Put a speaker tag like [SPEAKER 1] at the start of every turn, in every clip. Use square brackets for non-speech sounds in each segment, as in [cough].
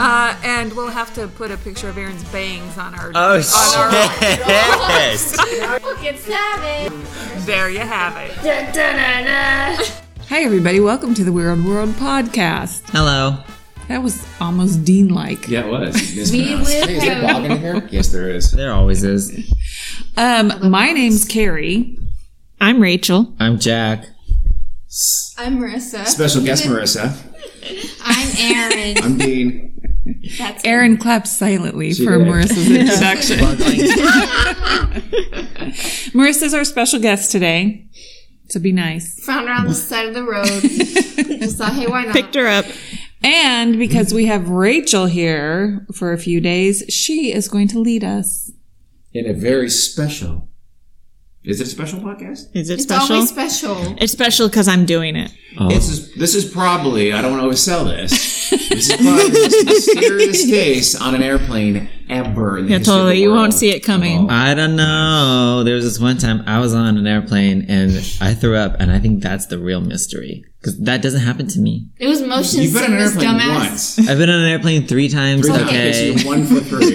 [SPEAKER 1] Uh, and we'll have to put a picture of Aaron's bangs on our.
[SPEAKER 2] Uh.
[SPEAKER 3] Oh
[SPEAKER 1] on our-
[SPEAKER 3] shit!
[SPEAKER 2] It's seven.
[SPEAKER 1] there you have it.
[SPEAKER 2] Dun, dun, dun, dun.
[SPEAKER 1] [laughs] Hey everybody, welcome to the Weird World Podcast.
[SPEAKER 3] Hello.
[SPEAKER 1] That was almost Dean-like.
[SPEAKER 4] Yeah, it was.
[SPEAKER 2] We
[SPEAKER 4] Is there
[SPEAKER 2] will
[SPEAKER 4] Bob in here? Yes, there is.
[SPEAKER 3] There always is.
[SPEAKER 1] Um, my name's Carrie.
[SPEAKER 5] I'm Rachel.
[SPEAKER 3] I'm Jack.
[SPEAKER 6] I'm Marissa.
[SPEAKER 4] Special guest Marissa.
[SPEAKER 6] I'm
[SPEAKER 4] [laughs]
[SPEAKER 6] Aaron.
[SPEAKER 4] I'm Dean.
[SPEAKER 1] Aaron clapped silently for
[SPEAKER 4] did.
[SPEAKER 2] [laughs]
[SPEAKER 1] Marissa's introduction. Marissa's our special guest today, so be nice.
[SPEAKER 6] Found her on the side of
[SPEAKER 4] [laughs]
[SPEAKER 6] the road. Just thought, hey, why not?
[SPEAKER 5] Picked her up.
[SPEAKER 1] And because we have Rachel here for a few days, she is going to lead us.
[SPEAKER 4] In a very special. Is it a special podcast?
[SPEAKER 5] Is it
[SPEAKER 6] it's
[SPEAKER 5] special?
[SPEAKER 6] always special.
[SPEAKER 5] it's special because I'm doing it.
[SPEAKER 4] This is this is probably I don't want to oversell [laughs] this. This is probably the most mysterious case on an airplane ever. In the
[SPEAKER 5] Yeah,
[SPEAKER 4] history of the
[SPEAKER 5] totally. You
[SPEAKER 4] world.
[SPEAKER 5] won't see it coming.
[SPEAKER 4] Oh.
[SPEAKER 3] I don't know. There was this one time I was on an airplane and I threw up, and I think that's the real mystery because that doesn't happen to me.
[SPEAKER 6] It was motion
[SPEAKER 4] You've been on an
[SPEAKER 6] sickness,
[SPEAKER 4] airplane
[SPEAKER 6] dumbass.
[SPEAKER 4] once.
[SPEAKER 3] I've been on an airplane three times.
[SPEAKER 4] Three times,
[SPEAKER 3] okay.
[SPEAKER 4] you're one for three.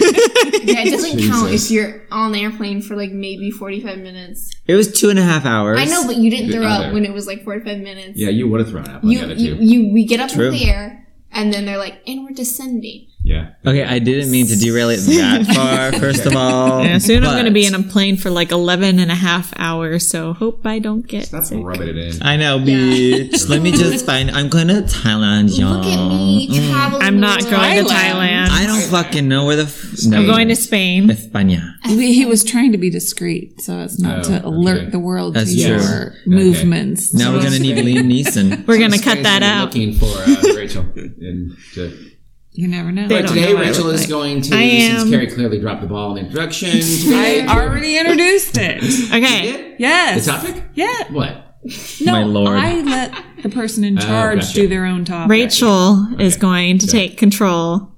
[SPEAKER 6] Yeah, it doesn't count
[SPEAKER 4] Jesus.
[SPEAKER 6] if you're on the airplane for like maybe 45 minutes.
[SPEAKER 3] It was two and a half hours.
[SPEAKER 6] I know, but you didn't
[SPEAKER 4] Good
[SPEAKER 6] throw
[SPEAKER 4] other.
[SPEAKER 6] up when it was like 45 minutes.
[SPEAKER 4] yeah, you would have thrown up on
[SPEAKER 6] you,
[SPEAKER 4] the other two.
[SPEAKER 6] you, you, we get up
[SPEAKER 3] True.
[SPEAKER 6] in the air, and then they're like, and we're descending.
[SPEAKER 4] yeah.
[SPEAKER 3] Okay, I didn't mean to derail it that far, first of all.
[SPEAKER 5] Yeah, soon I'm going to
[SPEAKER 3] but-
[SPEAKER 5] be in a plane for like 11 and a half hours, so hope I don't get
[SPEAKER 4] That's
[SPEAKER 5] sick.
[SPEAKER 4] rubbing it in.
[SPEAKER 3] I know, bitch. Let me just find. I'm going to Thailand, y'all.
[SPEAKER 6] Look at me traveling.
[SPEAKER 5] I'm not
[SPEAKER 6] the world.
[SPEAKER 5] going to
[SPEAKER 1] Thailand.
[SPEAKER 5] Thailand.
[SPEAKER 3] I don't fucking know where the. F-
[SPEAKER 5] I'm going to Spain.
[SPEAKER 3] España.
[SPEAKER 1] We- He was trying to be discreet so as not
[SPEAKER 4] Oh,
[SPEAKER 1] to alert
[SPEAKER 4] okay.
[SPEAKER 1] the world
[SPEAKER 3] That's
[SPEAKER 1] to
[SPEAKER 3] true.
[SPEAKER 1] your
[SPEAKER 4] Okay.
[SPEAKER 1] movements.
[SPEAKER 3] Now we're gonna need Liam Neeson.
[SPEAKER 5] We're going to cut that out.
[SPEAKER 4] Looking for uh,
[SPEAKER 5] [laughs]
[SPEAKER 4] Rachel. And to,
[SPEAKER 1] You never know.
[SPEAKER 5] They
[SPEAKER 4] but
[SPEAKER 5] don't
[SPEAKER 4] today,
[SPEAKER 5] know what I
[SPEAKER 4] Rachel
[SPEAKER 5] look
[SPEAKER 4] is
[SPEAKER 5] like.
[SPEAKER 4] going to.
[SPEAKER 5] I
[SPEAKER 4] Since
[SPEAKER 5] am-
[SPEAKER 4] Carrie clearly dropped the ball in the
[SPEAKER 5] [laughs]
[SPEAKER 4] introduction.
[SPEAKER 1] I already introduced it.
[SPEAKER 5] Okay.
[SPEAKER 4] The
[SPEAKER 1] Yes.
[SPEAKER 4] topic?
[SPEAKER 1] Yeah.
[SPEAKER 4] What?
[SPEAKER 1] No,
[SPEAKER 3] My lord. Oh,
[SPEAKER 1] I let the person in charge
[SPEAKER 4] gotcha.
[SPEAKER 1] do their own topic.
[SPEAKER 5] Rachel is going to take control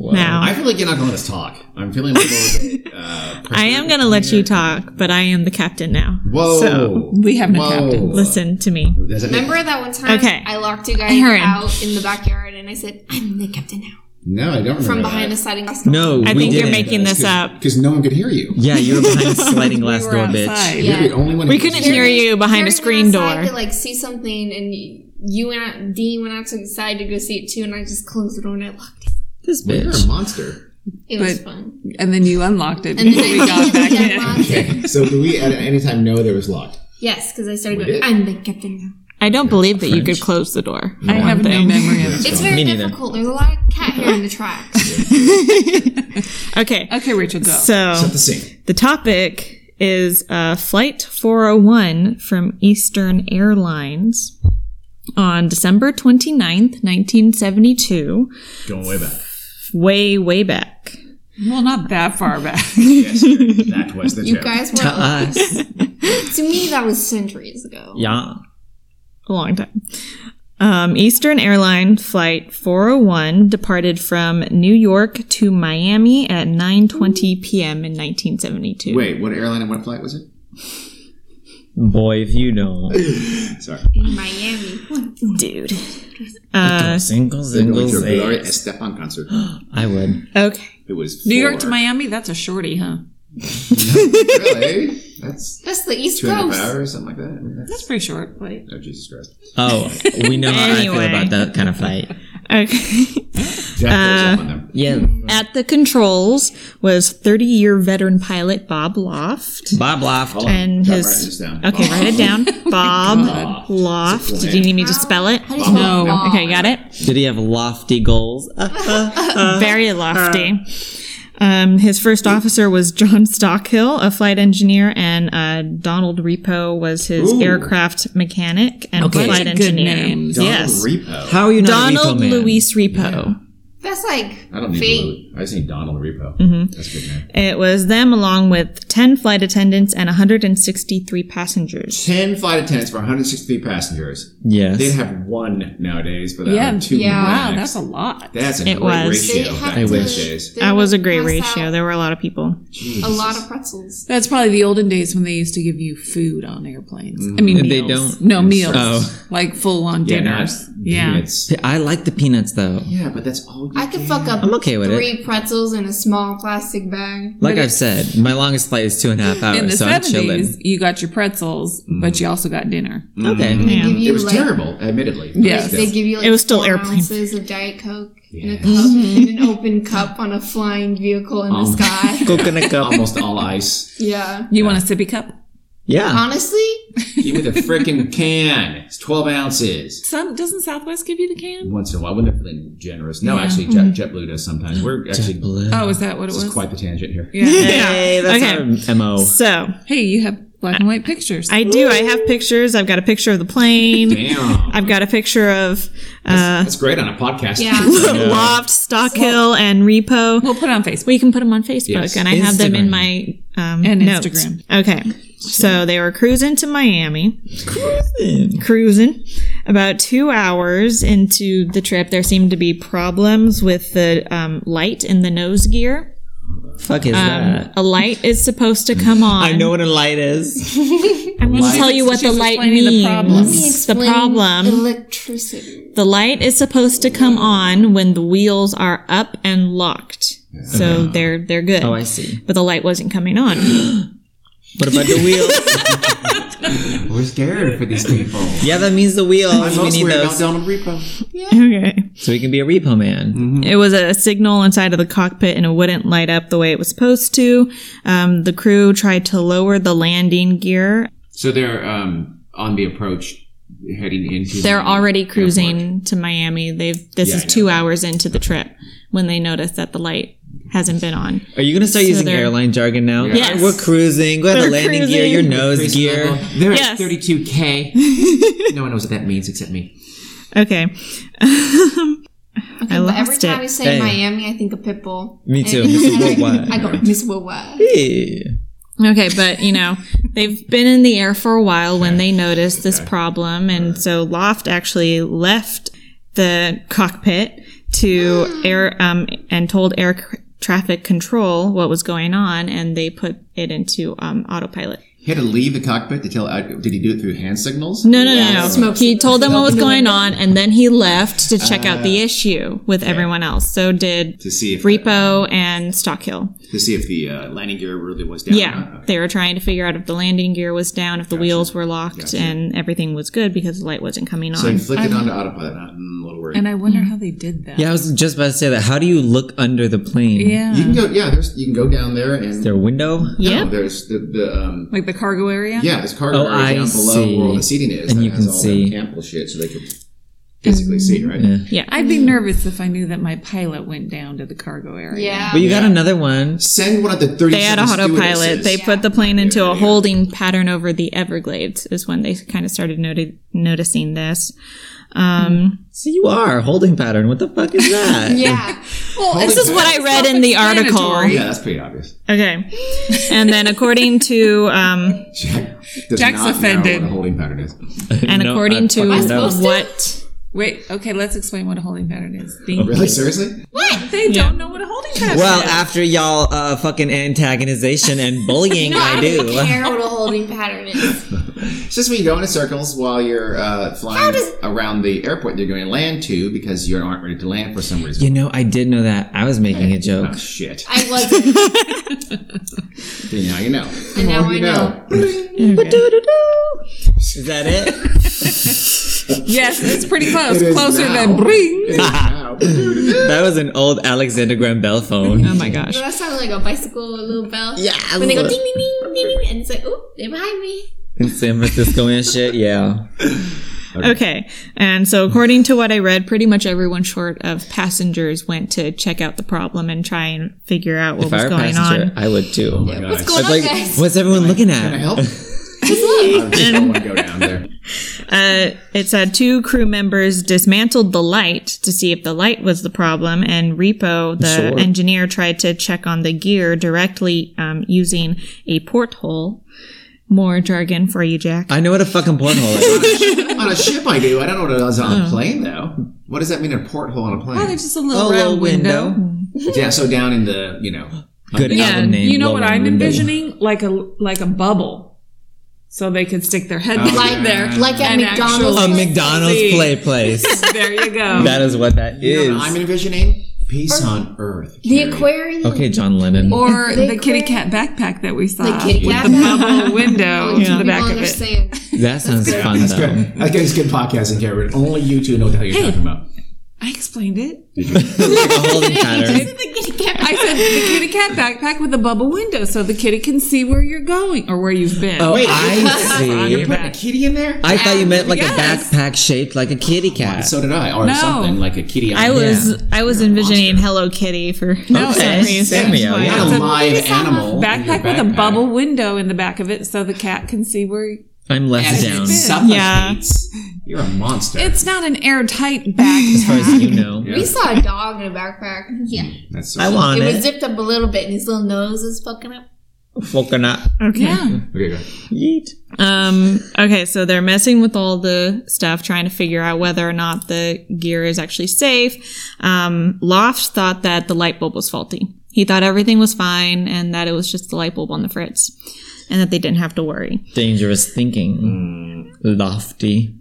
[SPEAKER 5] now.
[SPEAKER 4] I feel like you're not going to let us talk. I'm feeling a little
[SPEAKER 5] [laughs]
[SPEAKER 4] bit. Uh,
[SPEAKER 5] I am going to let you talk, but I am the captain now.
[SPEAKER 4] Whoa.
[SPEAKER 5] So,
[SPEAKER 1] We have no
[SPEAKER 4] Whoa.
[SPEAKER 1] captain.
[SPEAKER 5] listen to me.
[SPEAKER 4] Does it
[SPEAKER 6] Remember that one time
[SPEAKER 5] Okay.
[SPEAKER 6] I locked a guy
[SPEAKER 5] Aaron.
[SPEAKER 6] out in the backyard and I said, I'm the captain now.
[SPEAKER 4] no, I don't remember.
[SPEAKER 6] From behind a sliding glass door.
[SPEAKER 3] No,
[SPEAKER 5] I
[SPEAKER 3] we
[SPEAKER 5] think
[SPEAKER 3] didn't.
[SPEAKER 5] you're making this up.
[SPEAKER 4] Because no one could hear you.
[SPEAKER 3] Yeah, you were behind a sliding glass
[SPEAKER 1] We're
[SPEAKER 3] door, bitch.
[SPEAKER 1] outside.
[SPEAKER 6] Yeah.
[SPEAKER 4] You're the only one.
[SPEAKER 5] We
[SPEAKER 4] who could
[SPEAKER 5] couldn't hear you behind a
[SPEAKER 6] Karen
[SPEAKER 5] screen
[SPEAKER 6] went outside
[SPEAKER 5] door.
[SPEAKER 6] To, like see something, and you, you went out. Dean went outside to go see it too, and I just closed the door and I locked it.
[SPEAKER 3] This
[SPEAKER 4] You're a
[SPEAKER 3] bitch.
[SPEAKER 4] monster.
[SPEAKER 6] It was
[SPEAKER 1] But-
[SPEAKER 6] [laughs] fun.
[SPEAKER 1] And then you unlocked it.
[SPEAKER 6] And then
[SPEAKER 1] before we
[SPEAKER 6] I
[SPEAKER 5] [laughs]
[SPEAKER 1] got back
[SPEAKER 6] completely
[SPEAKER 1] in.
[SPEAKER 6] unlocked
[SPEAKER 4] [laughs]
[SPEAKER 6] it.
[SPEAKER 4] So do we at any time know there was locked?
[SPEAKER 6] Yes, because I started
[SPEAKER 4] We
[SPEAKER 6] going.
[SPEAKER 4] did.
[SPEAKER 6] I'm the captain now.
[SPEAKER 5] I don't believe that you could close the door.
[SPEAKER 1] I have no memory of it.
[SPEAKER 6] [laughs] It's very
[SPEAKER 3] Me neither.
[SPEAKER 6] difficult. There's a lot of cat hair in the tracks.
[SPEAKER 5] Okay.
[SPEAKER 1] Okay, Rachel, go.
[SPEAKER 5] So
[SPEAKER 4] Shut the sink.
[SPEAKER 5] the topic is uh, Flight 401 from Eastern Airlines on December 29th, 1972.
[SPEAKER 4] Going way back.
[SPEAKER 5] Way, way back.
[SPEAKER 1] well, not that far [laughs] back.
[SPEAKER 4] That was the
[SPEAKER 6] You
[SPEAKER 4] joke.
[SPEAKER 6] guys were.
[SPEAKER 3] To us.
[SPEAKER 6] To me, that was centuries ago.
[SPEAKER 3] Yeah.
[SPEAKER 5] A long time. Um, Eastern Airline Flight 401 departed from New York to Miami at 9.20 p.m. in 1972.
[SPEAKER 4] Wait, what airline and what flight was it?
[SPEAKER 3] Boy, if you don't.
[SPEAKER 4] Sorry.
[SPEAKER 6] In Miami.
[SPEAKER 5] Dude.
[SPEAKER 3] single,
[SPEAKER 4] They're going
[SPEAKER 3] single,
[SPEAKER 4] to a Gloria
[SPEAKER 3] single.
[SPEAKER 4] Estefan concert.
[SPEAKER 3] I would.
[SPEAKER 5] Okay.
[SPEAKER 4] It was
[SPEAKER 1] New
[SPEAKER 4] four.
[SPEAKER 1] York to Miami, that's a shorty, huh?
[SPEAKER 4] Really?
[SPEAKER 6] [laughs]
[SPEAKER 4] That's
[SPEAKER 6] That's the East
[SPEAKER 4] two and a half
[SPEAKER 6] Coast.
[SPEAKER 4] hours, something like that. I mean, that's-
[SPEAKER 1] That's pretty short. Wait.
[SPEAKER 4] oh, Jesus Christ!
[SPEAKER 3] Oh, we know how I
[SPEAKER 5] Anyway.
[SPEAKER 3] feel about that kind of fight.
[SPEAKER 5] Okay.
[SPEAKER 4] Jack
[SPEAKER 5] [laughs]
[SPEAKER 4] goes up on them.
[SPEAKER 3] Yeah.
[SPEAKER 5] At the controls was 30 year veteran pilot Bob Loft.
[SPEAKER 3] Bob Loft.
[SPEAKER 4] Hold on.
[SPEAKER 5] And
[SPEAKER 4] Stop writing this
[SPEAKER 5] his.
[SPEAKER 4] down.
[SPEAKER 5] Okay, write it down. Bob
[SPEAKER 1] God.
[SPEAKER 5] Loft.
[SPEAKER 4] It's a
[SPEAKER 5] Did you need me to spell it?
[SPEAKER 6] How do you
[SPEAKER 1] No.
[SPEAKER 6] spell law?
[SPEAKER 5] Okay, got it.
[SPEAKER 3] Did he have lofty goals? Uh,
[SPEAKER 5] Very lofty. Um, his first officer was John Stockhill, a flight engineer, and uh, Donald Repo was his aircraft mechanic and
[SPEAKER 3] Okay.
[SPEAKER 5] flight
[SPEAKER 1] Those are good
[SPEAKER 5] engineer.
[SPEAKER 1] names.
[SPEAKER 7] Donald
[SPEAKER 5] yes,
[SPEAKER 7] Repo.
[SPEAKER 3] How are you not a
[SPEAKER 5] Donald
[SPEAKER 3] repo man?
[SPEAKER 5] Luis Repo.
[SPEAKER 6] That's like
[SPEAKER 7] I don't need
[SPEAKER 6] fake.
[SPEAKER 7] Louis. I just need Donald Repo. That's a good name.
[SPEAKER 5] It was them along with 10 flight attendants and 163 passengers.
[SPEAKER 7] Ten flight attendants for 163 passengers.
[SPEAKER 3] Yes.
[SPEAKER 7] They'd have one nowadays, but
[SPEAKER 1] Yeah.
[SPEAKER 7] yeah, two.
[SPEAKER 6] Yeah.
[SPEAKER 7] Wow,
[SPEAKER 1] Wow, that's a lot.
[SPEAKER 7] that's a
[SPEAKER 5] It
[SPEAKER 7] great
[SPEAKER 5] was.
[SPEAKER 7] ratio.
[SPEAKER 6] They
[SPEAKER 7] back
[SPEAKER 6] had
[SPEAKER 7] in
[SPEAKER 6] to-
[SPEAKER 7] those days.
[SPEAKER 6] they
[SPEAKER 5] That
[SPEAKER 6] would
[SPEAKER 5] was a great
[SPEAKER 6] pass
[SPEAKER 5] ratio.
[SPEAKER 6] out
[SPEAKER 5] There were a lot of people.
[SPEAKER 6] A lot of pretzels.
[SPEAKER 1] That's probably the olden days when they used to give you food on airplanes. I mean,
[SPEAKER 3] They
[SPEAKER 1] meals.
[SPEAKER 3] don't-
[SPEAKER 1] No meals.
[SPEAKER 3] Oh.
[SPEAKER 1] Like full on
[SPEAKER 7] Yeah, not
[SPEAKER 1] dinners. Yeah.
[SPEAKER 7] peanuts.
[SPEAKER 3] I like the peanuts though.
[SPEAKER 7] Yeah, but that's all. You
[SPEAKER 6] I could fuck up
[SPEAKER 3] I'm okay with it.
[SPEAKER 6] three pretzels in a small plastic bag.
[SPEAKER 3] Like I've said, my longest flight is two and a half hours,
[SPEAKER 1] In the
[SPEAKER 3] Oh, so I'm
[SPEAKER 1] seventies,
[SPEAKER 3] chilling. Mm, Mm-hmm.
[SPEAKER 1] you got your pretzels, but you also got dinner.
[SPEAKER 6] They
[SPEAKER 3] Okay.
[SPEAKER 6] give you
[SPEAKER 7] It was
[SPEAKER 6] like,
[SPEAKER 7] terrible, admittedly.
[SPEAKER 1] Yes.
[SPEAKER 6] They give you like
[SPEAKER 5] It was still
[SPEAKER 6] four
[SPEAKER 5] airplane.
[SPEAKER 6] ounces of Diet Coke in a cup in an open cup on a flying vehicle in
[SPEAKER 3] Um.
[SPEAKER 6] the
[SPEAKER 3] [laughs]
[SPEAKER 6] sky.
[SPEAKER 3] Coconut cup.
[SPEAKER 7] Almost all
[SPEAKER 6] [laughs]
[SPEAKER 7] ice.
[SPEAKER 6] Yeah.
[SPEAKER 1] You want a sippy cup?
[SPEAKER 3] Yeah.
[SPEAKER 6] Honestly,
[SPEAKER 7] Give me the freaking can. It's 12 ounces.
[SPEAKER 1] Some doesn't Southwest give you the can?
[SPEAKER 7] Once in a while, wouldn't it be generous? No, actually, Jet, JetBlue does sometimes. We're actually
[SPEAKER 3] Blue.
[SPEAKER 1] Oh, is that what it
[SPEAKER 7] this is
[SPEAKER 1] was?
[SPEAKER 7] quite the tangent here.
[SPEAKER 5] [laughs]
[SPEAKER 3] Hey, that's
[SPEAKER 5] Okay.
[SPEAKER 3] our mo.
[SPEAKER 5] So
[SPEAKER 1] hey, you have black and white pictures.
[SPEAKER 5] I do. I have pictures. I've got a picture of the plane.
[SPEAKER 7] [laughs] Damn,
[SPEAKER 5] I've got a picture of uh,
[SPEAKER 7] that's great on a podcast. [laughs]
[SPEAKER 6] yeah.
[SPEAKER 5] Loft, Stockhill, and Repo.
[SPEAKER 1] we'll put it on Facebook.
[SPEAKER 5] We can put them on Facebook,
[SPEAKER 7] Yes.
[SPEAKER 5] and I have them in
[SPEAKER 3] Instagram.
[SPEAKER 5] my um,
[SPEAKER 1] And
[SPEAKER 5] notes.
[SPEAKER 1] Instagram.
[SPEAKER 5] Okay, so they were cruising to Miami, cruising, cruising. About two hours into the trip, there seemed to be problems with the um, light in the nose gear.
[SPEAKER 3] Fuck is
[SPEAKER 5] Um,
[SPEAKER 3] that?
[SPEAKER 5] a light is supposed to come on.
[SPEAKER 3] Uh. I know what a light is.
[SPEAKER 5] I'm going to tell you what the
[SPEAKER 1] She's
[SPEAKER 5] light
[SPEAKER 1] explaining the
[SPEAKER 5] means.
[SPEAKER 1] problem. Let me
[SPEAKER 5] The problem.
[SPEAKER 6] Electricity.
[SPEAKER 5] The light is supposed to come on when the wheels are up and locked. So they're they're good.
[SPEAKER 3] Oh, I see.
[SPEAKER 5] But the light wasn't coming on.
[SPEAKER 1] [laughs]
[SPEAKER 3] What about the [laughs] wheel?
[SPEAKER 7] We're scared for these [laughs] people.
[SPEAKER 3] yeah, that means the wheels. we need those.
[SPEAKER 7] Donald Repo.
[SPEAKER 5] okay.
[SPEAKER 3] So we can be a repo man.
[SPEAKER 5] It was a signal inside of the cockpit and it wouldn't light up the way it was supposed to. Um, the crew tried to lower the landing gear.
[SPEAKER 7] So they're um, on the approach, heading into.
[SPEAKER 5] They're
[SPEAKER 7] the
[SPEAKER 5] already cruising
[SPEAKER 7] airport.
[SPEAKER 5] to Miami. They've this
[SPEAKER 7] Yeah,
[SPEAKER 5] is
[SPEAKER 7] I know.
[SPEAKER 5] two hours into the trip when they notice that the light hasn't been on.
[SPEAKER 3] Are you gonna start using
[SPEAKER 5] they're-
[SPEAKER 3] airline jargon now?
[SPEAKER 5] Yes.
[SPEAKER 3] We're cruising. We have the
[SPEAKER 5] They're
[SPEAKER 3] landing gear. Your
[SPEAKER 5] cruising.
[SPEAKER 3] nose gear.
[SPEAKER 7] They're
[SPEAKER 5] Yes.
[SPEAKER 7] at
[SPEAKER 6] [laughs]
[SPEAKER 7] 32k. no one knows what that means except me.
[SPEAKER 5] Okay. I
[SPEAKER 6] But
[SPEAKER 5] lost
[SPEAKER 6] every time
[SPEAKER 5] it.
[SPEAKER 6] you say
[SPEAKER 3] Hey.
[SPEAKER 6] Miami, I think of Pitbull.
[SPEAKER 3] Me
[SPEAKER 6] [laughs]
[SPEAKER 3] too. Mr.
[SPEAKER 6] I
[SPEAKER 3] Worldwide.
[SPEAKER 6] go Miss Worldwide.
[SPEAKER 3] Hey.
[SPEAKER 5] Okay, but you know, they've been in the air for a while when they noticed this problem. And so Loft actually left the cockpit to air um, and told air c- traffic control what was going on, and they put it into um, autopilot.
[SPEAKER 7] He had to leave the cockpit to tell. Did he do it through hand signals?
[SPEAKER 5] No, no, no, no. He told them what was going on, and then he left to check out the issue with everyone else. So did
[SPEAKER 7] To see if
[SPEAKER 5] Repo and Stockhill.
[SPEAKER 7] to see if the uh, landing gear really was down.
[SPEAKER 5] Yeah, they were trying to figure out if the landing gear was down, if the wheels were locked, and everything was good because the light wasn't coming on.
[SPEAKER 7] So he flicked it onto autopilot. I'm a little worried.
[SPEAKER 1] And I wonder how they did that.
[SPEAKER 3] Yeah, I was just about to say that. How do you look under the plane?
[SPEAKER 1] Yeah.
[SPEAKER 7] you can go. Yeah, there's. You can go down there and.
[SPEAKER 3] Their window.
[SPEAKER 7] no,
[SPEAKER 5] yeah,
[SPEAKER 7] there's the the um.
[SPEAKER 1] Like the cargo area?
[SPEAKER 7] Yeah, this cargo
[SPEAKER 3] Oh,
[SPEAKER 7] area down
[SPEAKER 3] I
[SPEAKER 7] below where all the
[SPEAKER 3] see.
[SPEAKER 7] seating is,
[SPEAKER 3] And
[SPEAKER 7] that
[SPEAKER 3] you
[SPEAKER 7] has
[SPEAKER 3] can
[SPEAKER 7] all that
[SPEAKER 3] see.
[SPEAKER 7] camp shit, so they could physically see, right?
[SPEAKER 5] yeah.
[SPEAKER 1] I'd be nervous if I knew that my pilot went down to the cargo area.
[SPEAKER 6] Yeah.
[SPEAKER 3] But you got another one.
[SPEAKER 7] Send one of the thirty.
[SPEAKER 5] They had a autopilot. They put the plane into a holding pattern over the Everglades. Is when they kind of started noti- noticing this. Um,
[SPEAKER 3] See, you are holding pattern. What the fuck is that?
[SPEAKER 6] yeah.
[SPEAKER 5] this is what I read in the article.
[SPEAKER 7] Yeah, that's pretty obvious. [laughs]
[SPEAKER 5] Okay, and then according to um,
[SPEAKER 7] Jack does
[SPEAKER 1] Jack's
[SPEAKER 7] not Know
[SPEAKER 1] offended.
[SPEAKER 7] what a holding pattern is.
[SPEAKER 5] and
[SPEAKER 3] No, [laughs] [laughs]
[SPEAKER 5] according
[SPEAKER 3] I
[SPEAKER 5] to
[SPEAKER 3] fucking know.
[SPEAKER 5] what
[SPEAKER 1] Wait, okay, let's explain what a holding pattern is. Thank
[SPEAKER 7] Really, seriously?
[SPEAKER 1] They don't know what a holding pattern
[SPEAKER 3] Oh, Well,
[SPEAKER 1] is.
[SPEAKER 3] after y'all uh, fucking antagonization
[SPEAKER 6] [laughs]
[SPEAKER 3] and bullying, I
[SPEAKER 6] don't
[SPEAKER 3] do.
[SPEAKER 6] care what a holding pattern is.
[SPEAKER 7] It's just when you go in circles while you're uh, flying around the airport you're going to land to because you aren't ready to land for some reason.
[SPEAKER 3] You know, I did know that. I was making a joke.
[SPEAKER 7] Oh, shit.
[SPEAKER 6] I wasn't.
[SPEAKER 7] Then now you
[SPEAKER 1] [laughs]
[SPEAKER 7] know.
[SPEAKER 6] And
[SPEAKER 3] [laughs]
[SPEAKER 6] now I
[SPEAKER 7] you
[SPEAKER 6] know.
[SPEAKER 3] Is that it?
[SPEAKER 1] yes, it's pretty close.
[SPEAKER 7] is
[SPEAKER 1] Closer
[SPEAKER 7] now.
[SPEAKER 1] than bring.
[SPEAKER 7] Now.
[SPEAKER 3] [laughs] that was an old Alexander Graham Bell phone. Oh my gosh.
[SPEAKER 6] That sounded like a bicycle, a little bell.
[SPEAKER 3] Yeah.
[SPEAKER 6] When they go ding, ding, ding, ding, ding, and it's like, oh, they're behind me.
[SPEAKER 3] In San Francisco and shit, yeah.
[SPEAKER 5] Okay. And so, according to what I read, pretty much everyone short of passengers went to check out the problem and try and figure out what
[SPEAKER 3] If
[SPEAKER 5] was
[SPEAKER 3] I were a
[SPEAKER 5] going
[SPEAKER 3] passenger,
[SPEAKER 5] on.
[SPEAKER 3] I would too. Oh my
[SPEAKER 6] What's
[SPEAKER 3] gosh.
[SPEAKER 6] going on,
[SPEAKER 3] Like,
[SPEAKER 6] guys?
[SPEAKER 3] what's everyone looking at?
[SPEAKER 7] help? I just don't want to go down there.
[SPEAKER 5] Uh, it said two crew members dismantled the light to see if the light was the problem, and Repo, the
[SPEAKER 3] Sure.
[SPEAKER 5] engineer, tried to check on the gear directly um, using a porthole. More jargon for you, Jack.
[SPEAKER 3] I know what a fucking porthole
[SPEAKER 1] [laughs]
[SPEAKER 3] is.
[SPEAKER 7] On a ship, I do. I don't know what it is on a plane, though. What does that mean? A porthole on a plane?
[SPEAKER 1] Oh, there's just a little
[SPEAKER 3] Oh,
[SPEAKER 1] round
[SPEAKER 3] little
[SPEAKER 1] window.
[SPEAKER 3] window.
[SPEAKER 7] yeah, so down in the, you know.
[SPEAKER 3] Good
[SPEAKER 5] Yeah,
[SPEAKER 3] album name.
[SPEAKER 1] You know
[SPEAKER 3] Low
[SPEAKER 1] what
[SPEAKER 3] Run
[SPEAKER 1] I'm
[SPEAKER 3] Window.
[SPEAKER 1] envisioning? Like a like a bubble, so they could stick their head
[SPEAKER 3] Oh,
[SPEAKER 1] behind
[SPEAKER 7] yeah.
[SPEAKER 1] there.
[SPEAKER 6] Like at
[SPEAKER 1] And
[SPEAKER 6] McDonald's.
[SPEAKER 3] A
[SPEAKER 1] actually-
[SPEAKER 3] McDonald's
[SPEAKER 1] See. [laughs]
[SPEAKER 3] play place.
[SPEAKER 1] There you go.
[SPEAKER 3] that is what that
[SPEAKER 7] You know what
[SPEAKER 3] is.
[SPEAKER 7] I'm envisioning peace on earth.
[SPEAKER 6] the aquarium.
[SPEAKER 3] Okay, John Lennon.
[SPEAKER 1] or
[SPEAKER 6] They
[SPEAKER 1] the kitty cat
[SPEAKER 6] quit-
[SPEAKER 1] backpack that we saw [laughs]
[SPEAKER 6] The kitty
[SPEAKER 1] with
[SPEAKER 6] cat
[SPEAKER 1] the
[SPEAKER 6] backpack.
[SPEAKER 1] bubble
[SPEAKER 6] [laughs]
[SPEAKER 1] window to
[SPEAKER 6] People
[SPEAKER 1] the back of it.
[SPEAKER 6] understand. [laughs]
[SPEAKER 3] that sounds fun
[SPEAKER 7] That's
[SPEAKER 3] though.
[SPEAKER 7] good. I think it's good podcasting, Karen. Only you two know what the hell you're talking about.
[SPEAKER 1] I explained it.
[SPEAKER 3] like a
[SPEAKER 1] [laughs]
[SPEAKER 3] holding pattern.
[SPEAKER 1] I said the kitty cat backpack with a bubble window, so the kitty can see where you're going or where you've been.
[SPEAKER 3] Oh,
[SPEAKER 7] Wait.
[SPEAKER 1] [laughs]
[SPEAKER 7] You're
[SPEAKER 3] I see.
[SPEAKER 7] putting a kitty in there?
[SPEAKER 3] I thought you meant like
[SPEAKER 1] Yes.
[SPEAKER 3] a backpack shaped like a kitty cat.
[SPEAKER 7] so did I, or
[SPEAKER 1] No.
[SPEAKER 7] something like a kitty.
[SPEAKER 5] I
[SPEAKER 7] on
[SPEAKER 5] was I was envisioning Hello Kitty for
[SPEAKER 1] Oh,
[SPEAKER 5] no,
[SPEAKER 3] Okay.
[SPEAKER 5] some reason.
[SPEAKER 3] Same here,
[SPEAKER 5] Why-
[SPEAKER 3] yeah.
[SPEAKER 7] not a live animal. in your
[SPEAKER 1] backpack with a
[SPEAKER 7] backpack.
[SPEAKER 1] bubble window in the back of it, so the cat can see where.
[SPEAKER 3] I'm less down. As
[SPEAKER 7] Suffocates. You're a monster.
[SPEAKER 1] It's not an airtight
[SPEAKER 3] [laughs]
[SPEAKER 1] backpack.
[SPEAKER 3] far as you
[SPEAKER 1] [laughs]
[SPEAKER 3] know,
[SPEAKER 6] We saw a dog in a backpack. Yeah.
[SPEAKER 7] That's so
[SPEAKER 3] I want
[SPEAKER 6] It was
[SPEAKER 3] it.
[SPEAKER 6] zipped up a little bit and his little nose was fucking up.
[SPEAKER 3] Fucking up.
[SPEAKER 5] Okay.
[SPEAKER 7] Okay, go.
[SPEAKER 3] Yeet.
[SPEAKER 5] Um, okay, so they're messing with all the stuff, trying to figure out whether or not the gear is actually safe. Um, Loft thought that the light bulb was faulty. He thought everything was fine and that it was just the light bulb on the fritz and that they didn't have to worry.
[SPEAKER 3] Dangerous thinking.
[SPEAKER 7] Hmm.
[SPEAKER 3] Lofty.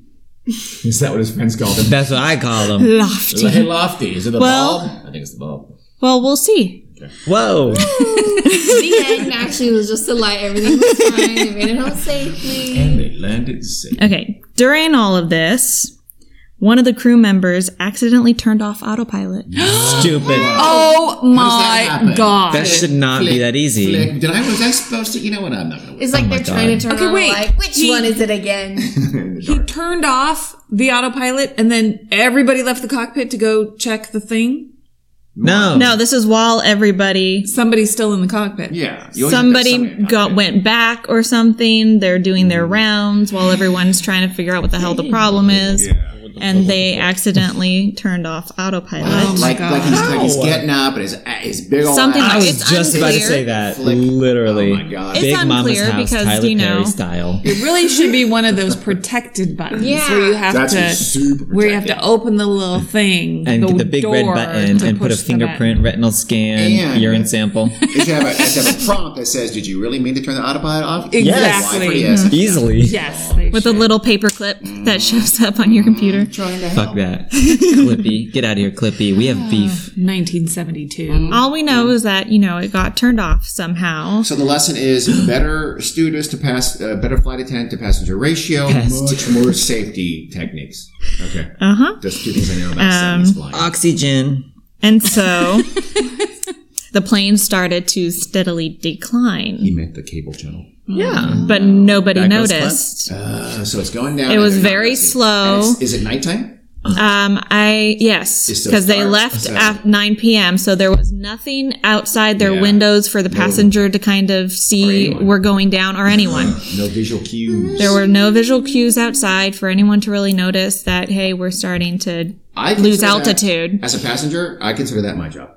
[SPEAKER 7] Is that what his friends called him?
[SPEAKER 3] That's what I call them.
[SPEAKER 5] Lofty.
[SPEAKER 7] Hey, Lofty, is it the
[SPEAKER 5] Well-
[SPEAKER 7] bulb? I think it's the bulb.
[SPEAKER 5] Well, we'll see.
[SPEAKER 3] Whoa.
[SPEAKER 6] The end actually was just a lie. Everything was fine. They made it home safely.
[SPEAKER 7] And they landed safe.
[SPEAKER 5] Okay, during all of this, one of the crew members accidentally turned off autopilot.
[SPEAKER 3] [laughs] Stupid.
[SPEAKER 1] Oh
[SPEAKER 7] that
[SPEAKER 1] my
[SPEAKER 7] happen?
[SPEAKER 1] god!
[SPEAKER 3] That should not be that easy.
[SPEAKER 7] Flick. Did I was I supposed to? You know what? I'm not gonna.
[SPEAKER 6] It's like
[SPEAKER 3] Oh my
[SPEAKER 6] they're trying to turn
[SPEAKER 1] Okay,
[SPEAKER 6] on
[SPEAKER 1] wait.
[SPEAKER 6] a light. Which
[SPEAKER 1] He-
[SPEAKER 6] one is it again?
[SPEAKER 1] He turned off the autopilot, and then everybody left the cockpit to go check the thing.
[SPEAKER 3] No.
[SPEAKER 5] No, this is while everybody
[SPEAKER 1] Somebody's still in the cockpit.
[SPEAKER 7] Yeah. you always have to have
[SPEAKER 5] somebody
[SPEAKER 7] somebody-
[SPEAKER 5] got went back or something. They're doing their rounds while everyone's trying to figure out what the hell the problem is, and they accidentally turned off autopilot.
[SPEAKER 7] Like, like, he's, like he's getting up and his, uh, his big old
[SPEAKER 5] Something
[SPEAKER 3] I
[SPEAKER 7] ass.
[SPEAKER 3] was
[SPEAKER 5] It's
[SPEAKER 3] just about to
[SPEAKER 5] unclear.
[SPEAKER 3] say that.
[SPEAKER 7] Flick.
[SPEAKER 3] Literally.
[SPEAKER 7] Oh my God.
[SPEAKER 5] It's
[SPEAKER 3] Big Mama's
[SPEAKER 5] unclear
[SPEAKER 3] house,
[SPEAKER 5] because,
[SPEAKER 3] Tyler
[SPEAKER 5] you know-
[SPEAKER 3] Perry style.
[SPEAKER 1] It really should be one of those protected buttons
[SPEAKER 6] Yeah.
[SPEAKER 1] where you have
[SPEAKER 8] That's
[SPEAKER 1] to
[SPEAKER 8] super
[SPEAKER 1] where you have to open the little thing
[SPEAKER 3] And get the big red
[SPEAKER 1] door
[SPEAKER 3] button
[SPEAKER 1] to
[SPEAKER 3] and put a
[SPEAKER 1] push the
[SPEAKER 3] fingerprint, retinal scan,
[SPEAKER 7] And-
[SPEAKER 3] urine sample.
[SPEAKER 7] You should have, a, you should have a prompt that says, "Did you really mean to turn the autopilot off?"
[SPEAKER 1] Exactly.
[SPEAKER 7] Why for Yes.
[SPEAKER 3] Easily.
[SPEAKER 1] button. Yes, they
[SPEAKER 5] With a
[SPEAKER 1] should.
[SPEAKER 5] little paperclip that shows up on your computer.
[SPEAKER 3] Fuck that. Clippy. Get out of here, Clippy. We have beef.
[SPEAKER 1] 1972.
[SPEAKER 5] All we know is that you know it got turned off somehow.
[SPEAKER 7] So the lesson is better students to pass, uh, better flight attendant to passenger ratio, much more safety techniques. Okay,
[SPEAKER 5] Uh huh.
[SPEAKER 7] just two things I know about um, flying.
[SPEAKER 3] Oxygen.
[SPEAKER 5] And so the plane started to steadily decline,
[SPEAKER 7] he meant the cable channel.
[SPEAKER 3] Yeah.
[SPEAKER 5] but nobody
[SPEAKER 3] That goes
[SPEAKER 5] noticed.
[SPEAKER 7] Uh, so it's going down.
[SPEAKER 5] It
[SPEAKER 7] and
[SPEAKER 5] was
[SPEAKER 7] they're not
[SPEAKER 5] very
[SPEAKER 7] listening.
[SPEAKER 5] slow.
[SPEAKER 7] And it's- Is it nighttime?
[SPEAKER 5] Um, I yes,
[SPEAKER 7] It's still
[SPEAKER 5] because they
[SPEAKER 7] dark,
[SPEAKER 5] left
[SPEAKER 7] so-
[SPEAKER 5] at 9 p.m. So there was nothing outside their
[SPEAKER 7] Yeah.
[SPEAKER 5] windows for the passenger to kind of see
[SPEAKER 7] anyone.
[SPEAKER 5] we're going down or anyone.
[SPEAKER 7] No visual cues.
[SPEAKER 5] there were no visual cues outside for anyone to really notice that hey, we're starting to
[SPEAKER 7] I
[SPEAKER 5] lose
[SPEAKER 7] consider that-
[SPEAKER 5] altitude.
[SPEAKER 7] as a passenger, I consider that my job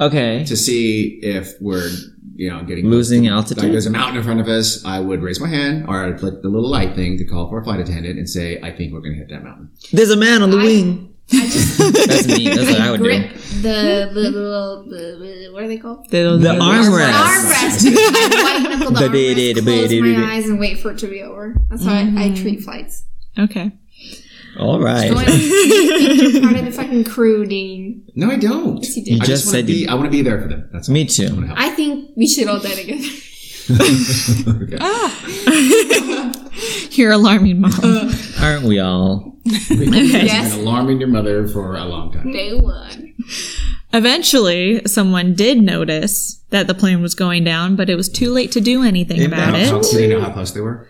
[SPEAKER 3] Okay.
[SPEAKER 7] to see if we're you know getting
[SPEAKER 3] Losing
[SPEAKER 7] Like
[SPEAKER 3] altitude.
[SPEAKER 7] there's a mountain in front of us, I would raise my hand or I'd click the little light thing to call for a flight attendant and say, I think we're going to hit that mountain.
[SPEAKER 3] There's a man on the wing. [laughs] That's me. That's what I would do.
[SPEAKER 6] Grip the little, the, what are they called?
[SPEAKER 3] The armrest.
[SPEAKER 6] Armrest. I white knuckle the
[SPEAKER 3] Ba-dee-dee-dee,
[SPEAKER 6] armrest, close
[SPEAKER 3] ba-dee-dee-dee.
[SPEAKER 6] my eyes and wait for it to be over. That's how I, I treat flights. [laughs]
[SPEAKER 5] Okay,
[SPEAKER 3] All right.
[SPEAKER 6] When you're part of the fucking crew, Dean.
[SPEAKER 7] No, I don't.
[SPEAKER 6] Yes, you
[SPEAKER 3] You
[SPEAKER 6] did.
[SPEAKER 7] I
[SPEAKER 3] just
[SPEAKER 7] just, want to
[SPEAKER 3] said
[SPEAKER 7] be,
[SPEAKER 3] you.
[SPEAKER 7] I want to be there for them. That's all.
[SPEAKER 3] Me too.
[SPEAKER 6] I think we should all die together. [laughs]
[SPEAKER 5] you're alarming mom.
[SPEAKER 7] Uh.
[SPEAKER 3] Aren't we all?
[SPEAKER 7] I've been alarming your mother for a long time.
[SPEAKER 6] Day one.
[SPEAKER 5] Eventually, someone did notice that the plane was going down, but it was too late to do anything about
[SPEAKER 7] how,
[SPEAKER 5] it.
[SPEAKER 7] How, do you know how close they were?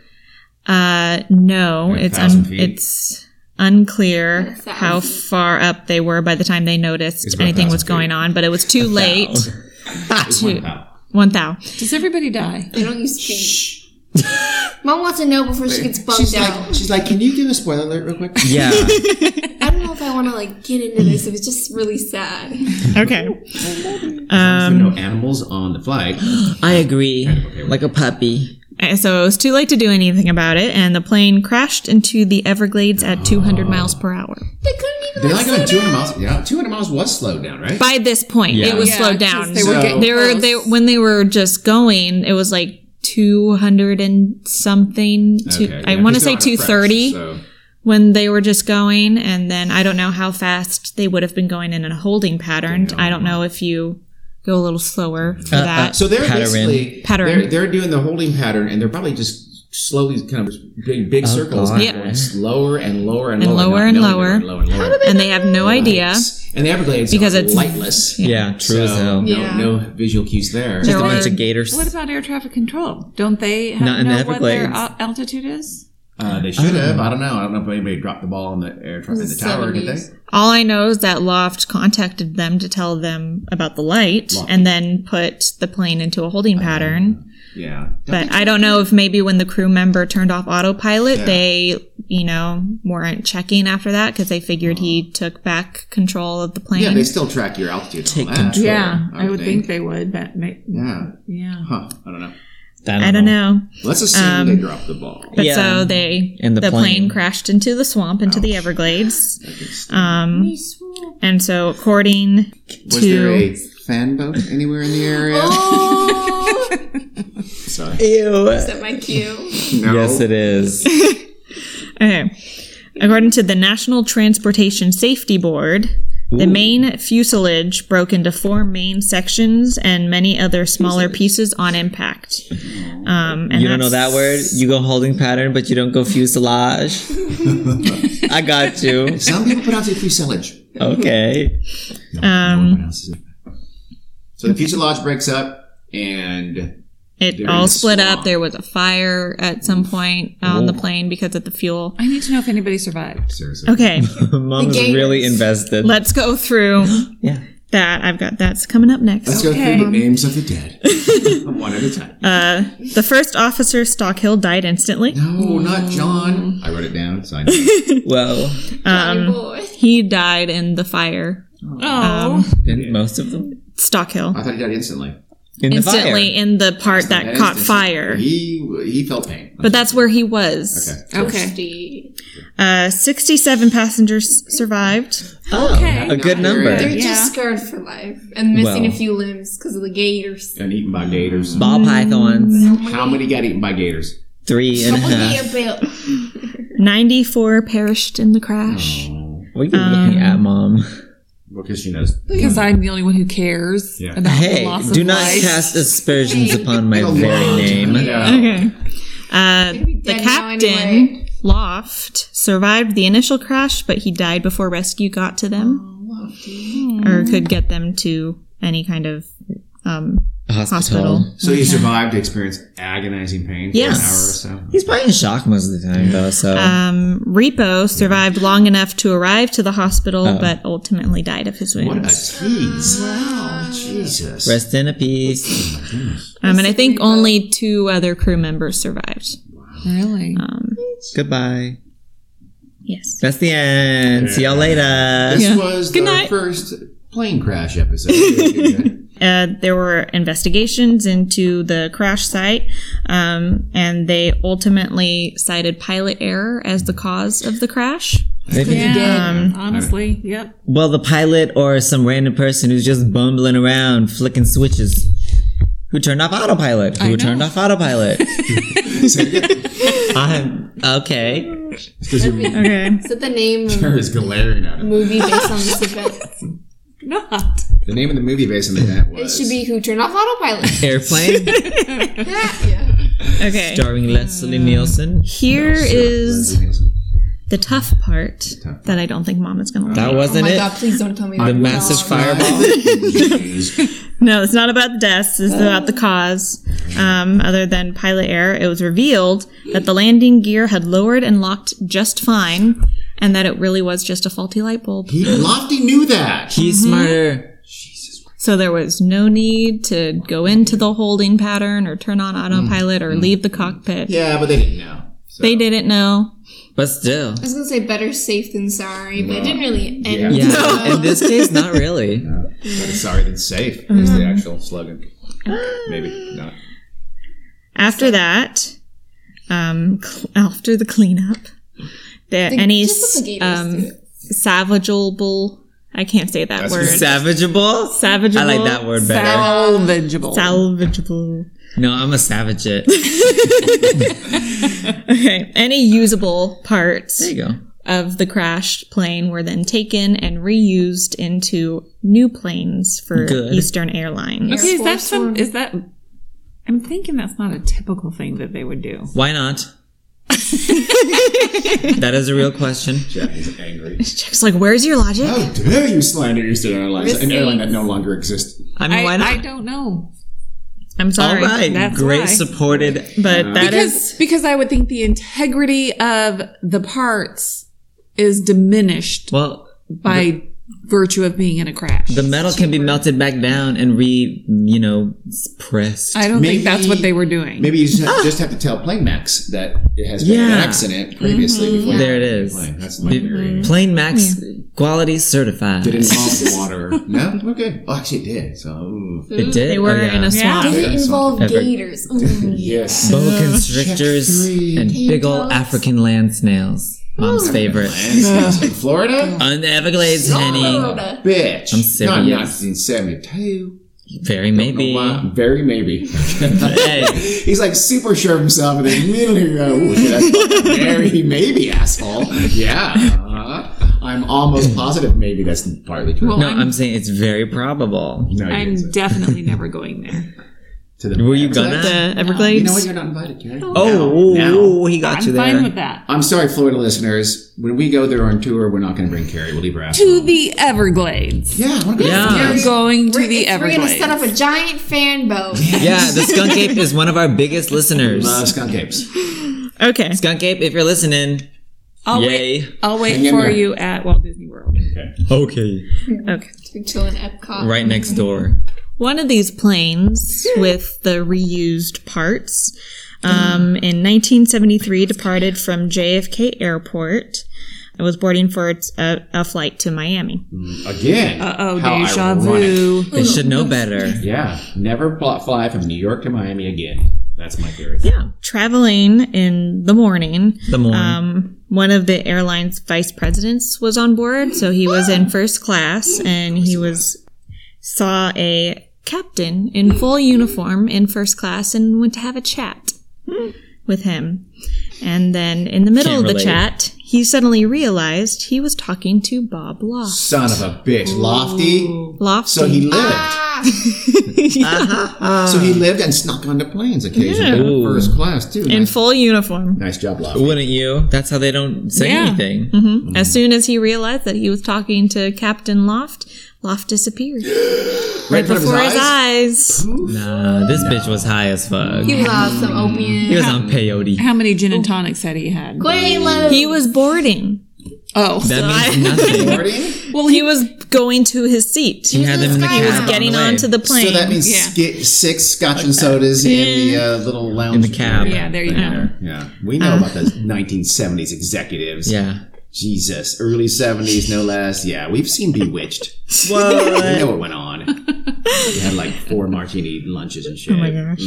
[SPEAKER 5] Uh, no,
[SPEAKER 7] Like a
[SPEAKER 5] it's
[SPEAKER 7] thousand
[SPEAKER 5] un-
[SPEAKER 7] feet?
[SPEAKER 5] it's unclear how far up they were by the time they noticed
[SPEAKER 7] about
[SPEAKER 5] anything was
[SPEAKER 7] 1,000 feet.
[SPEAKER 5] going on, but it
[SPEAKER 7] [laughs]
[SPEAKER 5] was too late.
[SPEAKER 7] One pow.
[SPEAKER 5] One thou.
[SPEAKER 1] Does everybody die?
[SPEAKER 6] They don't use feet. [laughs] Mom wants to know before she gets bugged
[SPEAKER 7] She's
[SPEAKER 6] out.
[SPEAKER 7] like, she's like, can you give a spoiler alert real quick?
[SPEAKER 3] Yeah.
[SPEAKER 6] I don't know if I want to like get into this. It was just really sad.
[SPEAKER 5] Okay.
[SPEAKER 7] There's
[SPEAKER 3] Um,
[SPEAKER 7] no animals on the
[SPEAKER 3] [gasps]
[SPEAKER 7] flight.
[SPEAKER 3] I agree. Like a puppy.
[SPEAKER 5] And Uh, so it was too late to do anything about it, and the plane crashed into the Everglades at 200 miles per hour.
[SPEAKER 6] They couldn't
[SPEAKER 7] [laughs]
[SPEAKER 6] even.
[SPEAKER 7] They're
[SPEAKER 6] Like,
[SPEAKER 7] like going 200 oh, miles. Yeah, 200 miles was slowed down, right?
[SPEAKER 5] By this point,
[SPEAKER 3] Yeah.
[SPEAKER 5] it was
[SPEAKER 1] Yeah,
[SPEAKER 5] slowed
[SPEAKER 1] 'cause
[SPEAKER 5] down.
[SPEAKER 1] They were
[SPEAKER 7] So-
[SPEAKER 1] getting
[SPEAKER 5] They were they when they were just going, it was like two hundred and something. To,
[SPEAKER 7] Okay,
[SPEAKER 5] I
[SPEAKER 7] yeah,
[SPEAKER 5] want to
[SPEAKER 7] because
[SPEAKER 5] say
[SPEAKER 7] they're
[SPEAKER 5] two
[SPEAKER 7] on a crest,
[SPEAKER 5] thirty
[SPEAKER 7] so-
[SPEAKER 5] when they were just going, and then I don't know how fast they would have been going in a holding pattern. I don't know if you go a little slower for
[SPEAKER 3] Uh, uh,
[SPEAKER 5] that.
[SPEAKER 7] So they're
[SPEAKER 3] Pattern.
[SPEAKER 7] basically
[SPEAKER 5] Pattern.
[SPEAKER 7] They're, they're doing the holding pattern, and they're probably just slowly kind of big, big circles,
[SPEAKER 3] God.
[SPEAKER 7] and
[SPEAKER 5] Yeah.
[SPEAKER 7] going slower and lower and,
[SPEAKER 5] And
[SPEAKER 7] lower,
[SPEAKER 5] lower and
[SPEAKER 7] not
[SPEAKER 5] lower.
[SPEAKER 7] millimeter and lower and lower.
[SPEAKER 5] and they have no idea.
[SPEAKER 7] And the Everglades
[SPEAKER 5] Because
[SPEAKER 7] are
[SPEAKER 5] it's-
[SPEAKER 7] lightless.
[SPEAKER 3] Yeah, true as
[SPEAKER 7] So,
[SPEAKER 3] hell.
[SPEAKER 7] No,
[SPEAKER 6] Yeah.
[SPEAKER 7] no visual cues there.
[SPEAKER 3] Just a
[SPEAKER 5] There
[SPEAKER 3] bunch
[SPEAKER 5] were-
[SPEAKER 3] of gators.
[SPEAKER 1] What about air traffic control? Don't they have,
[SPEAKER 3] Not in
[SPEAKER 1] know
[SPEAKER 3] the
[SPEAKER 1] what their
[SPEAKER 3] Everglades.
[SPEAKER 1] al- altitude is?
[SPEAKER 7] Uh, they should have. I don't know. I don't know if anybody dropped the ball on the air truck in the tower, did they?
[SPEAKER 5] All I know is that Loft contacted them to tell them about the light, and then put the plane into a holding pattern.
[SPEAKER 7] Yeah.
[SPEAKER 5] But I don't know if maybe when the crew member turned off autopilot, they, you know, weren't checking after that because they figured he took back control of the plane.
[SPEAKER 7] Yeah, they still track your altitude. and all
[SPEAKER 3] Take
[SPEAKER 7] that.
[SPEAKER 3] control.
[SPEAKER 1] Yeah,
[SPEAKER 7] I
[SPEAKER 1] I would
[SPEAKER 7] think.
[SPEAKER 1] think they would. That may,
[SPEAKER 7] Yeah.
[SPEAKER 1] yeah.
[SPEAKER 7] Huh. I don't know.
[SPEAKER 5] I
[SPEAKER 3] Oh.
[SPEAKER 5] don't know.
[SPEAKER 7] Let's assume
[SPEAKER 5] Um,
[SPEAKER 7] they dropped the ball.
[SPEAKER 5] But
[SPEAKER 3] Yeah.
[SPEAKER 5] so they,
[SPEAKER 3] And
[SPEAKER 5] the,
[SPEAKER 3] the
[SPEAKER 5] plane.
[SPEAKER 3] plane.
[SPEAKER 5] crashed into the swamp, into the Everglades. Um, and so according
[SPEAKER 7] Was
[SPEAKER 5] to,
[SPEAKER 7] there a fan boat anywhere in the area? Sorry.
[SPEAKER 3] Ew.
[SPEAKER 6] Set my cue.
[SPEAKER 9] No.
[SPEAKER 3] Yes, it is.
[SPEAKER 5] okay, according to the National Transportation Safety Board, the main fuselage broke into four main sections and many other smaller pieces on impact. Um, and
[SPEAKER 3] Oh. You don't know
[SPEAKER 5] that's-
[SPEAKER 3] that word? You go holding pattern, but you don't go fuselage. I got you.
[SPEAKER 7] Some people pronounce it fuselage.
[SPEAKER 3] Okay. [laughs]
[SPEAKER 7] Um, so the fuselage breaks up, and
[SPEAKER 5] It
[SPEAKER 7] They're in
[SPEAKER 5] all
[SPEAKER 7] the
[SPEAKER 5] split up.
[SPEAKER 7] swamp.
[SPEAKER 5] There was a fire at some point on
[SPEAKER 3] Oh.
[SPEAKER 5] the plane because of the fuel.
[SPEAKER 1] I need to know if anybody survived.
[SPEAKER 7] seriously,
[SPEAKER 3] [laughs]
[SPEAKER 5] Okay,
[SPEAKER 3] Mom's
[SPEAKER 6] gators.
[SPEAKER 3] really invested.
[SPEAKER 5] let's go through
[SPEAKER 3] yeah.
[SPEAKER 5] that. I've got that's coming up next.
[SPEAKER 7] let's go through the names of the dead one at a time.
[SPEAKER 5] The first officer, Stockhill, died instantly.
[SPEAKER 7] no, not John. I wrote it down, so I know.
[SPEAKER 3] Well,
[SPEAKER 5] He died in the fire.
[SPEAKER 1] Oh, Um,
[SPEAKER 3] didn't most of them?
[SPEAKER 5] Stockhill.
[SPEAKER 7] I thought he died instantly.
[SPEAKER 3] In
[SPEAKER 5] Instantly in the part that
[SPEAKER 7] That
[SPEAKER 5] caught
[SPEAKER 7] is-
[SPEAKER 5] fire.
[SPEAKER 7] He he felt pain.
[SPEAKER 5] But that's where he was.
[SPEAKER 7] okay.
[SPEAKER 1] Okay.
[SPEAKER 5] Uh, 67 passengers survived.
[SPEAKER 3] the fire. Oh, a good
[SPEAKER 6] They're
[SPEAKER 3] number.
[SPEAKER 6] just scarred for life and missing
[SPEAKER 3] Well.
[SPEAKER 6] a few limbs because of the gators.
[SPEAKER 7] And eaten by gators.
[SPEAKER 3] Ball pythons.
[SPEAKER 7] How many got eaten by gators?
[SPEAKER 3] Three and a half.
[SPEAKER 6] Yeah, Bill.
[SPEAKER 5] 94 perished in the crash.
[SPEAKER 3] What are you looking at, Mom?
[SPEAKER 7] Because she knows.
[SPEAKER 1] Because I'm the only one who cares
[SPEAKER 7] Yeah.
[SPEAKER 1] about the
[SPEAKER 3] Hey,
[SPEAKER 1] loss of
[SPEAKER 3] do not
[SPEAKER 1] life.
[SPEAKER 3] cast aspersions upon my very name.
[SPEAKER 7] Yeah.
[SPEAKER 5] Okay. Uh, the
[SPEAKER 6] dead now
[SPEAKER 5] captain,
[SPEAKER 6] anyway.
[SPEAKER 5] Loft, survived the initial crash, but he died before rescue got to them or could get them to any kind of um,
[SPEAKER 3] Hospital.
[SPEAKER 5] hospital.
[SPEAKER 7] So he survived to experience agonizing pain for
[SPEAKER 3] Yes.
[SPEAKER 7] an hour or so.
[SPEAKER 3] He's probably in shock most of the time, though. So
[SPEAKER 6] Uh,
[SPEAKER 5] Um, Repo survived long enough to arrive to the hospital, but ultimately died of his
[SPEAKER 7] What a
[SPEAKER 5] wounds.
[SPEAKER 7] tease! Wow, Jesus.
[SPEAKER 3] rest in a peace.
[SPEAKER 5] Um, and I think only two other crew members survived. Um,
[SPEAKER 1] Really?
[SPEAKER 3] Goodbye.
[SPEAKER 5] Yes.
[SPEAKER 3] That's the end. See y'all later.
[SPEAKER 7] This was
[SPEAKER 5] Good
[SPEAKER 7] the
[SPEAKER 5] night.
[SPEAKER 7] first plane crash episode.
[SPEAKER 5] Uh, there were investigations into the crash site, um, and they ultimately cited pilot error as the cause of the crash. Um,
[SPEAKER 3] Maybe-
[SPEAKER 1] Honestly, yep.
[SPEAKER 3] Well, the pilot or some random person who's just bumbling around flicking switches. Who turned off autopilot? Who turned
[SPEAKER 6] [laughs]
[SPEAKER 3] off autopilot? I'm okay.
[SPEAKER 5] Okay.
[SPEAKER 6] Is that the name of
[SPEAKER 7] Sarah's glaring at
[SPEAKER 6] the
[SPEAKER 7] him.
[SPEAKER 6] movie based on this event?
[SPEAKER 1] Not.
[SPEAKER 7] The name of the movie based on the event
[SPEAKER 6] It
[SPEAKER 7] was.
[SPEAKER 6] should be Who Turned Off Autopilot.
[SPEAKER 3] Airplane
[SPEAKER 6] yeah.
[SPEAKER 5] Okay.
[SPEAKER 3] starring Leslie Nielsen.
[SPEAKER 5] Here is
[SPEAKER 7] Leslie Nielsen.
[SPEAKER 5] the tough part that I don't think mom is going to like.
[SPEAKER 3] That
[SPEAKER 6] Oh
[SPEAKER 3] wasn't
[SPEAKER 6] my
[SPEAKER 3] it.
[SPEAKER 6] god, please don't tell me
[SPEAKER 3] The
[SPEAKER 6] that.
[SPEAKER 3] massive
[SPEAKER 6] No. [laughs]
[SPEAKER 3] fireball.
[SPEAKER 5] No, it's not about the deaths. It's about the cause. Um, other than pilot error, it was revealed that the landing gear had lowered and locked just fine, and that it really was just a faulty light bulb.
[SPEAKER 7] He,
[SPEAKER 4] [laughs]
[SPEAKER 7] Lofty knew that.
[SPEAKER 3] He's
[SPEAKER 6] Mm-hmm.
[SPEAKER 3] smarter.
[SPEAKER 5] So there was no need to go into the holding pattern or turn on autopilot or leave the cockpit.
[SPEAKER 7] Yeah, but they didn't know. So.
[SPEAKER 5] They didn't know.
[SPEAKER 3] But still.
[SPEAKER 6] I was gonna say better safe than sorry, but it didn't really end.
[SPEAKER 3] Yeah. In this case, not
[SPEAKER 6] [laughs]
[SPEAKER 3] really.
[SPEAKER 7] Better sorry than safe is the actual slogan. Maybe not.
[SPEAKER 5] After that, um, cl- after the cleanup, the, any
[SPEAKER 6] just let the Gators
[SPEAKER 5] um, salvageable, I can't say that word.
[SPEAKER 3] Savageable?
[SPEAKER 5] Savageable.
[SPEAKER 3] I like that word better.
[SPEAKER 1] Salvageable.
[SPEAKER 3] [laughs]
[SPEAKER 5] Salvageable.
[SPEAKER 3] no, I'm a savage
[SPEAKER 1] [laughs]
[SPEAKER 3] it.
[SPEAKER 5] Okay. Any usable parts
[SPEAKER 3] There you go.
[SPEAKER 5] of the crashed plane were then taken and reused into new planes for
[SPEAKER 3] Good.
[SPEAKER 5] Eastern Airlines.
[SPEAKER 1] okay, is that some? Is that? I'm thinking that's not a typical thing that they would do.
[SPEAKER 3] Why not? that is a real question.
[SPEAKER 7] Jeff is angry.
[SPEAKER 5] It's like, where's your logic?
[SPEAKER 3] Oh.
[SPEAKER 7] How dare you slander Eastern Airlines, an airline that no longer exists?
[SPEAKER 3] I mean, why
[SPEAKER 1] I,
[SPEAKER 3] not?
[SPEAKER 1] I don't know.
[SPEAKER 5] I'm
[SPEAKER 3] All
[SPEAKER 5] sorry.
[SPEAKER 3] right.
[SPEAKER 1] That's
[SPEAKER 3] Great
[SPEAKER 1] why.
[SPEAKER 3] supported.
[SPEAKER 5] But that is
[SPEAKER 1] Because because I would think the integrity of the parts is diminished
[SPEAKER 3] Well,
[SPEAKER 1] by virtue of being in a crash.
[SPEAKER 3] the metal can be melted back down and re, you know, s- pressed.
[SPEAKER 1] I don't
[SPEAKER 7] Maybe-
[SPEAKER 1] think that's what they were doing.
[SPEAKER 7] Maybe you just have, just have to tell Plane Max that it has been
[SPEAKER 3] Yeah.
[SPEAKER 7] an accident previously before
[SPEAKER 3] There it
[SPEAKER 7] you
[SPEAKER 3] is.
[SPEAKER 7] plane. That's my theory.
[SPEAKER 3] Plain
[SPEAKER 1] Hmm.
[SPEAKER 3] Max quality certified.
[SPEAKER 7] Did it involve [laughs] water? No? Okay. Oh, actually, it did. So, ooh.
[SPEAKER 3] It did?
[SPEAKER 5] they were
[SPEAKER 3] Oh, yeah.
[SPEAKER 5] in a swamp.
[SPEAKER 6] Did it
[SPEAKER 7] Yeah, so-
[SPEAKER 6] involve
[SPEAKER 3] Ever-
[SPEAKER 6] gators? Mm.
[SPEAKER 7] Yes.
[SPEAKER 3] boa constrictors
[SPEAKER 7] Check three. [laughs]
[SPEAKER 3] and big old African land snails. Mom's favorite.
[SPEAKER 7] in Florida?
[SPEAKER 3] On the Everglades, honey.
[SPEAKER 7] Bitch.
[SPEAKER 3] I'm serious.
[SPEAKER 7] Not 1972.
[SPEAKER 3] Very
[SPEAKER 7] Maybe.
[SPEAKER 3] maybe.
[SPEAKER 7] Very maybe. [laughs]
[SPEAKER 3] Hey,
[SPEAKER 7] He's like super sure of himself, and then immediately go, "Ooh, that's fucking very maybe asshole." Yeah, uh-huh. I'm
[SPEAKER 3] [laughs]
[SPEAKER 7] almost positive maybe that's partly true.
[SPEAKER 3] no, I'm saying it's very probable.
[SPEAKER 7] no, you didn't
[SPEAKER 1] I'm
[SPEAKER 7] say.
[SPEAKER 1] definitely never going
[SPEAKER 3] [laughs]
[SPEAKER 1] there.
[SPEAKER 7] to the
[SPEAKER 3] Were you
[SPEAKER 7] Everglades.
[SPEAKER 3] gonna?
[SPEAKER 5] The
[SPEAKER 7] You
[SPEAKER 5] Everglades.
[SPEAKER 7] know what? You're not invited, Carrie.
[SPEAKER 3] Oh,
[SPEAKER 7] Now, now.
[SPEAKER 3] oh, he got
[SPEAKER 1] I'm
[SPEAKER 3] you there.
[SPEAKER 1] fine with that.
[SPEAKER 7] I'm sorry, Florida listeners. When we go there on tour, we're not going to bring Carrie. We'll leave her out.
[SPEAKER 1] To the Everglades.
[SPEAKER 7] Yeah, I want to go.
[SPEAKER 3] Yeah.
[SPEAKER 7] Yeah.
[SPEAKER 1] You're going to the
[SPEAKER 6] We're gonna
[SPEAKER 1] Everglades.
[SPEAKER 6] set up a giant fan boat.
[SPEAKER 3] Yeah, the skunk ape is one of our biggest listeners.
[SPEAKER 7] Love skunk apes.
[SPEAKER 5] Okay.
[SPEAKER 3] Skunk ape, if you're listening,
[SPEAKER 5] Oh,
[SPEAKER 1] I'll wait.
[SPEAKER 3] yay.
[SPEAKER 1] I'll
[SPEAKER 7] Hang
[SPEAKER 1] wait
[SPEAKER 7] in
[SPEAKER 1] for
[SPEAKER 7] there.
[SPEAKER 1] you at Walt Disney World.
[SPEAKER 3] Okay.
[SPEAKER 5] Okay.
[SPEAKER 6] We're chilling Epcot.
[SPEAKER 3] Right next door.
[SPEAKER 5] One of these planes with the reused parts um, in 1973 departed from JFK Airport. I was boarding for its- a, a flight to Miami.
[SPEAKER 7] Again. Uh
[SPEAKER 1] Oh, deja vu.
[SPEAKER 3] They should know better.
[SPEAKER 7] Yeah, never pl- fly from New York to Miami again. That's my theory.
[SPEAKER 3] Yeah.
[SPEAKER 5] Traveling in the morning,
[SPEAKER 3] The more.
[SPEAKER 5] um, one of the airline's vice presidents was on board, so he was in first class, and he was saw a captain in full uniform in first class, and went to have a chat with him. And then in the middle
[SPEAKER 3] Can't
[SPEAKER 5] of the
[SPEAKER 3] relate.
[SPEAKER 5] chat, he suddenly realized he was talking to Bob Loft.
[SPEAKER 7] Son of a bitch, Lofty.
[SPEAKER 5] Lofty.
[SPEAKER 7] So he lived. So he lived and snuck onto planes occasionally,
[SPEAKER 3] Yeah.
[SPEAKER 7] first class too.
[SPEAKER 5] in
[SPEAKER 7] Nice,
[SPEAKER 5] full uniform.
[SPEAKER 7] nice job, Lofty.
[SPEAKER 3] Wouldn't you? That's how they don't say
[SPEAKER 1] Yeah.
[SPEAKER 3] anything.
[SPEAKER 5] As soon as he realized that he was talking to Captain Loft, Loft disappeared.
[SPEAKER 7] Right in front of
[SPEAKER 5] before his eyes.
[SPEAKER 3] Nah, Uh, this bitch was high as fuck.
[SPEAKER 6] He was on some opium.
[SPEAKER 3] He was on peyote.
[SPEAKER 1] How many gin and tonics had he had?
[SPEAKER 6] Quaaludes.
[SPEAKER 5] He was boarding.
[SPEAKER 1] Oh,
[SPEAKER 3] That
[SPEAKER 7] [laughs]
[SPEAKER 3] means nothing.
[SPEAKER 7] Boarding?
[SPEAKER 5] Well, he was going to his seat.
[SPEAKER 3] He
[SPEAKER 5] He
[SPEAKER 3] had them in the
[SPEAKER 6] He
[SPEAKER 3] cab.
[SPEAKER 6] was
[SPEAKER 5] was
[SPEAKER 3] on
[SPEAKER 5] getting
[SPEAKER 3] the way.
[SPEAKER 5] onto the plane.
[SPEAKER 7] So that means
[SPEAKER 1] Yeah.
[SPEAKER 7] sk- six scotch and sodas in the uh, little lounge.
[SPEAKER 3] in the cab.
[SPEAKER 1] yeah, there you go.
[SPEAKER 7] Yeah, we know about those 1970s executives.
[SPEAKER 3] Yeah.
[SPEAKER 7] Jesus, early 70s, no less. Yeah, we've seen Bewitched. We know what went on. We had like four martini lunches and shit. Oh my gosh.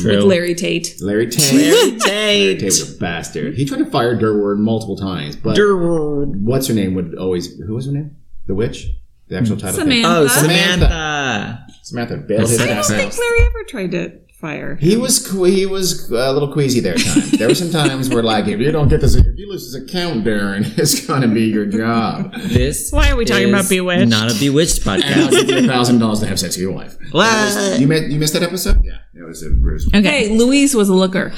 [SPEAKER 3] True. [laughs]
[SPEAKER 1] Larry Tate.
[SPEAKER 7] Larry Tate. Larry Tate was a bastard. He tried to fire Durward multiple times, but
[SPEAKER 3] Durward.
[SPEAKER 7] what's her name would always. Who was her name? The witch. The actual title.
[SPEAKER 1] Samantha.
[SPEAKER 3] Oh,
[SPEAKER 7] Samantha.
[SPEAKER 3] Samantha.
[SPEAKER 7] thing. Samantha bailed his ass
[SPEAKER 1] I
[SPEAKER 7] out.
[SPEAKER 1] don't think Larry ever tried to fire.
[SPEAKER 7] He was que- he was uh, a little queasy there. At times. There were some times where like if you don't get this if you lose this account, Darren, [laughs] it's gonna be your job.
[SPEAKER 3] This.
[SPEAKER 5] Why are we talking
[SPEAKER 3] is
[SPEAKER 5] about Bewitched?
[SPEAKER 3] Not a
[SPEAKER 7] [laughs]
[SPEAKER 3] bewitched
[SPEAKER 7] And I'll
[SPEAKER 3] podcast.
[SPEAKER 7] give you a thousand dollars to have sex with your wife.
[SPEAKER 3] what?
[SPEAKER 7] You missed you missed that episode? Yeah, it was a it was,
[SPEAKER 1] Okay, Louise was a looker.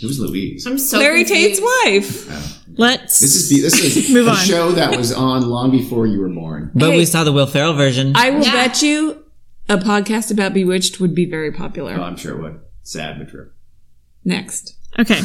[SPEAKER 7] it was Louise.
[SPEAKER 6] I'm so
[SPEAKER 1] Larry
[SPEAKER 6] confused.
[SPEAKER 1] Tate's wife.
[SPEAKER 5] Let's.
[SPEAKER 7] This is the, this is
[SPEAKER 5] Move
[SPEAKER 7] a
[SPEAKER 5] on.
[SPEAKER 7] show that was on long before you were born.
[SPEAKER 3] But
[SPEAKER 1] Hey.
[SPEAKER 3] we saw the Will Ferrell version.
[SPEAKER 1] I will bet you a podcast about Bewitched would be very popular.
[SPEAKER 3] Uh,
[SPEAKER 7] Oh, I'm sure it would. Sad but true.
[SPEAKER 1] Next,
[SPEAKER 5] okay.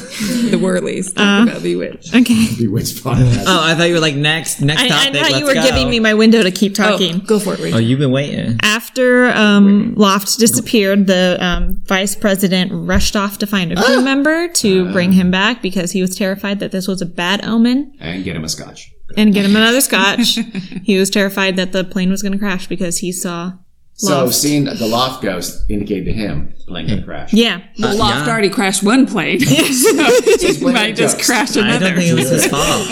[SPEAKER 1] the Whirlies talk about Bewitched.
[SPEAKER 5] Okay.
[SPEAKER 7] Bewitched podcast.
[SPEAKER 3] oh, I thought you were like next next
[SPEAKER 5] I, I
[SPEAKER 3] topic.
[SPEAKER 5] thought
[SPEAKER 3] let's
[SPEAKER 5] you were
[SPEAKER 3] go.
[SPEAKER 5] giving me my window to keep
[SPEAKER 1] Oh,
[SPEAKER 5] talking.
[SPEAKER 1] go for it, Rachel.
[SPEAKER 3] Oh, you've been waiting.
[SPEAKER 5] After um, Loft disappeared, the um, vice president rushed off to find a crew member to bring him back because he was terrified that this was a bad omen.
[SPEAKER 7] and get him a scotch.
[SPEAKER 5] and get him another scotch. he was terrified that the plane was going to crash because he saw.
[SPEAKER 7] So seeing the loft ghost indicated to him playing a crash.
[SPEAKER 5] Yeah,
[SPEAKER 1] The loft
[SPEAKER 3] yeah.
[SPEAKER 1] already crashed one plane. [laughs] so might just
[SPEAKER 7] jokes.
[SPEAKER 1] crash
[SPEAKER 3] I
[SPEAKER 1] another.
[SPEAKER 3] don't think it was his fault.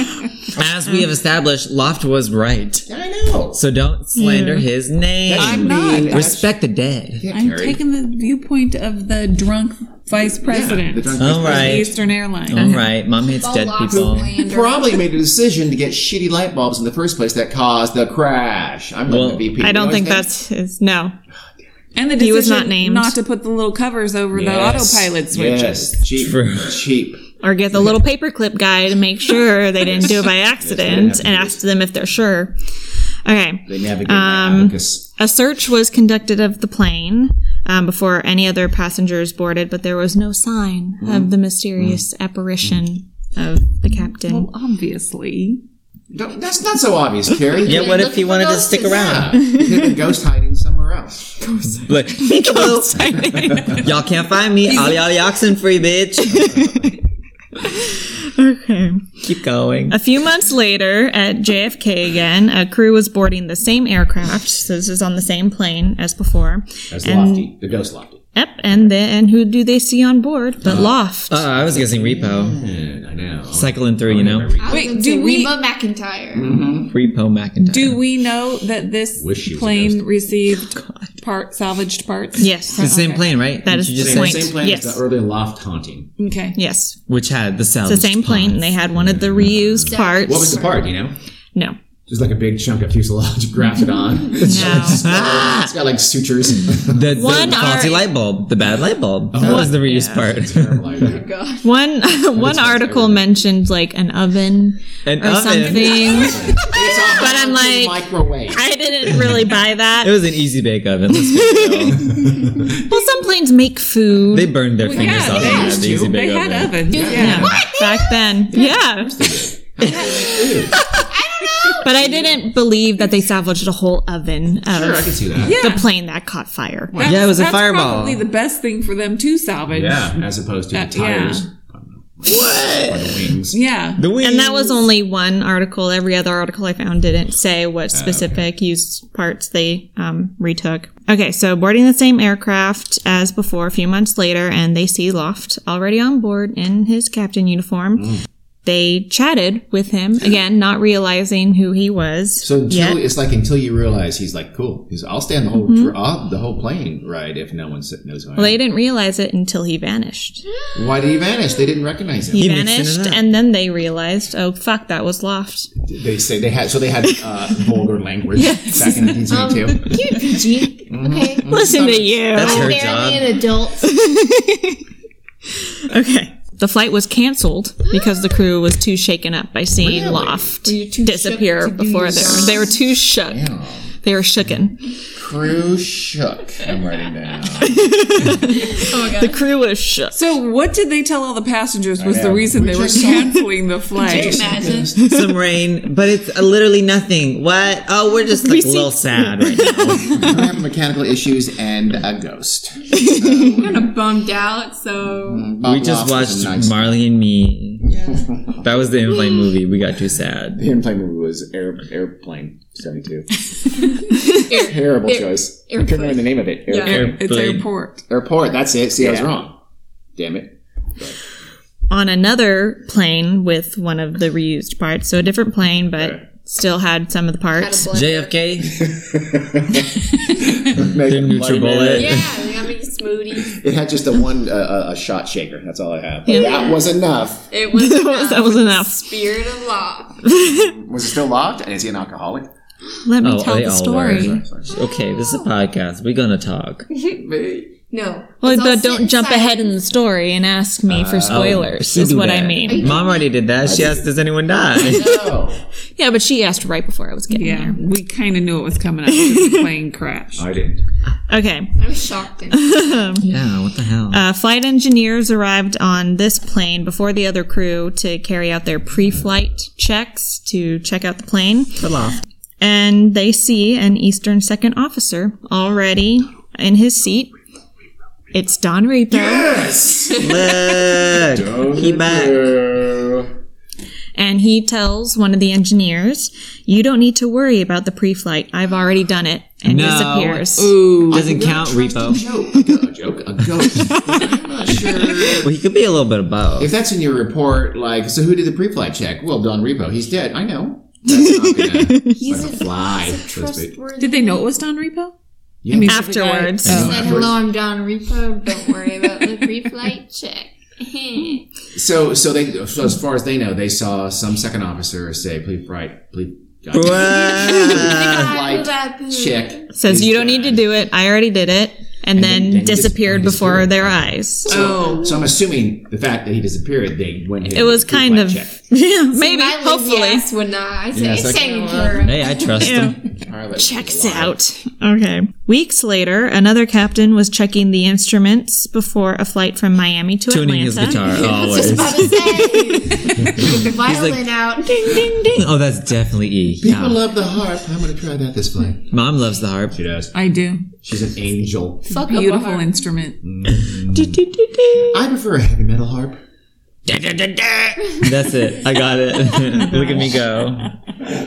[SPEAKER 5] [laughs]
[SPEAKER 3] As we have established, Loft was right.
[SPEAKER 7] I know.
[SPEAKER 3] So don't slander his name.
[SPEAKER 1] I'm not.
[SPEAKER 3] Respect the dead.
[SPEAKER 1] I'm taking the viewpoint of the drunk vice president.
[SPEAKER 7] the drunk
[SPEAKER 3] All
[SPEAKER 7] vice
[SPEAKER 1] of
[SPEAKER 3] right.
[SPEAKER 1] Eastern Airlines.
[SPEAKER 3] All right. Mom hates dead people.
[SPEAKER 7] president Probably made a decision to get shitty light bulbs in the first place that caused the crash. I'm going
[SPEAKER 3] Well,
[SPEAKER 7] to VP.
[SPEAKER 5] I don't
[SPEAKER 7] You
[SPEAKER 5] think
[SPEAKER 7] always
[SPEAKER 5] that's his. No,
[SPEAKER 1] And the decision
[SPEAKER 5] He was not named.
[SPEAKER 1] not to put the little covers over
[SPEAKER 7] Yes.
[SPEAKER 1] the autopilot switches.
[SPEAKER 7] Yes, cheap,
[SPEAKER 3] True.
[SPEAKER 7] cheap.
[SPEAKER 5] or get the little paperclip guy to make sure they didn't do it by accident, and ask them if they're sure. Okay.
[SPEAKER 7] They navigate um, abacus.
[SPEAKER 5] A search was conducted of the plane um, before any other passengers boarded, but there was no sign of the mysterious apparition of the captain.
[SPEAKER 1] Obviously.
[SPEAKER 7] Don't- That's not so obvious, Carrie. [laughs]
[SPEAKER 3] Yeah, what if he wanted to stick
[SPEAKER 7] Yeah.
[SPEAKER 3] around?
[SPEAKER 7] Could have been ghost hiding somewhere else.
[SPEAKER 3] [laughs] Look, [laughs] y'all can't find me. Ollie Ollie Oxen free, bitch.
[SPEAKER 5] [laughs] Okay.
[SPEAKER 3] Keep going.
[SPEAKER 5] A few months later, at JFK again, a crew was boarding the same aircraft. So this is on the same plane as before.
[SPEAKER 7] That's lofty. The ghost lofty.
[SPEAKER 5] Yep, and then and who do they see on board? But Loft.
[SPEAKER 3] Oh, I was guessing Repo.
[SPEAKER 7] I know.
[SPEAKER 3] Cycling through, you know.
[SPEAKER 1] Wait, do we
[SPEAKER 6] Reba McIntyre.
[SPEAKER 3] Repo McIntyre.
[SPEAKER 1] do we know that this
[SPEAKER 7] Wish she was a
[SPEAKER 1] plane
[SPEAKER 7] ghost.
[SPEAKER 1] received part salvaged parts?
[SPEAKER 5] yes,
[SPEAKER 3] It's the same plane, right?
[SPEAKER 5] That is
[SPEAKER 3] you just
[SPEAKER 5] the
[SPEAKER 3] said?
[SPEAKER 5] point.
[SPEAKER 7] Same plan
[SPEAKER 5] yes,
[SPEAKER 7] as the earlier loft haunting.
[SPEAKER 1] Okay.
[SPEAKER 5] yes,
[SPEAKER 3] Which had the salvage.
[SPEAKER 5] the same plane. and They had one of the reused parts.
[SPEAKER 7] What was the part? You know,
[SPEAKER 5] no,
[SPEAKER 7] just like a big chunk of fuselage [laughs] grafted on.
[SPEAKER 5] [laughs]
[SPEAKER 7] It's [laughs]
[SPEAKER 5] no.
[SPEAKER 7] got like
[SPEAKER 5] [laughs]
[SPEAKER 7] sutures.
[SPEAKER 3] The, the
[SPEAKER 5] One Oh.
[SPEAKER 3] faulty
[SPEAKER 5] are-
[SPEAKER 3] light bulb. The bad light bulb. that was the reuse part.
[SPEAKER 7] Like,
[SPEAKER 5] one [laughs] one article mentioned like an oven
[SPEAKER 3] [laughs] An
[SPEAKER 5] or
[SPEAKER 3] oven.
[SPEAKER 5] something.
[SPEAKER 7] but
[SPEAKER 5] I'm like-
[SPEAKER 7] microwave.
[SPEAKER 5] I didn't really buy that.
[SPEAKER 3] It was an easy bake oven. Let's be real.
[SPEAKER 5] well, some planes make food.
[SPEAKER 3] They burned their fingers
[SPEAKER 1] yeah,
[SPEAKER 3] off
[SPEAKER 1] they
[SPEAKER 3] the end of
[SPEAKER 1] used
[SPEAKER 3] the easy
[SPEAKER 1] They
[SPEAKER 3] bake
[SPEAKER 1] had
[SPEAKER 3] oven.
[SPEAKER 1] ovens. Yeah.
[SPEAKER 5] back then. Yeah. But I didn't believe that they salvaged a whole oven out
[SPEAKER 7] Sure, I
[SPEAKER 5] of
[SPEAKER 7] can see that.
[SPEAKER 5] the plane that caught fire.
[SPEAKER 1] That's-
[SPEAKER 3] Yeah, it was a
[SPEAKER 1] that's
[SPEAKER 3] fireball.
[SPEAKER 1] Probably the best thing for them to
[SPEAKER 7] [laughs]
[SPEAKER 1] salvage.
[SPEAKER 7] as opposed to
[SPEAKER 1] That-
[SPEAKER 7] the tires. What? Or the wings.
[SPEAKER 1] Yeah.
[SPEAKER 3] The wings.
[SPEAKER 5] And that was only one article. Every other article I found didn't say what specific used parts they um, retook. Okay, so boarding the same aircraft as before a few months later, and they see Loft already on board in his captain uniform. They chatted with him, again, not realizing who he was.
[SPEAKER 7] So until
[SPEAKER 5] yet.
[SPEAKER 7] it's like until you realize he's like cool. He's I'll stay on the whole tr- I'll- the whole plane ride if no one s- knows who I am.
[SPEAKER 5] Well, they didn't realize it until he vanished.
[SPEAKER 7] Why did he vanish? They didn't recognize him.
[SPEAKER 5] He,
[SPEAKER 3] mixed it
[SPEAKER 5] vanished,
[SPEAKER 3] up.
[SPEAKER 5] and then they realized, oh fuck, that was Loft.
[SPEAKER 7] They say they had so they had uh, vulgar language back in 1972.
[SPEAKER 6] You're PG. Okay.
[SPEAKER 5] Listen to you.
[SPEAKER 3] That's her
[SPEAKER 6] Barely
[SPEAKER 3] job.
[SPEAKER 6] an adult.
[SPEAKER 5] Okay. The flight was canceled because the crew was too shaken up by seeing Loft disappear before they were, they were too shook. They were shooken.
[SPEAKER 7] Crew shook. I'm writing down.
[SPEAKER 5] The crew was shook.
[SPEAKER 1] So what did they tell all the passengers was the
[SPEAKER 7] know.
[SPEAKER 1] reason
[SPEAKER 7] We
[SPEAKER 1] they were
[SPEAKER 7] just saw-
[SPEAKER 1] canceling the flight?
[SPEAKER 6] Imagine.
[SPEAKER 3] Some rain, but it's uh, literally nothing. What? Oh, we're just like, a little sad right now.
[SPEAKER 7] I have mechanical issues and a ghost.
[SPEAKER 6] kind of bummed out,
[SPEAKER 1] Mm-hmm.
[SPEAKER 6] so
[SPEAKER 3] we just watched
[SPEAKER 7] Nice.
[SPEAKER 3] Marley and Me. That was the
[SPEAKER 5] [laughs]
[SPEAKER 3] in-flight movie. We got too sad.
[SPEAKER 7] the airplane movie was Air, Airplane 72.
[SPEAKER 4] [laughs]
[SPEAKER 7] Terrible choice. I couldn't remember the name of it. Air-
[SPEAKER 3] Airplane.
[SPEAKER 1] It's airport.
[SPEAKER 7] Airport. That's it. See, I was wrong. Damn it.
[SPEAKER 5] On another plane with one of the reused parts, so a different plane, but still had some of the parts.
[SPEAKER 3] JFK.
[SPEAKER 7] Make
[SPEAKER 3] The
[SPEAKER 7] it Bloody Mary.
[SPEAKER 3] neutral bullet.
[SPEAKER 6] yeah, we got me smoothies.
[SPEAKER 7] It had just a one uh, a shot shaker. That's all I have. But That was enough.
[SPEAKER 6] It was
[SPEAKER 5] [laughs] that was enough.
[SPEAKER 6] spirit of law.
[SPEAKER 7] Was it still locked? And is he an alcoholic?
[SPEAKER 5] Let me
[SPEAKER 3] Oh,
[SPEAKER 5] tell
[SPEAKER 3] they
[SPEAKER 5] the
[SPEAKER 3] all
[SPEAKER 5] story. Oh.
[SPEAKER 3] were. Okay, this is a podcast. We're gonna talk.
[SPEAKER 6] No.
[SPEAKER 5] Well,
[SPEAKER 6] It's all
[SPEAKER 5] but don't
[SPEAKER 6] sit
[SPEAKER 5] jump
[SPEAKER 6] inside.
[SPEAKER 5] ahead in the story and ask me for spoilers,
[SPEAKER 3] She
[SPEAKER 5] is
[SPEAKER 3] Uh, oh. do
[SPEAKER 5] what I
[SPEAKER 3] that.
[SPEAKER 5] mean.
[SPEAKER 3] Mom already did that. She asked, "Does anyone die?"
[SPEAKER 4] No.
[SPEAKER 5] Yeah, but she asked right before I was getting
[SPEAKER 1] Yeah,
[SPEAKER 5] there.
[SPEAKER 1] we kind of knew it was coming up. 'cause we were playing Crash.
[SPEAKER 4] I didn't.
[SPEAKER 5] Okay.
[SPEAKER 6] I was shocked. And
[SPEAKER 3] [laughs] yeah. What the hell?
[SPEAKER 5] Uh, flight engineers arrived on this plane before the other crew to carry out their pre-flight checks to check out the plane. And they see an Eastern second officer already in his seat. It's Don Repo.
[SPEAKER 3] Look, he back.
[SPEAKER 5] And he tells one of the engineers, You don't need to worry about the pre flight. I've already done it. And
[SPEAKER 3] No.
[SPEAKER 5] disappears.
[SPEAKER 3] Doesn't count, Repo.
[SPEAKER 4] Joke. A go- a joke. A ghost. I'm not [laughs] sure.
[SPEAKER 3] Well, he could be a little bit of both.
[SPEAKER 4] If that's in your report, like, so who did the pre-flight check? Well, Don Repo. He's dead. I know. That's not gonna, [laughs] He's gonna fly. so to speak.
[SPEAKER 1] Did they know it was Don Repo?
[SPEAKER 4] Yeah.
[SPEAKER 1] I mean,
[SPEAKER 5] Afterwards.
[SPEAKER 1] Oh.
[SPEAKER 6] said, hello, I'm Don Repo. Don't worry about the pre-flight
[SPEAKER 5] [laughs]
[SPEAKER 6] check. [laughs]
[SPEAKER 4] So, so they, so as far as they know, they saw some second officer say, "Please, right, please."
[SPEAKER 5] [laughs]
[SPEAKER 3] Wow.
[SPEAKER 4] Uh, Flight check
[SPEAKER 5] Says,
[SPEAKER 4] is
[SPEAKER 5] You don't
[SPEAKER 4] dead."
[SPEAKER 5] need to do it. I already did it. And, then,
[SPEAKER 4] then- then
[SPEAKER 5] disappeared
[SPEAKER 4] dis-
[SPEAKER 5] before
[SPEAKER 4] disappeared.
[SPEAKER 5] their eyes.
[SPEAKER 4] So, so I'm assuming the fact that he disappeared, they went. ahead
[SPEAKER 5] It
[SPEAKER 4] and
[SPEAKER 5] was
[SPEAKER 4] did the
[SPEAKER 5] kind
[SPEAKER 4] flight
[SPEAKER 5] of.
[SPEAKER 4] check.
[SPEAKER 5] [laughs] Yeah, maybe.
[SPEAKER 6] My lazy
[SPEAKER 5] hopefully.
[SPEAKER 6] ass would not. I said,
[SPEAKER 4] Yeah, it's
[SPEAKER 6] it's
[SPEAKER 4] like-
[SPEAKER 6] taken
[SPEAKER 5] [laughs]
[SPEAKER 6] care of.
[SPEAKER 3] Hey, I trust
[SPEAKER 5] Yeah.
[SPEAKER 3] him.
[SPEAKER 5] Checks out. Okay. Weeks later, another captain was checking the instruments before a flight from Miami to
[SPEAKER 3] Tuning his
[SPEAKER 5] Atlanta.
[SPEAKER 3] guitar
[SPEAKER 6] Just
[SPEAKER 3] always.
[SPEAKER 6] about to
[SPEAKER 5] [laughs]
[SPEAKER 6] say, with the violin out. [laughs] Ding, ding, ding.
[SPEAKER 3] Oh, that's definitely E.
[SPEAKER 4] People
[SPEAKER 3] Yeah.
[SPEAKER 4] love the harp. I'm gonna try that this flight.
[SPEAKER 3] Mom loves the
[SPEAKER 5] [laughs]
[SPEAKER 3] harp.
[SPEAKER 4] She does.
[SPEAKER 1] I do.
[SPEAKER 4] She's an angel.
[SPEAKER 6] Fuck up a
[SPEAKER 1] Beautiful
[SPEAKER 6] heart.
[SPEAKER 1] instrument.
[SPEAKER 4] Mm-hmm. I prefer a heavy metal harp.
[SPEAKER 3] That's it. I got it. [laughs] Look at me go.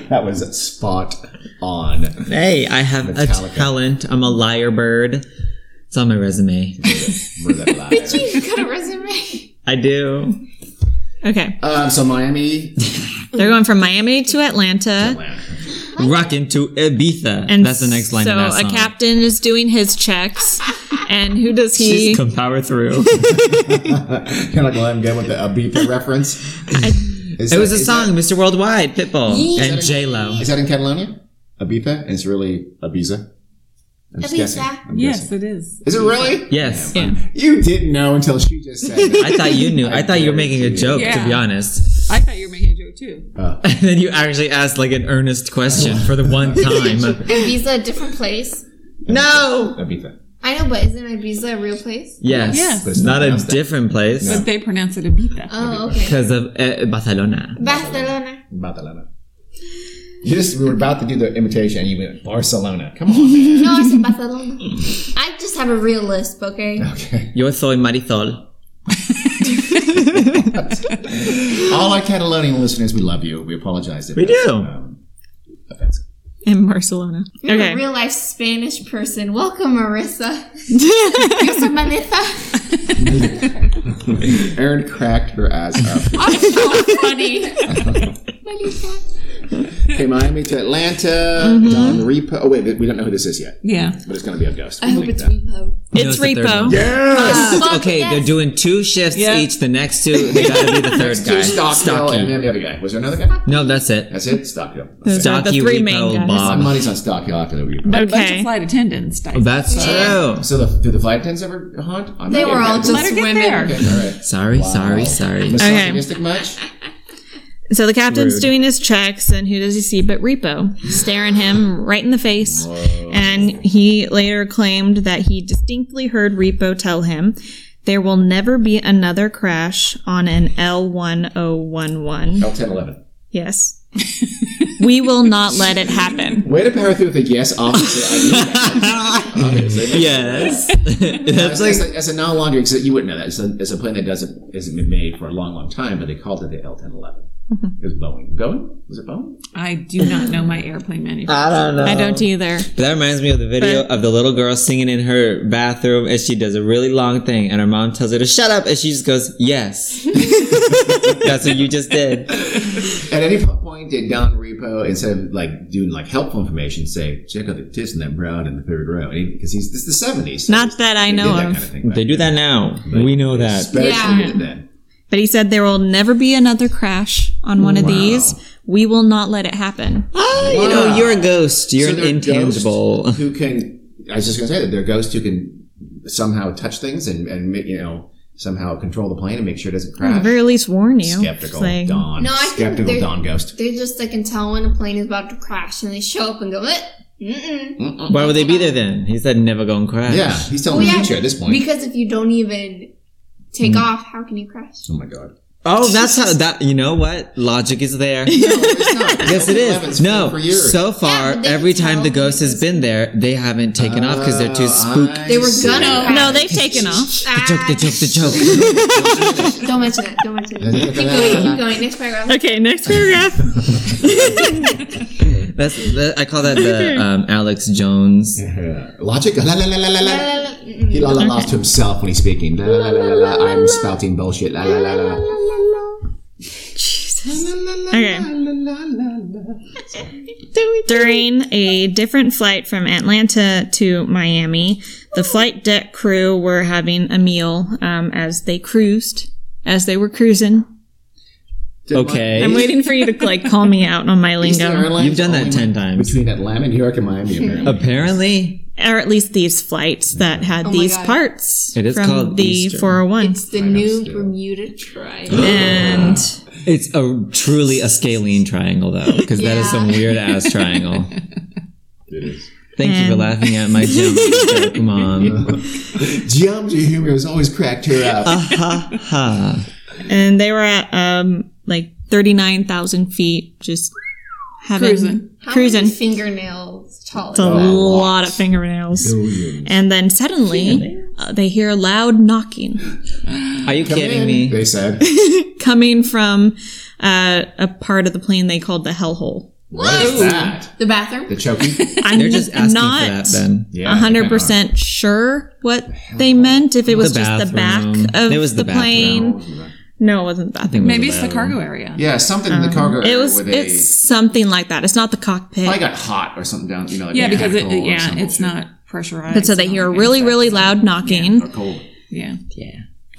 [SPEAKER 4] That was spot on.
[SPEAKER 3] Hey, I have
[SPEAKER 4] Metallica.
[SPEAKER 3] a talent. I'm a liar bird. It's on my resume.
[SPEAKER 4] For that liar.
[SPEAKER 6] You got a
[SPEAKER 4] [laughs]
[SPEAKER 6] resume?
[SPEAKER 3] I do.
[SPEAKER 5] Okay.
[SPEAKER 4] um, so Miami, [laughs]
[SPEAKER 5] They're going from Miami to Atlanta.
[SPEAKER 4] Atlanta.
[SPEAKER 3] Rockin' to Ibiza. That's the next line
[SPEAKER 5] So
[SPEAKER 3] of that song.
[SPEAKER 5] a captain is doing his checks, and who does he?
[SPEAKER 3] Come power through.
[SPEAKER 4] kind of like let him go with the Ibiza reference. Is
[SPEAKER 3] it
[SPEAKER 4] that-
[SPEAKER 3] was a
[SPEAKER 4] is
[SPEAKER 3] song, Mr. Worldwide, Pitbull, and J Lo.
[SPEAKER 4] That, is that in Catalonia? Ibiza. It's really Ibiza. I'm just
[SPEAKER 6] Ibiza.
[SPEAKER 4] guessing. I'm
[SPEAKER 1] Yes,
[SPEAKER 4] guessing.
[SPEAKER 1] it is.
[SPEAKER 4] Is it really?
[SPEAKER 3] Yes,
[SPEAKER 4] You didn't know until she just said. [laughs] it.
[SPEAKER 3] I thought you knew. [laughs] I thought you were making a joke, to be
[SPEAKER 1] Yeah.
[SPEAKER 3] honest. [laughs]
[SPEAKER 1] I thought you were making a joke too.
[SPEAKER 3] And then you actually asked like an earnest [laughs] question for the one time.
[SPEAKER 6] Ibiza, a different place.
[SPEAKER 3] no.
[SPEAKER 4] Ibiza.
[SPEAKER 6] I know, but isn't Ibiza a real place?
[SPEAKER 3] Yes.
[SPEAKER 1] Yes.
[SPEAKER 3] It's not a different place
[SPEAKER 1] But they pronounce it Ibiza.
[SPEAKER 4] [laughs]
[SPEAKER 6] Oh, okay.
[SPEAKER 3] because of uh, Barcelona.
[SPEAKER 6] Barcelona.
[SPEAKER 4] Barcelona. You just we were about to do the imitation, and you went Barcelona. Come on.
[SPEAKER 6] No, I said Barcelona. I just have a real list, okay?
[SPEAKER 4] okay.
[SPEAKER 3] Yo soy Marisol.
[SPEAKER 4] All our Catalonian listeners, we love you. We apologize. If
[SPEAKER 3] We
[SPEAKER 4] that's,
[SPEAKER 3] do.
[SPEAKER 4] Um, offensive.
[SPEAKER 5] in Barcelona.
[SPEAKER 6] You're
[SPEAKER 5] Okay.
[SPEAKER 6] a real life Spanish person. Welcome,
[SPEAKER 5] [laughs]
[SPEAKER 6] Marissa. Yo soy Marissa.
[SPEAKER 4] Erin cracked her ass
[SPEAKER 6] [laughs]
[SPEAKER 4] up.
[SPEAKER 6] Funny.
[SPEAKER 4] okay, Miami to Atlanta.
[SPEAKER 6] Mm-hmm.
[SPEAKER 4] Don Repo. Oh wait, we don't know who this is yet,
[SPEAKER 1] Yeah.
[SPEAKER 4] but it's going to be a ghost.
[SPEAKER 6] I hope it's Repo.
[SPEAKER 3] No,
[SPEAKER 5] It's
[SPEAKER 3] the third
[SPEAKER 5] Repo.
[SPEAKER 3] one.
[SPEAKER 6] Fuck
[SPEAKER 3] Uh, Okay,
[SPEAKER 6] yes.
[SPEAKER 3] they're doing two shifts
[SPEAKER 1] Yeah.
[SPEAKER 3] each. The next two, they gotta be the third guy.
[SPEAKER 4] Stockhill and then the other guy. Was there another guy?
[SPEAKER 3] No, that's it.
[SPEAKER 4] That's it. Stockhill.
[SPEAKER 5] Those are the
[SPEAKER 3] Stocky
[SPEAKER 5] three
[SPEAKER 3] Repo
[SPEAKER 5] main guys.
[SPEAKER 4] My
[SPEAKER 3] Bob.
[SPEAKER 4] money's on Stockhill after the Repo.
[SPEAKER 1] But a bunch of
[SPEAKER 5] Okay.
[SPEAKER 1] flight attendants
[SPEAKER 4] Oh,
[SPEAKER 1] died.
[SPEAKER 3] That's true.
[SPEAKER 4] So the, do the flight attendants ever haunt? I'm
[SPEAKER 6] They
[SPEAKER 4] not
[SPEAKER 6] were all
[SPEAKER 4] getting
[SPEAKER 1] Let her
[SPEAKER 6] just
[SPEAKER 1] get
[SPEAKER 6] women.
[SPEAKER 1] there.
[SPEAKER 4] that. All right.
[SPEAKER 3] Sorry, sorry, sorry.
[SPEAKER 4] Misogynistic much?
[SPEAKER 5] So the captain's
[SPEAKER 3] Rude.
[SPEAKER 5] doing his checks, and who does he see but Repo staring him right in the face? And he later claimed that he distinctly heard Repo tell him, "There will never be another crash on an L one o one one."
[SPEAKER 4] L ten eleven.
[SPEAKER 5] Yes, [laughs] we will not let it happen.
[SPEAKER 4] Way to power through with a yes, obviously. I knew that. obviously.
[SPEAKER 3] Yes.
[SPEAKER 4] As,
[SPEAKER 3] [laughs] that's like
[SPEAKER 4] as a, as a non-laundry, except you wouldn't know that. It's a, it's a plane that doesn't hasn't been made for a long, long time, but they called it the L ten eleven.
[SPEAKER 6] Mm-hmm.
[SPEAKER 4] It was Boeing. Boeing? Was it Boeing?
[SPEAKER 1] I do not know my airplane manufacturer.
[SPEAKER 3] I don't know.
[SPEAKER 5] I don't either.
[SPEAKER 3] But that reminds me of the video of the little girl singing in her bathroom, and she does a really long thing, and her mom tells her to shut up, and she just goes, "Yes." that's what you just did.
[SPEAKER 4] At any po- point, did Don Repo instead of like doing like helpful information, say check out the tits in that brown in the third row? Because he's this is the seventies. So
[SPEAKER 5] Not that I
[SPEAKER 4] they did
[SPEAKER 5] know
[SPEAKER 4] that
[SPEAKER 5] of.
[SPEAKER 4] Kind of thing back
[SPEAKER 3] They do that now. We know that.
[SPEAKER 4] Especially
[SPEAKER 6] Yeah.
[SPEAKER 4] then.
[SPEAKER 5] But he said there will never be another crash on one of these. We will not let it happen.
[SPEAKER 3] Ah, you know, you're a ghost. You're
[SPEAKER 4] So
[SPEAKER 3] an
[SPEAKER 4] they're
[SPEAKER 3] intangible.
[SPEAKER 4] ghosts Who can? I was just gonna say that they're ghosts who can somehow touch things and, and you know somehow control the plane and make sure it doesn't crash.
[SPEAKER 5] At the very least, warn you.
[SPEAKER 4] skeptical
[SPEAKER 5] It's like,
[SPEAKER 4] Don.
[SPEAKER 6] No, I think
[SPEAKER 4] skeptical
[SPEAKER 6] they're-
[SPEAKER 4] Don Ghost.
[SPEAKER 6] They just they can tell when a plane is about to crash, and they show up and go, eh, mm-mm.
[SPEAKER 3] Why would they be there then? He said never go and crash.
[SPEAKER 4] Yeah, he's telling the future at this point.
[SPEAKER 6] Because if you don't even take off, how can you crash?
[SPEAKER 4] oh my god.
[SPEAKER 6] [laughs]
[SPEAKER 3] Oh, that's how that. You know what? Logic is there.
[SPEAKER 4] [laughs]
[SPEAKER 3] yes, it is. No, so far
[SPEAKER 6] but they
[SPEAKER 3] every
[SPEAKER 6] can
[SPEAKER 3] time the
[SPEAKER 6] tell
[SPEAKER 3] ghost has been there, they haven't taken off because they're
[SPEAKER 4] Uh, Oh,
[SPEAKER 3] too spooked.
[SPEAKER 6] They were gonna.
[SPEAKER 5] No, they've taken off.
[SPEAKER 3] The joke, the joke,
[SPEAKER 4] [laughs]
[SPEAKER 3] the joke.
[SPEAKER 6] Don't mention that. Don't mention that. Keep going. Keep going. Next paragraph.
[SPEAKER 5] Okay,
[SPEAKER 4] [laughs]
[SPEAKER 5] next paragraph.
[SPEAKER 3] That's that, I call that the um, Alex Jones.
[SPEAKER 4] Logic. La, la, la, la, la, la.
[SPEAKER 6] Mm-mm.
[SPEAKER 4] He la la la to himself when he's speaking. La, la, la, la, la. I'm spouting bullshit. La la la la.
[SPEAKER 5] Okay. [laughs] During a different flight from Atlanta to Miami, the flight deck crew were having a meal um, as they cruised, as they were cruising.
[SPEAKER 3] Okay,
[SPEAKER 5] I'm waiting for you to like call me out on my lingo,
[SPEAKER 4] Airlines
[SPEAKER 3] you've done that
[SPEAKER 4] only
[SPEAKER 3] ten times.
[SPEAKER 4] between Atlanta, New York, and Miami. Apparently.
[SPEAKER 3] Apparently,
[SPEAKER 5] or at least these flights that had these
[SPEAKER 6] Oh God.
[SPEAKER 5] parts
[SPEAKER 3] It is
[SPEAKER 5] from
[SPEAKER 3] called
[SPEAKER 5] the
[SPEAKER 3] Eastern.
[SPEAKER 5] 401.
[SPEAKER 6] It's the new Bermuda
[SPEAKER 5] Uh,
[SPEAKER 6] Triangle.
[SPEAKER 5] and
[SPEAKER 3] it's a truly a scalene triangle though, because that is
[SPEAKER 6] Yeah.
[SPEAKER 3] some weird ass triangle.
[SPEAKER 4] It is.
[SPEAKER 3] Thank you for
[SPEAKER 5] And-
[SPEAKER 3] laughing at my
[SPEAKER 6] [laughs]
[SPEAKER 4] [laughs]
[SPEAKER 3] joke, mom.
[SPEAKER 4] Geometry humor has always cracked her up.
[SPEAKER 5] Uh-huh.
[SPEAKER 3] Ha ha.
[SPEAKER 5] and they were at um like 39,000 feet, just having
[SPEAKER 1] Cruising.
[SPEAKER 6] How
[SPEAKER 5] cruising.
[SPEAKER 6] many fingernails tall?
[SPEAKER 5] It's a lot of fingernails. And then suddenly, uh, they hear a loud knocking
[SPEAKER 3] Are you kidding me?
[SPEAKER 4] They said.
[SPEAKER 5] coming from uh, a part of the plane they called the hellhole.
[SPEAKER 4] What is that?
[SPEAKER 6] The bathroom.
[SPEAKER 4] The
[SPEAKER 1] [laughs]
[SPEAKER 4] choking.
[SPEAKER 5] I'm
[SPEAKER 3] They're just asking
[SPEAKER 5] not
[SPEAKER 3] for that then.
[SPEAKER 4] Yeah.
[SPEAKER 5] hundred percent sure what they meant. If it was
[SPEAKER 3] The
[SPEAKER 5] just the back
[SPEAKER 3] bathroom.
[SPEAKER 5] of
[SPEAKER 3] It was
[SPEAKER 5] the,
[SPEAKER 3] the
[SPEAKER 5] plane, no, it wasn't the bathroom.
[SPEAKER 1] Maybe it's the cargo area.
[SPEAKER 4] Yeah, something in the cargo.
[SPEAKER 5] Um, It
[SPEAKER 4] area
[SPEAKER 5] was.
[SPEAKER 4] where they-
[SPEAKER 5] It's something like that. It's not the cockpit.
[SPEAKER 4] Probably got hot or something down. You know, like
[SPEAKER 1] Yeah,
[SPEAKER 4] a
[SPEAKER 1] because it,
[SPEAKER 4] tadpole or
[SPEAKER 1] yeah,
[SPEAKER 4] some
[SPEAKER 1] it's
[SPEAKER 4] bullshit.
[SPEAKER 1] not pressurized.
[SPEAKER 5] but so they
[SPEAKER 1] and
[SPEAKER 5] hear
[SPEAKER 1] all
[SPEAKER 5] a
[SPEAKER 1] that
[SPEAKER 5] really,
[SPEAKER 1] stuff.
[SPEAKER 5] really loud knocking.
[SPEAKER 4] Or cold.
[SPEAKER 1] Yeah.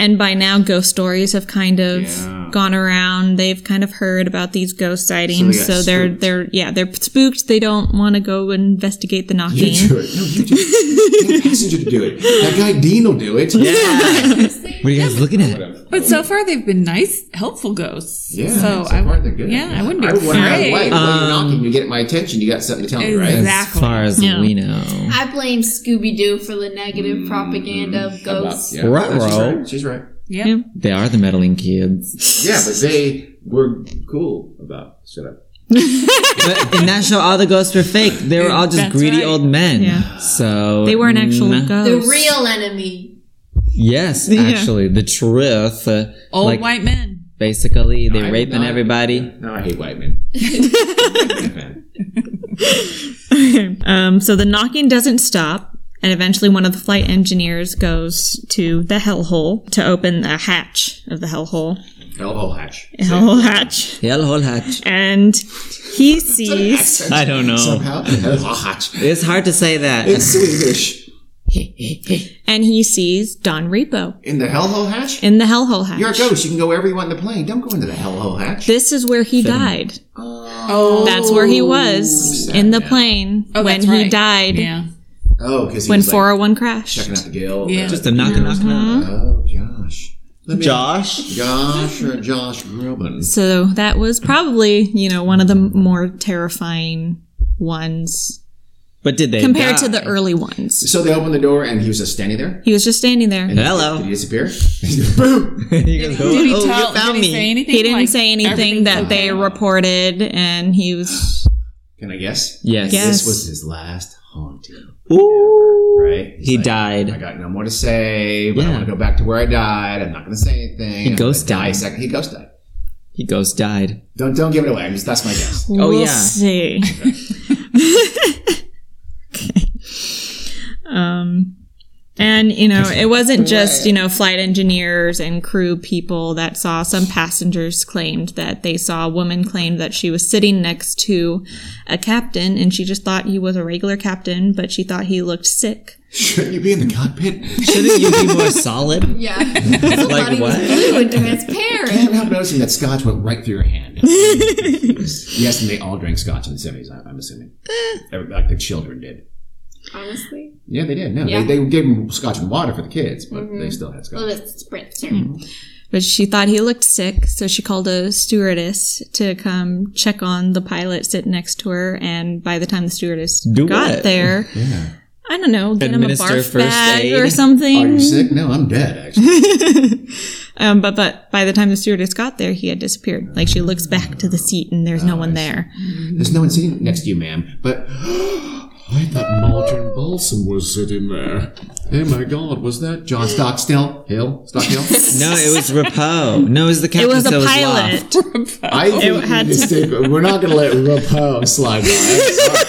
[SPEAKER 5] And by now, ghost stories have kind of
[SPEAKER 4] Yeah.
[SPEAKER 5] gone around. They've kind of heard about these ghost sightings. So,
[SPEAKER 4] got
[SPEAKER 5] they are
[SPEAKER 4] spooked.
[SPEAKER 5] they're yeah they're spooked. They don't want to go investigate the knocking.
[SPEAKER 4] [laughs] You do it. No, you do it. Get a
[SPEAKER 5] [laughs]
[SPEAKER 4] passenger to do it. That guy Dean will do it.
[SPEAKER 3] What are you guys looking at?
[SPEAKER 1] But so far they've been nice, helpful ghosts.
[SPEAKER 4] Yeah,
[SPEAKER 1] So,
[SPEAKER 4] so
[SPEAKER 1] I
[SPEAKER 4] far
[SPEAKER 1] would.
[SPEAKER 4] they're good.
[SPEAKER 1] Yeah, I wouldn't be
[SPEAKER 4] I would want to have
[SPEAKER 1] afraid.
[SPEAKER 4] white.
[SPEAKER 5] Um,
[SPEAKER 4] When you're knocking, you get my attention. You got something to tell me, right?
[SPEAKER 3] As
[SPEAKER 1] Exactly.
[SPEAKER 3] far as we know.
[SPEAKER 6] I blame Scooby Doo for the negative propaganda of ghosts.
[SPEAKER 4] Yeah.
[SPEAKER 3] Right,
[SPEAKER 4] She's
[SPEAKER 3] bro.
[SPEAKER 4] right. She's right.
[SPEAKER 1] Yep.
[SPEAKER 5] Yeah.
[SPEAKER 3] They are the meddling kids.
[SPEAKER 4] Yeah, but they were cool about shut up.
[SPEAKER 3] but in that show, all the ghosts were fake. They were all just
[SPEAKER 1] That's
[SPEAKER 3] greedy
[SPEAKER 1] right.
[SPEAKER 3] old men.
[SPEAKER 5] Yeah.
[SPEAKER 3] So mm,
[SPEAKER 5] They weren't actual
[SPEAKER 3] nah.
[SPEAKER 6] The
[SPEAKER 5] ghosts.
[SPEAKER 6] real enemy.
[SPEAKER 3] Yes, actually, the truth. uh,
[SPEAKER 1] Old
[SPEAKER 3] like,
[SPEAKER 1] white men.
[SPEAKER 3] Basically, they
[SPEAKER 4] I
[SPEAKER 3] raping
[SPEAKER 4] did not.
[SPEAKER 3] everybody.
[SPEAKER 4] No, I hate white men. [laughs]
[SPEAKER 5] Um, so the knocking doesn't stop, and eventually one of the flight engineers goes to the hellhole to open the hatch of the hellhole.
[SPEAKER 4] Elbow hatch.
[SPEAKER 5] Hellhole hatch.
[SPEAKER 3] Hell, whole hatch.
[SPEAKER 5] And he sees.
[SPEAKER 3] I don't know.
[SPEAKER 4] Somehow, elbow hatch.
[SPEAKER 3] [laughs] It's hard to say that.
[SPEAKER 4] It's Swedish.
[SPEAKER 5] And he sees Don Repo
[SPEAKER 4] In the hellhole hatch?
[SPEAKER 5] in the hellhole hatch.
[SPEAKER 4] You're a ghost. You can go wherever you want in the plane. Don't go into the hellhole hatch.
[SPEAKER 5] This is where he died. Oh. That's where he was in the plane
[SPEAKER 1] Oh,
[SPEAKER 5] when
[SPEAKER 1] that's
[SPEAKER 5] he
[SPEAKER 1] right.
[SPEAKER 5] died
[SPEAKER 1] Yeah.
[SPEAKER 4] oh, because
[SPEAKER 5] when
[SPEAKER 4] was like,
[SPEAKER 5] 401 crashed.
[SPEAKER 4] checking out the guild.
[SPEAKER 1] Yeah.
[SPEAKER 3] [laughs] just a knock, knock, knock.
[SPEAKER 4] Oh, Josh. Let me-
[SPEAKER 3] Josh.
[SPEAKER 4] Josh or Josh Groban.
[SPEAKER 5] So that was probably, you know, one of the more terrifying ones
[SPEAKER 3] But did they Ah.
[SPEAKER 5] compared
[SPEAKER 3] die?
[SPEAKER 5] to the early ones.
[SPEAKER 4] So they opened the door and he was just standing there.
[SPEAKER 5] He was just standing there.
[SPEAKER 4] Did
[SPEAKER 3] [laughs] Hello.
[SPEAKER 4] he disappear? Boom!
[SPEAKER 3] You guys go,
[SPEAKER 1] Did he
[SPEAKER 3] "Oh,
[SPEAKER 1] tell?
[SPEAKER 3] you
[SPEAKER 1] did
[SPEAKER 3] found
[SPEAKER 1] he
[SPEAKER 3] me."
[SPEAKER 1] say anything?
[SPEAKER 5] He didn't
[SPEAKER 1] Like,
[SPEAKER 5] say anything
[SPEAKER 1] everything's
[SPEAKER 5] that
[SPEAKER 1] okay?
[SPEAKER 5] they reported, and he was
[SPEAKER 4] Can I guess?
[SPEAKER 3] Yes.
[SPEAKER 5] Yes.
[SPEAKER 4] This was his last haunting,
[SPEAKER 3] Ooh.
[SPEAKER 4] right? He's
[SPEAKER 3] He
[SPEAKER 4] like, I
[SPEAKER 3] died.
[SPEAKER 4] got no more to say. But I
[SPEAKER 3] Yeah.
[SPEAKER 4] want to go back to where I died. I'm not going to say anything. I'm
[SPEAKER 3] ghost
[SPEAKER 4] gonna die
[SPEAKER 3] died.
[SPEAKER 4] Second. He ghost died.
[SPEAKER 3] He ghost died.
[SPEAKER 4] Don't don't give it away. I'm just that's my guess.
[SPEAKER 3] Oh,
[SPEAKER 5] we'll
[SPEAKER 3] yeah.
[SPEAKER 5] see. [laughs] okay. Um, and you know, it wasn't just you know flight engineers and crew people that saw. Some passengers claimed that they saw a woman claimed that she was sitting next to a captain, and she just thought he was a regular captain, but she thought he looked sick.
[SPEAKER 4] [laughs] Shouldn't you be in the cockpit?
[SPEAKER 3] Shouldn't you be more
[SPEAKER 5] [laughs]
[SPEAKER 3] solid?
[SPEAKER 6] Yeah. Somebody was
[SPEAKER 3] what?
[SPEAKER 6] blue and
[SPEAKER 4] I
[SPEAKER 6] transparent.
[SPEAKER 4] can't help noticing that scotch went right through your [laughs] hand. Eh. yes, and they all drank scotch in the 70s, I- I'm assuming. Every- like the children did.
[SPEAKER 6] honestly.
[SPEAKER 4] Yeah, Mm-hmm. they did. No,
[SPEAKER 6] Yeah.
[SPEAKER 4] they, they gave them scotch and water for the kids, but they still had
[SPEAKER 6] A
[SPEAKER 4] scotch.
[SPEAKER 6] little bit spritzer.
[SPEAKER 5] But she thought he looked sick, so she called a stewardess to come check on the pilot sitting next to her. And by the time the stewardess
[SPEAKER 3] Do
[SPEAKER 5] got
[SPEAKER 3] what?
[SPEAKER 5] there, I don't know, get
[SPEAKER 3] Administer
[SPEAKER 5] him a barf
[SPEAKER 3] first
[SPEAKER 5] bag
[SPEAKER 3] aid? Are
[SPEAKER 5] or
[SPEAKER 3] you
[SPEAKER 5] something.
[SPEAKER 4] Are you sick? No, I'm dead. [laughs] Actually,
[SPEAKER 5] Um, but but by the time the stewardess got there, he had disappeared. Like she looks back to the seat and
[SPEAKER 3] Oh,
[SPEAKER 5] there's no one there.
[SPEAKER 4] there's no one sitting next to you, ma'am. But [gasps] I thought Malton Balsam was sitting there. Oh my God, was that John Stockstill Hill? Stockhill?
[SPEAKER 3] No, it was Rapo. No, it was the
[SPEAKER 5] It
[SPEAKER 3] captain.
[SPEAKER 5] was
[SPEAKER 3] so
[SPEAKER 5] a
[SPEAKER 3] it
[SPEAKER 5] pilot.
[SPEAKER 3] Loft.
[SPEAKER 4] I think
[SPEAKER 5] had
[SPEAKER 4] we
[SPEAKER 5] to-
[SPEAKER 4] mistake- we're not going to let Rapo slide by, Sorry,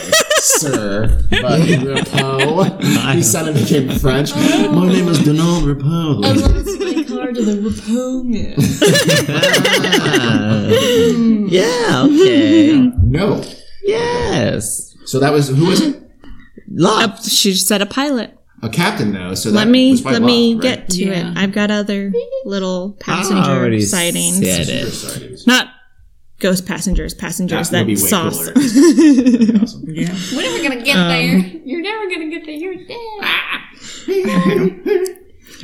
[SPEAKER 4] sir. But Rapo, he suddenly became French. My name is Donald Rapo.
[SPEAKER 3] [laughs] yeah. Okay.
[SPEAKER 5] Um,
[SPEAKER 4] No.
[SPEAKER 3] yes.
[SPEAKER 4] So that was who was it?
[SPEAKER 3] Loft.
[SPEAKER 5] [laughs] She said a pilot.
[SPEAKER 4] A captain, though. So
[SPEAKER 5] Let
[SPEAKER 4] that
[SPEAKER 5] me
[SPEAKER 4] was
[SPEAKER 5] let
[SPEAKER 4] probably
[SPEAKER 5] me
[SPEAKER 4] Locke, right?
[SPEAKER 5] get to it. I've got other little
[SPEAKER 3] I
[SPEAKER 5] passenger
[SPEAKER 3] already
[SPEAKER 5] sightings.
[SPEAKER 3] Said it.
[SPEAKER 5] Not ghost passengers, passengers
[SPEAKER 4] That would
[SPEAKER 5] that,
[SPEAKER 4] be way
[SPEAKER 5] saw.
[SPEAKER 4] cooler.
[SPEAKER 6] We're never gonna get there. You're never gonna get there. You're dead.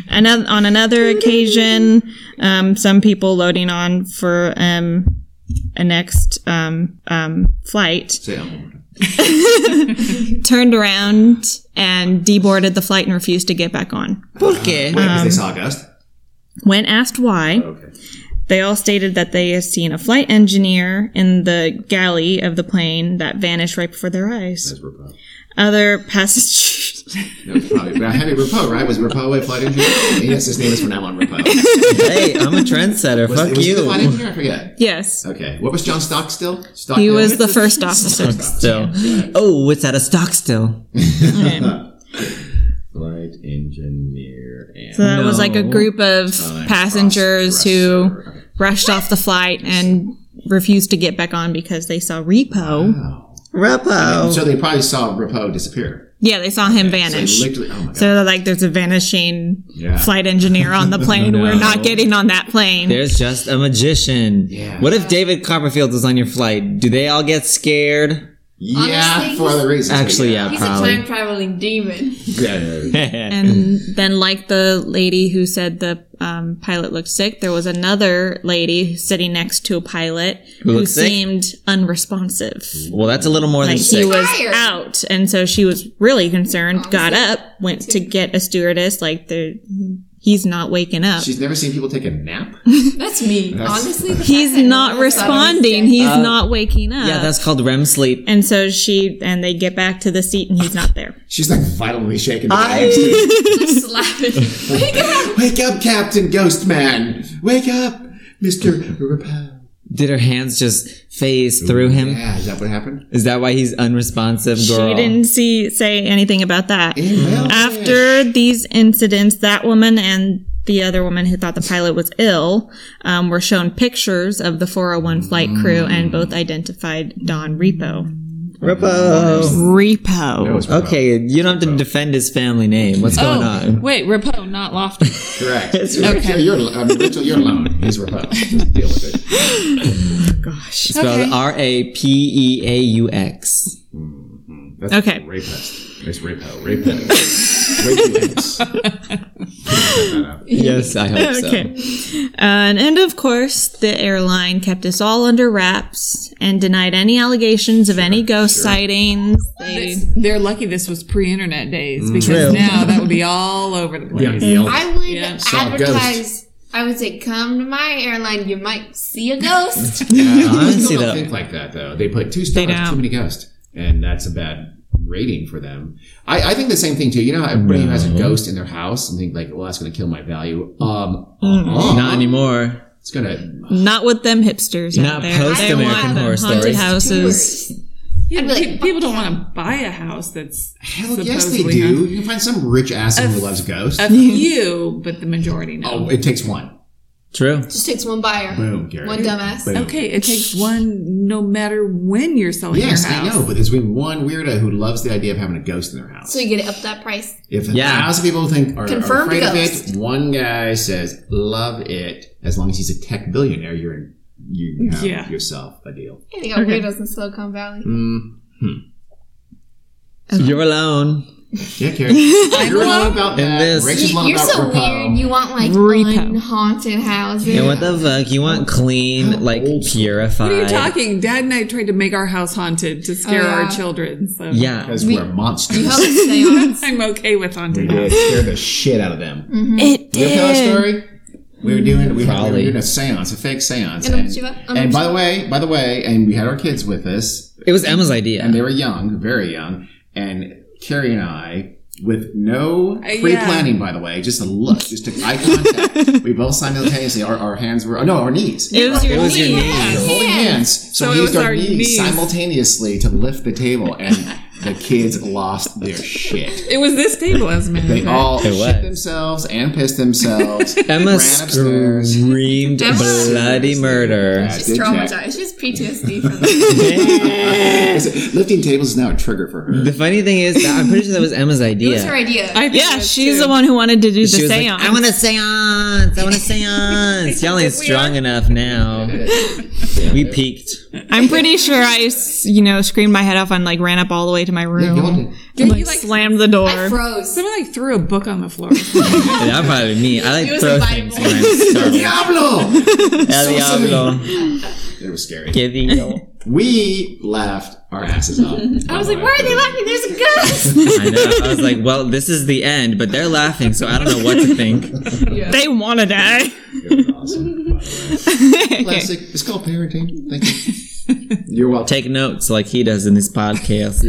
[SPEAKER 5] Another, on another occasion, um, some people loading on for um, a next um, um, flight
[SPEAKER 4] Say that one more time.
[SPEAKER 5] turned around and deboarded the flight and refused to get back on.
[SPEAKER 4] Wait, 'cause
[SPEAKER 5] Um,
[SPEAKER 4] they saw August.
[SPEAKER 5] When asked why, they all stated that they had seen a flight engineer in the galley of the plane that vanished right before their eyes.
[SPEAKER 4] That's Rapo.
[SPEAKER 5] Other passengers. [laughs]
[SPEAKER 4] That was probably I had it Rapo, right? Was Rapo a flight engineer? yes, his name is from now on Rapo.
[SPEAKER 3] hey, I'm a trendsetter.
[SPEAKER 4] Was,
[SPEAKER 3] Fuck
[SPEAKER 4] was he the flight
[SPEAKER 3] you.
[SPEAKER 4] engineer? I forget.
[SPEAKER 5] Yes.
[SPEAKER 4] Okay. What was John Stockstill? Stockstill?
[SPEAKER 5] He was the first officer.
[SPEAKER 3] Still. Oh, it's at a stock still.
[SPEAKER 4] flight engineer and
[SPEAKER 5] So that was like a
[SPEAKER 3] No.
[SPEAKER 5] group of passengers who rushed off the flight and refused to get back on because they saw Repo.
[SPEAKER 3] Rapo.
[SPEAKER 4] So they probably saw Rapo disappear.
[SPEAKER 5] Yeah, they saw him
[SPEAKER 4] So
[SPEAKER 5] vanish.
[SPEAKER 4] literally, oh my god.
[SPEAKER 5] So they're like, there's a vanishing
[SPEAKER 4] Yeah.
[SPEAKER 5] flight engineer on the plane. We're not getting on that plane.
[SPEAKER 3] There's just a magician.
[SPEAKER 4] Yeah.
[SPEAKER 3] What if David Copperfield was on your flight? Do they all get scared?
[SPEAKER 4] yeah,
[SPEAKER 6] Honestly,
[SPEAKER 4] for other reasons.
[SPEAKER 3] Actually, yeah,
[SPEAKER 6] He's a
[SPEAKER 3] [laughs] probably.
[SPEAKER 6] time traveling demon.
[SPEAKER 4] yeah.
[SPEAKER 5] and then, like the lady who said the um, pilot looked sick, there was another lady sitting next to a pilot
[SPEAKER 3] Who
[SPEAKER 5] who
[SPEAKER 3] looked sick?
[SPEAKER 5] seemed unresponsive.
[SPEAKER 3] well, that's a little more than
[SPEAKER 5] Like he
[SPEAKER 3] sick.
[SPEAKER 5] was
[SPEAKER 6] Tired.
[SPEAKER 5] out, and so she was really concerned. got up, went to get a stewardess. Like the he's not waking up.
[SPEAKER 4] She's never seen people take a nap.
[SPEAKER 6] That's me. Honestly, the
[SPEAKER 5] He's
[SPEAKER 6] fact that
[SPEAKER 5] not
[SPEAKER 6] no one thought I was [laughs]
[SPEAKER 5] responding.
[SPEAKER 6] dead.
[SPEAKER 5] He's not waking up.
[SPEAKER 3] yeah, that's called REM sleep.
[SPEAKER 5] and so she and they get back to the seat, and he's not there.
[SPEAKER 4] She's like violently shaking. The I...
[SPEAKER 6] slapping.
[SPEAKER 4] Wake up, Captain Ghost Man! Wake up, Mister Rapo.
[SPEAKER 3] Did her hands just phase through him?
[SPEAKER 4] Yeah, is that what happened?
[SPEAKER 3] Is that why he's unresponsive, girl?
[SPEAKER 5] She didn't see say anything about that.
[SPEAKER 4] Well,
[SPEAKER 5] After these incidents, that woman and the other woman who thought the pilot was ill um, were shown pictures of the 401 flight crew
[SPEAKER 3] Mm.
[SPEAKER 5] and both identified Don Repo.
[SPEAKER 3] Rapo.
[SPEAKER 5] Repo.
[SPEAKER 4] that was Rapo.
[SPEAKER 3] Okay, you don't have to defend his family name. What's going on?
[SPEAKER 1] Wait, Rapo, not
[SPEAKER 5] [laughs]
[SPEAKER 1] Lofty.
[SPEAKER 4] correct. okay. You're, I mean, Rachel, you're alone. He's Rapo. Just deal with it.
[SPEAKER 3] Spelled R A P E A U X.
[SPEAKER 4] That's
[SPEAKER 5] Okay.
[SPEAKER 4] Rapist. It's Rapo. Rapist. Rapist.
[SPEAKER 3] Yes, I hope so.
[SPEAKER 5] Okay. Uh, And, and of course, the airline kept us all under wraps and denied any allegations of any ghost sightings. They,
[SPEAKER 1] They're lucky this was pre-internet
[SPEAKER 4] Mm.
[SPEAKER 1] days because now that would be all over the place.
[SPEAKER 6] I would
[SPEAKER 1] Yeah.
[SPEAKER 4] a ghost.
[SPEAKER 6] advertise. I would say, come to my airline. You might see a ghost.
[SPEAKER 3] Honestly,
[SPEAKER 4] People [laughs] don't
[SPEAKER 3] though.
[SPEAKER 4] think like that though. They put two stars, too many ghosts, and that's a bad rating for them. I, I think the same thing too. You know, how everybody who has a ghost in their house and think like, "Well, that's going to kill my value." Um, uh-uh.
[SPEAKER 3] Not anymore.
[SPEAKER 4] It's going to.
[SPEAKER 5] not with them hipsters
[SPEAKER 3] Not
[SPEAKER 5] out there.
[SPEAKER 3] post-American
[SPEAKER 5] I want
[SPEAKER 3] horror
[SPEAKER 5] haunted
[SPEAKER 3] stories.
[SPEAKER 5] houses.
[SPEAKER 1] Yeah,
[SPEAKER 6] I'd be like,
[SPEAKER 1] pe- people don't want to buy a house that's
[SPEAKER 4] Hell yes, they
[SPEAKER 1] supposedly
[SPEAKER 4] do.
[SPEAKER 1] haunted.
[SPEAKER 4] You can find some rich asshole who loves ghosts.
[SPEAKER 1] A few, but the majority no.
[SPEAKER 4] oh, it takes one.
[SPEAKER 3] True.
[SPEAKER 6] Just takes one buyer,
[SPEAKER 4] Boom, Gary.
[SPEAKER 6] one dumbass.
[SPEAKER 4] Boom.
[SPEAKER 1] Okay, it takes one no matter when you're selling
[SPEAKER 4] Yes,
[SPEAKER 1] your
[SPEAKER 4] I
[SPEAKER 1] house.
[SPEAKER 4] know, but there's been one weirdo who loves the idea of having a ghost in their house.
[SPEAKER 6] So you get it up that price.
[SPEAKER 4] If a
[SPEAKER 3] Yeah.
[SPEAKER 4] thousand people think are, are
[SPEAKER 6] Confirmed
[SPEAKER 4] afraid
[SPEAKER 6] ghost.
[SPEAKER 4] of it, one guy says, "Love it." As long as he's a tech billionaire, you're in, you have
[SPEAKER 1] Yeah.
[SPEAKER 4] yourself a deal. Mm,
[SPEAKER 6] Hey, they got weirdos in Silicon Valley.
[SPEAKER 3] You're alone.
[SPEAKER 4] Yeah,
[SPEAKER 6] [laughs]
[SPEAKER 4] Carrie. You're all about
[SPEAKER 3] And
[SPEAKER 4] that.
[SPEAKER 3] this-
[SPEAKER 4] Rachel's all
[SPEAKER 6] You're
[SPEAKER 4] about
[SPEAKER 6] so
[SPEAKER 4] repo.
[SPEAKER 6] weird. You want like
[SPEAKER 1] Repo.
[SPEAKER 6] unhaunted houses.
[SPEAKER 3] And what the fuck? You want clean, like purified?
[SPEAKER 1] What are you talking? Dad and I tried to make our house haunted to scare
[SPEAKER 6] Oh, yeah.
[SPEAKER 1] our children. So
[SPEAKER 3] Yeah.
[SPEAKER 4] Because we, are monsters.
[SPEAKER 6] You have
[SPEAKER 4] [laughs]
[SPEAKER 6] a
[SPEAKER 1] [laughs]
[SPEAKER 6] seance.
[SPEAKER 1] I'm okay with haunted.
[SPEAKER 4] We
[SPEAKER 1] house.
[SPEAKER 4] did scare the shit out of
[SPEAKER 6] Mm.
[SPEAKER 4] them.
[SPEAKER 5] It
[SPEAKER 4] You tell a
[SPEAKER 5] did.
[SPEAKER 4] story? We were doing we, had, we were
[SPEAKER 3] Probably.
[SPEAKER 4] doing a seance, a fake seance.
[SPEAKER 6] And
[SPEAKER 4] And,
[SPEAKER 6] she um, wa-
[SPEAKER 4] and
[SPEAKER 6] and
[SPEAKER 4] by the way, by the way, and we had our kids with us,
[SPEAKER 3] It was Emma's idea.
[SPEAKER 4] and they were young, very young, and Carrie and I, with no
[SPEAKER 6] Uh,
[SPEAKER 4] pre-planning, by the way, just a look, just a eye
[SPEAKER 3] [laughs]
[SPEAKER 4] contact. we both simultaneously, our, our hands were, oh, no, our knees.
[SPEAKER 5] It was your
[SPEAKER 3] it was your
[SPEAKER 5] knee.
[SPEAKER 3] knees.
[SPEAKER 4] We're holding hands. So,
[SPEAKER 1] So
[SPEAKER 4] we
[SPEAKER 1] it
[SPEAKER 4] used
[SPEAKER 1] was
[SPEAKER 4] our
[SPEAKER 1] our
[SPEAKER 4] knees,
[SPEAKER 1] knees.
[SPEAKER 4] simultaneously to lift the table, and the kids lost their shit.
[SPEAKER 1] It was this table as man.
[SPEAKER 4] They all
[SPEAKER 3] It
[SPEAKER 4] shit
[SPEAKER 3] was.
[SPEAKER 4] themselves and pissed themselves.
[SPEAKER 3] Emma
[SPEAKER 4] ran upstairs.
[SPEAKER 3] screamed bloody murder.
[SPEAKER 4] That
[SPEAKER 6] She's
[SPEAKER 4] did check.
[SPEAKER 6] traumatized. She's PTSD
[SPEAKER 1] [laughs]
[SPEAKER 6] from that.
[SPEAKER 4] Lifting tables is now a trigger for her.
[SPEAKER 3] The funny thing is, that I'm pretty sure that was Emma's idea.
[SPEAKER 6] It was her idea.
[SPEAKER 1] I think
[SPEAKER 5] Yeah,
[SPEAKER 1] that's
[SPEAKER 5] she's
[SPEAKER 1] true.
[SPEAKER 5] the one who wanted to do the
[SPEAKER 3] she was
[SPEAKER 5] seance.
[SPEAKER 3] like, I want a seance. I want a seance. [laughs] Y'all ain't strong enough now. We peaked.
[SPEAKER 5] I'm pretty sure I, s- you know, screamed my head off and like ran up all the way to my room. and, like, slammed the door.
[SPEAKER 6] I froze.
[SPEAKER 1] Someone like threw a book on the
[SPEAKER 6] [laughs]
[SPEAKER 1] floor.
[SPEAKER 3] And That probably me. I like
[SPEAKER 6] It was
[SPEAKER 3] throw
[SPEAKER 6] a
[SPEAKER 3] things
[SPEAKER 6] Bible.
[SPEAKER 3] when I'm
[SPEAKER 4] [laughs] Diablo!
[SPEAKER 3] startled. El diablo.
[SPEAKER 4] It was scary.
[SPEAKER 3] Que digo.
[SPEAKER 4] We laughed our asses off.
[SPEAKER 6] I was like, why are they laughing? There's a ghost.
[SPEAKER 3] I know. I was like, well, this is the end, but they're laughing, so I don't know what to think.
[SPEAKER 5] They want to die. [laughs]
[SPEAKER 4] It was awesome. by the way. Classic. It's called parenting. Thank you. You're welcome.
[SPEAKER 3] Take notes like he does in this podcast.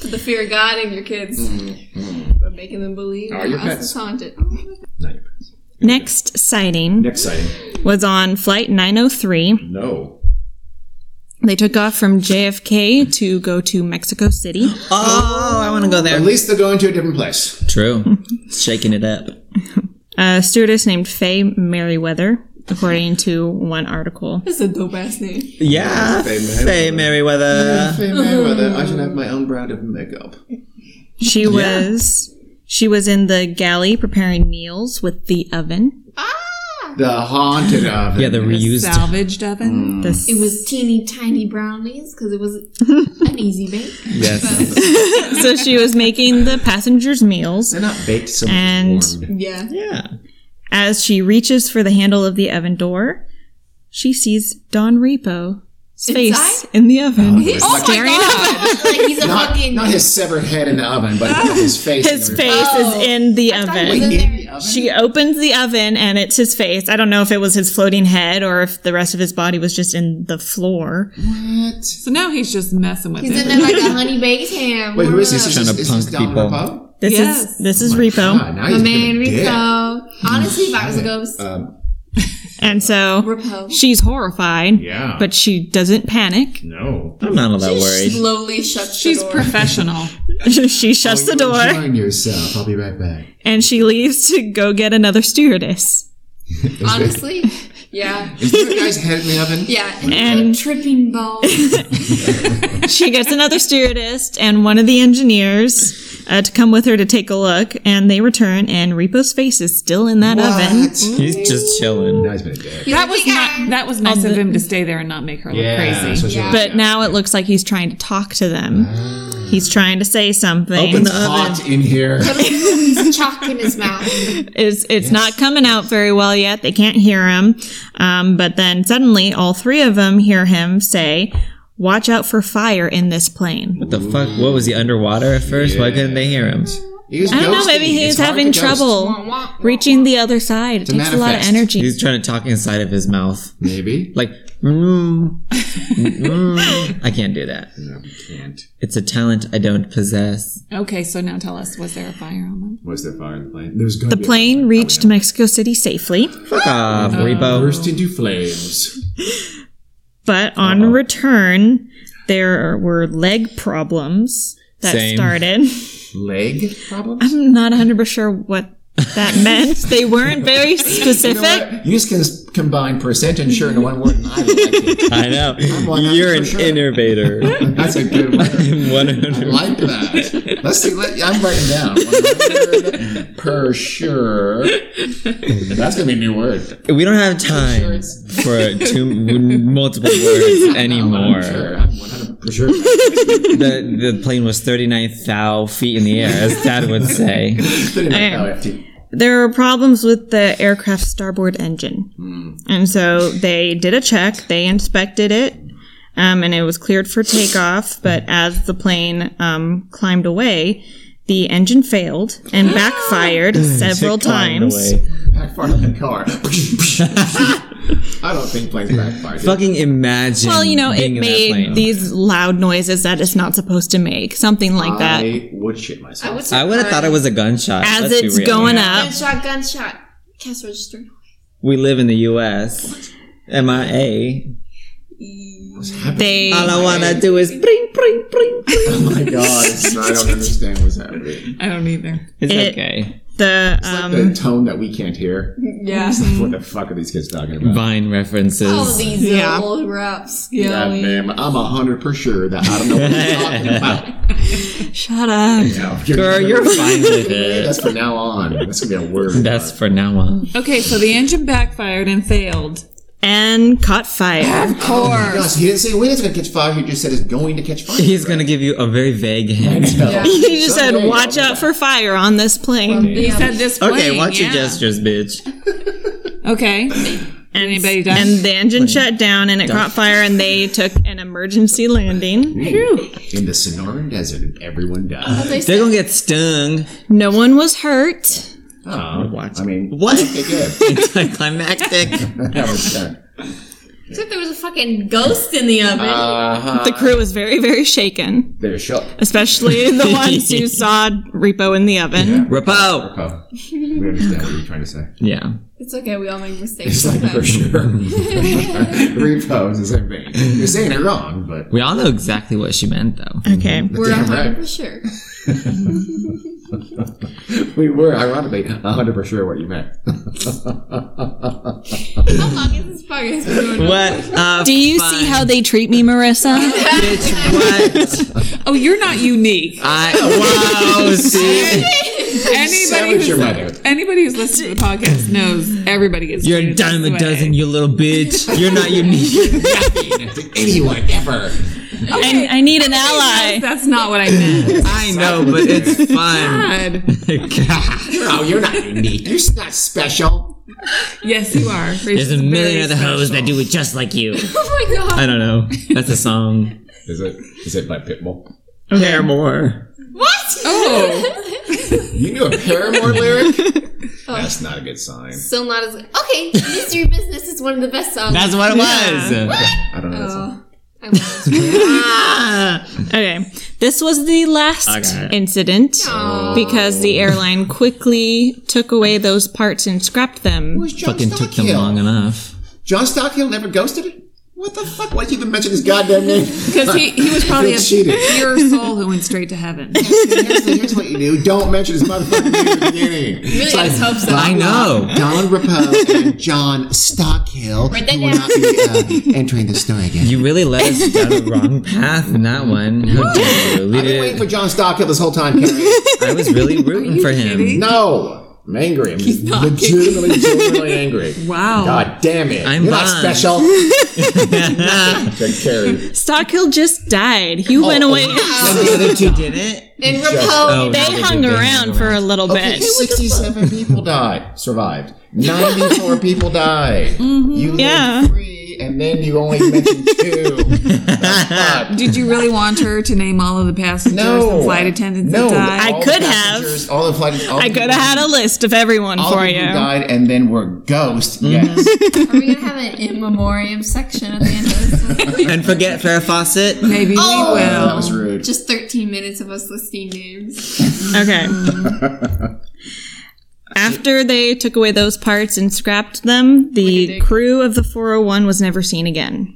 [SPEAKER 6] Put the fear of God in your kids. But making them believe
[SPEAKER 4] Are your
[SPEAKER 6] your house
[SPEAKER 4] pets?
[SPEAKER 6] is haunted.
[SPEAKER 4] Not your pants.
[SPEAKER 5] Next sighting
[SPEAKER 4] Next sighting.
[SPEAKER 5] was on flight 903.
[SPEAKER 4] No.
[SPEAKER 5] They took off from JFK to go to Mexico City.
[SPEAKER 3] Oh, I want to go
[SPEAKER 4] At
[SPEAKER 3] there.
[SPEAKER 4] least they're going to a different
[SPEAKER 3] [laughs]
[SPEAKER 4] place.
[SPEAKER 3] True. Shaking it up.
[SPEAKER 5] A stewardess named Faye Merriweather, according to one article.
[SPEAKER 6] That's a dope ass name.
[SPEAKER 3] Yeah.
[SPEAKER 4] Faye
[SPEAKER 3] Faye Merriweather.
[SPEAKER 4] Faye Mayweather, I should have my own brand of makeup.
[SPEAKER 5] She was she was in the galley preparing meals with the oven.
[SPEAKER 4] The haunted oven.
[SPEAKER 3] Yeah, the reused.
[SPEAKER 1] Salvaged oven.
[SPEAKER 5] The s-
[SPEAKER 6] It was teeny tiny brownies because it was an easy bake.
[SPEAKER 3] Yes.
[SPEAKER 4] Mm.
[SPEAKER 5] so she was making the passengers meals.
[SPEAKER 4] They're not baked so
[SPEAKER 5] And-
[SPEAKER 4] much. as warm.
[SPEAKER 6] Yeah.
[SPEAKER 3] Yeah.
[SPEAKER 5] As she reaches for the handle of the oven door, she sees Don Repo's face
[SPEAKER 6] Inside?
[SPEAKER 5] in the oven.
[SPEAKER 6] Oh my god! like he's a
[SPEAKER 4] Not,
[SPEAKER 6] fucking.
[SPEAKER 4] not his severed head in the oven, but
[SPEAKER 5] [laughs]
[SPEAKER 4] his face. in
[SPEAKER 5] His
[SPEAKER 4] the-
[SPEAKER 5] face
[SPEAKER 6] Oh.
[SPEAKER 5] is in
[SPEAKER 6] he
[SPEAKER 5] the oven.
[SPEAKER 6] was-
[SPEAKER 4] In the oven?
[SPEAKER 5] She opens the oven and it's his face. I don't know if it was his floating head or if the rest of his body was just in the floor.
[SPEAKER 4] What?
[SPEAKER 1] So now he's just messing with
[SPEAKER 6] He's
[SPEAKER 1] it.
[SPEAKER 6] in there like a honey baked ham.
[SPEAKER 4] Wait, who is
[SPEAKER 6] What
[SPEAKER 4] this? Is
[SPEAKER 3] Trying
[SPEAKER 4] this,
[SPEAKER 3] to
[SPEAKER 4] is
[SPEAKER 3] punk
[SPEAKER 4] this Don
[SPEAKER 3] people.
[SPEAKER 4] Repo?
[SPEAKER 5] This
[SPEAKER 1] Yes.
[SPEAKER 5] is this is
[SPEAKER 4] Oh My
[SPEAKER 5] Repo.
[SPEAKER 4] God, now
[SPEAKER 6] up?
[SPEAKER 4] he's
[SPEAKER 6] My
[SPEAKER 4] being
[SPEAKER 6] man
[SPEAKER 4] a dick.
[SPEAKER 6] Rico. Honestly, if I was a ghost,
[SPEAKER 4] Um,
[SPEAKER 5] And so
[SPEAKER 6] Repo.
[SPEAKER 5] she's horrified.
[SPEAKER 4] Yeah.
[SPEAKER 5] But she doesn't panic.
[SPEAKER 4] no.
[SPEAKER 3] I'm not all that worried.
[SPEAKER 6] slowly shut
[SPEAKER 1] She's
[SPEAKER 6] the door. [laughs]
[SPEAKER 1] professional.
[SPEAKER 5] [laughs] she shuts the door
[SPEAKER 4] Enjoying yourself. I'll be right back.
[SPEAKER 5] and she leaves to go get another stewardess.
[SPEAKER 6] Honestly, yeah,
[SPEAKER 4] Is there a guy's head in the oven?
[SPEAKER 6] yeah.
[SPEAKER 5] And-
[SPEAKER 6] And tripping
[SPEAKER 3] [laughs]
[SPEAKER 6] balls.
[SPEAKER 5] she gets another stewardess and one of the engineers uh, to come with her to take a look, and they return, and Repo's face is still in that oven.
[SPEAKER 3] He's just chilling.
[SPEAKER 4] Now he's been a dick.
[SPEAKER 1] That was not. That was nice of
[SPEAKER 6] Um,
[SPEAKER 1] him to stay there and not make her look crazy.
[SPEAKER 4] so she-
[SPEAKER 5] But now it looks like he's trying to talk to them. He's trying to say something.
[SPEAKER 3] Open the oven.
[SPEAKER 4] Hot in here.
[SPEAKER 6] chalk in his mouth.
[SPEAKER 5] It's, it's not coming out very well yet. They can't hear him. Um, but then suddenly, all three of them hear him say, Watch out for fire in this plane.
[SPEAKER 3] What the fuck? What was he underwater at first? Why couldn't they hear him?
[SPEAKER 4] He was
[SPEAKER 5] I don't know,
[SPEAKER 4] ghosting.
[SPEAKER 5] maybe he's
[SPEAKER 4] It's hard
[SPEAKER 5] having
[SPEAKER 4] to ghost.
[SPEAKER 5] trouble reaching the other side. It
[SPEAKER 4] To
[SPEAKER 5] takes a lot of
[SPEAKER 4] manifest.
[SPEAKER 5] energy.
[SPEAKER 3] He's trying to talk inside of his mouth.
[SPEAKER 4] Maybe.
[SPEAKER 3] Like, [laughs] mm, mm. I can't do that.
[SPEAKER 4] No, we can't.
[SPEAKER 3] It's a talent I don't possess.
[SPEAKER 1] Okay, so now tell us, was there a fire on them?
[SPEAKER 4] Was there fire in the plane? There was going
[SPEAKER 5] The plane reached Mexico City safely,
[SPEAKER 3] Fuck off, Repo.
[SPEAKER 4] burst Uh, into flames.
[SPEAKER 5] but on
[SPEAKER 4] Uh-huh.
[SPEAKER 5] return, there were leg problems that
[SPEAKER 3] Same.
[SPEAKER 5] started. [laughs]
[SPEAKER 4] Leg problem.
[SPEAKER 5] I'm not 100% sure what that meant. They weren't
[SPEAKER 4] [laughs]
[SPEAKER 5] very
[SPEAKER 4] You know
[SPEAKER 5] specific.
[SPEAKER 4] what? You just can s- combine percent and sure into one word, and I like it.
[SPEAKER 3] I know.
[SPEAKER 4] one hundred
[SPEAKER 3] You're an
[SPEAKER 4] for sure. [laughs]
[SPEAKER 3] innovator.
[SPEAKER 4] That's a good one. I
[SPEAKER 3] 100.
[SPEAKER 4] like that. Let's see. Let, I'm writing down one word per sure. That's gonna be a new word.
[SPEAKER 3] We don't
[SPEAKER 4] [laughs]
[SPEAKER 3] have time for two multiple words anymore.
[SPEAKER 4] Sure, I'm 100. for sure.
[SPEAKER 3] The, the plane was 39,000 feet in the air, as Dad would say.
[SPEAKER 5] there were problems with the aircraft's starboard engine.
[SPEAKER 3] Hmm.
[SPEAKER 5] And so they did a check, they inspected it, um, and it was cleared for takeoff. But as the plane um, climbed away, the engine failed
[SPEAKER 3] [gasps]
[SPEAKER 5] and backfired several
[SPEAKER 3] Climbed
[SPEAKER 5] times.
[SPEAKER 3] away.
[SPEAKER 4] Backfire the car. I don't think planes backfire. dude.
[SPEAKER 3] Fucking imagine.
[SPEAKER 5] Well, you know, it
[SPEAKER 3] being in that plane.
[SPEAKER 5] made these loud noises that it's not supposed to make, something like that.
[SPEAKER 4] I would shit myself.
[SPEAKER 3] I would have thought it was a gunshot.
[SPEAKER 5] as
[SPEAKER 3] let's be
[SPEAKER 5] it's
[SPEAKER 3] real.
[SPEAKER 5] going up,
[SPEAKER 6] Gunshot, gunshot. Cast register.
[SPEAKER 3] We live in the U.S. MIA.
[SPEAKER 5] they
[SPEAKER 3] All I wanna do is bring, bring, bring.
[SPEAKER 4] Oh my god,
[SPEAKER 3] [laughs]
[SPEAKER 4] I don't understand what's happening.
[SPEAKER 1] I don't either.
[SPEAKER 3] It's
[SPEAKER 5] It-
[SPEAKER 3] okay.
[SPEAKER 5] the
[SPEAKER 4] It's
[SPEAKER 5] um,
[SPEAKER 4] like the tone that we can't hear.
[SPEAKER 6] [laughs] Yeah.
[SPEAKER 4] What the fuck are these kids talking about?
[SPEAKER 3] Vine references.
[SPEAKER 6] All these
[SPEAKER 5] Yeah.
[SPEAKER 6] little raps.
[SPEAKER 4] God damn, I'm a hundred for sure that I don't know what
[SPEAKER 3] [laughs]
[SPEAKER 4] you're talking about.
[SPEAKER 5] shut up.
[SPEAKER 4] No, you're-
[SPEAKER 3] Girl,
[SPEAKER 5] [laughs]
[SPEAKER 3] you're fine with it.
[SPEAKER 4] That's from now on. That's gonna be a word.
[SPEAKER 3] That's for now on.
[SPEAKER 1] Okay, so the engine backfired and failed.
[SPEAKER 5] and caught [laughs] fire.
[SPEAKER 6] Oh,
[SPEAKER 4] Gosh, he didn't say when it's gonna catch fire. He just said it's going to catch fire.
[SPEAKER 3] He's gonna give you a very vague hint.
[SPEAKER 5] he just said,
[SPEAKER 4] Someday
[SPEAKER 5] "Watch
[SPEAKER 4] I'll be
[SPEAKER 5] out for fire on this plane."
[SPEAKER 1] He said this
[SPEAKER 3] Okay,
[SPEAKER 1] plane,
[SPEAKER 3] watch your
[SPEAKER 1] yeah.
[SPEAKER 3] gestures, bitch.
[SPEAKER 1] Okay. Anybody die?
[SPEAKER 5] and the engine shut down and it caught fire and they took an emergency landing
[SPEAKER 4] in the Sonoran Desert, and everyone dies.
[SPEAKER 3] They're gonna get stung. [laughs]
[SPEAKER 5] no one was hurt
[SPEAKER 4] Oh,
[SPEAKER 3] Watch.
[SPEAKER 4] I mean,
[SPEAKER 3] What?
[SPEAKER 4] they [laughs] did.
[SPEAKER 3] Anticlimactic.
[SPEAKER 4] That was done.
[SPEAKER 6] Except there was a fucking ghost in the oven.
[SPEAKER 4] Uh-huh.
[SPEAKER 5] the crew was very very shaken
[SPEAKER 4] They're shook.
[SPEAKER 5] especially [laughs] the ones who saw repo in the oven
[SPEAKER 3] Repo.
[SPEAKER 4] Oh, we understand what you're trying to say.
[SPEAKER 3] Yeah.
[SPEAKER 6] it's okay, we all make mistakes.
[SPEAKER 4] It's like for
[SPEAKER 6] sometimes.
[SPEAKER 4] sure.
[SPEAKER 3] [laughs]
[SPEAKER 4] [laughs] Repose is same thing. You're saying it wrong, but
[SPEAKER 3] We all know exactly what she meant, though.
[SPEAKER 5] okay
[SPEAKER 6] We're
[SPEAKER 4] Damn
[SPEAKER 6] 100
[SPEAKER 4] right.
[SPEAKER 6] for sure.
[SPEAKER 4] we were ironically hundred percent sure what you meant.
[SPEAKER 6] How long is this podcast been going on?
[SPEAKER 3] What? Uh,
[SPEAKER 5] [laughs] do you see how they treat me [laughs] marissa
[SPEAKER 3] bitch, what?
[SPEAKER 1] oh, you're not
[SPEAKER 3] [laughs]
[SPEAKER 1] unique.
[SPEAKER 3] I, wow, see?
[SPEAKER 1] Anybody
[SPEAKER 4] Sandwich
[SPEAKER 1] who's,
[SPEAKER 4] your mother.
[SPEAKER 1] anybody who's listened to the podcast knows everybody gets
[SPEAKER 3] You're a
[SPEAKER 1] treated
[SPEAKER 3] dime
[SPEAKER 1] this
[SPEAKER 3] a
[SPEAKER 1] way.
[SPEAKER 3] dozen, you little bitch. You're not unique.
[SPEAKER 4] to anyone ever.
[SPEAKER 5] I, I need an ally
[SPEAKER 1] That's not what I meant.
[SPEAKER 3] I know, but it's
[SPEAKER 1] [laughs]
[SPEAKER 3] fun.
[SPEAKER 1] God.
[SPEAKER 3] [laughs] God.
[SPEAKER 4] No, you're not unique. You're not special.
[SPEAKER 1] Yes, you are.
[SPEAKER 3] There's a million other hoes that do it just like you.
[SPEAKER 6] Oh my god.
[SPEAKER 3] I don't know. That's a song.
[SPEAKER 4] Is it? Is it by Pitbull?
[SPEAKER 3] Paramore.
[SPEAKER 1] Oh,
[SPEAKER 4] You knew a Paramore lyric? [laughs] That's not a good sign.
[SPEAKER 6] Still not as. Okay, Mystery Business is one of the best songs.
[SPEAKER 3] That's what it was.
[SPEAKER 4] I don't know. That song.
[SPEAKER 6] I was.
[SPEAKER 3] [laughs]
[SPEAKER 5] [laughs] okay this was the last
[SPEAKER 3] Okay.
[SPEAKER 5] incident because the airline quickly took away those parts and scrapped them
[SPEAKER 4] Who's John
[SPEAKER 3] Fucking took them
[SPEAKER 4] Stockhill?
[SPEAKER 3] long enough.
[SPEAKER 4] John Stockhill never ghosted it? What the fuck? Why'd you even mention his goddamn name? [laughs]
[SPEAKER 1] because he, he was probably
[SPEAKER 4] He
[SPEAKER 1] a
[SPEAKER 4] cheated.
[SPEAKER 1] pure soul who went straight to heaven.
[SPEAKER 4] here's, the- here's what you do. Don't mention his motherfucking name at the beginning. Really,
[SPEAKER 6] I just hope so.
[SPEAKER 3] I know.
[SPEAKER 4] Don Repose and John Stockhill
[SPEAKER 6] that
[SPEAKER 4] who will not be uh, entering the story again.
[SPEAKER 3] You really led us down the wrong path in that one. How dare
[SPEAKER 4] I've
[SPEAKER 3] you? We
[SPEAKER 4] been waiting
[SPEAKER 3] did-
[SPEAKER 4] for John Stockhill this whole time. [laughs] Karen.
[SPEAKER 3] I was really rooting for him.
[SPEAKER 4] no, I'm angry. I'm legitimately, genuinely [laughs] angry.
[SPEAKER 1] Wow.
[SPEAKER 4] God damn it!
[SPEAKER 3] I'm
[SPEAKER 4] You're not
[SPEAKER 3] Bond.
[SPEAKER 4] special. [laughs] Then Carrie.
[SPEAKER 5] stockhill just died he went away
[SPEAKER 3] The other two didn't.
[SPEAKER 6] In repose.
[SPEAKER 3] Oh,
[SPEAKER 5] they hung around for a little
[SPEAKER 4] Okay,
[SPEAKER 5] bit
[SPEAKER 4] 67 people died, survived. 94 people died. You lived
[SPEAKER 5] Yeah.
[SPEAKER 4] three, and then you only mentioned two. The fuck?
[SPEAKER 1] Did you really want her to name all of the passengers
[SPEAKER 4] No.
[SPEAKER 1] and flight attendants
[SPEAKER 4] No.
[SPEAKER 1] that died?
[SPEAKER 5] I
[SPEAKER 4] all
[SPEAKER 5] could
[SPEAKER 4] the
[SPEAKER 5] have.
[SPEAKER 4] passengers, All the flight. All
[SPEAKER 5] I
[SPEAKER 4] the
[SPEAKER 5] could have had a list of everyone
[SPEAKER 4] all
[SPEAKER 5] for
[SPEAKER 4] the people who
[SPEAKER 5] you. Mm-hmm.
[SPEAKER 4] died and then were ghost. Yes.
[SPEAKER 6] Are we gonna have an in memoriam section at the end of this?
[SPEAKER 3] And forget Farrah Fawcett.
[SPEAKER 1] Maybe
[SPEAKER 6] Oh.
[SPEAKER 1] we
[SPEAKER 4] that
[SPEAKER 1] will.
[SPEAKER 4] was rude.
[SPEAKER 6] Just 13 minutes of us listing names.
[SPEAKER 5] Okay. After they took away those parts and scrapped them, the crew of the 401 was never seen again.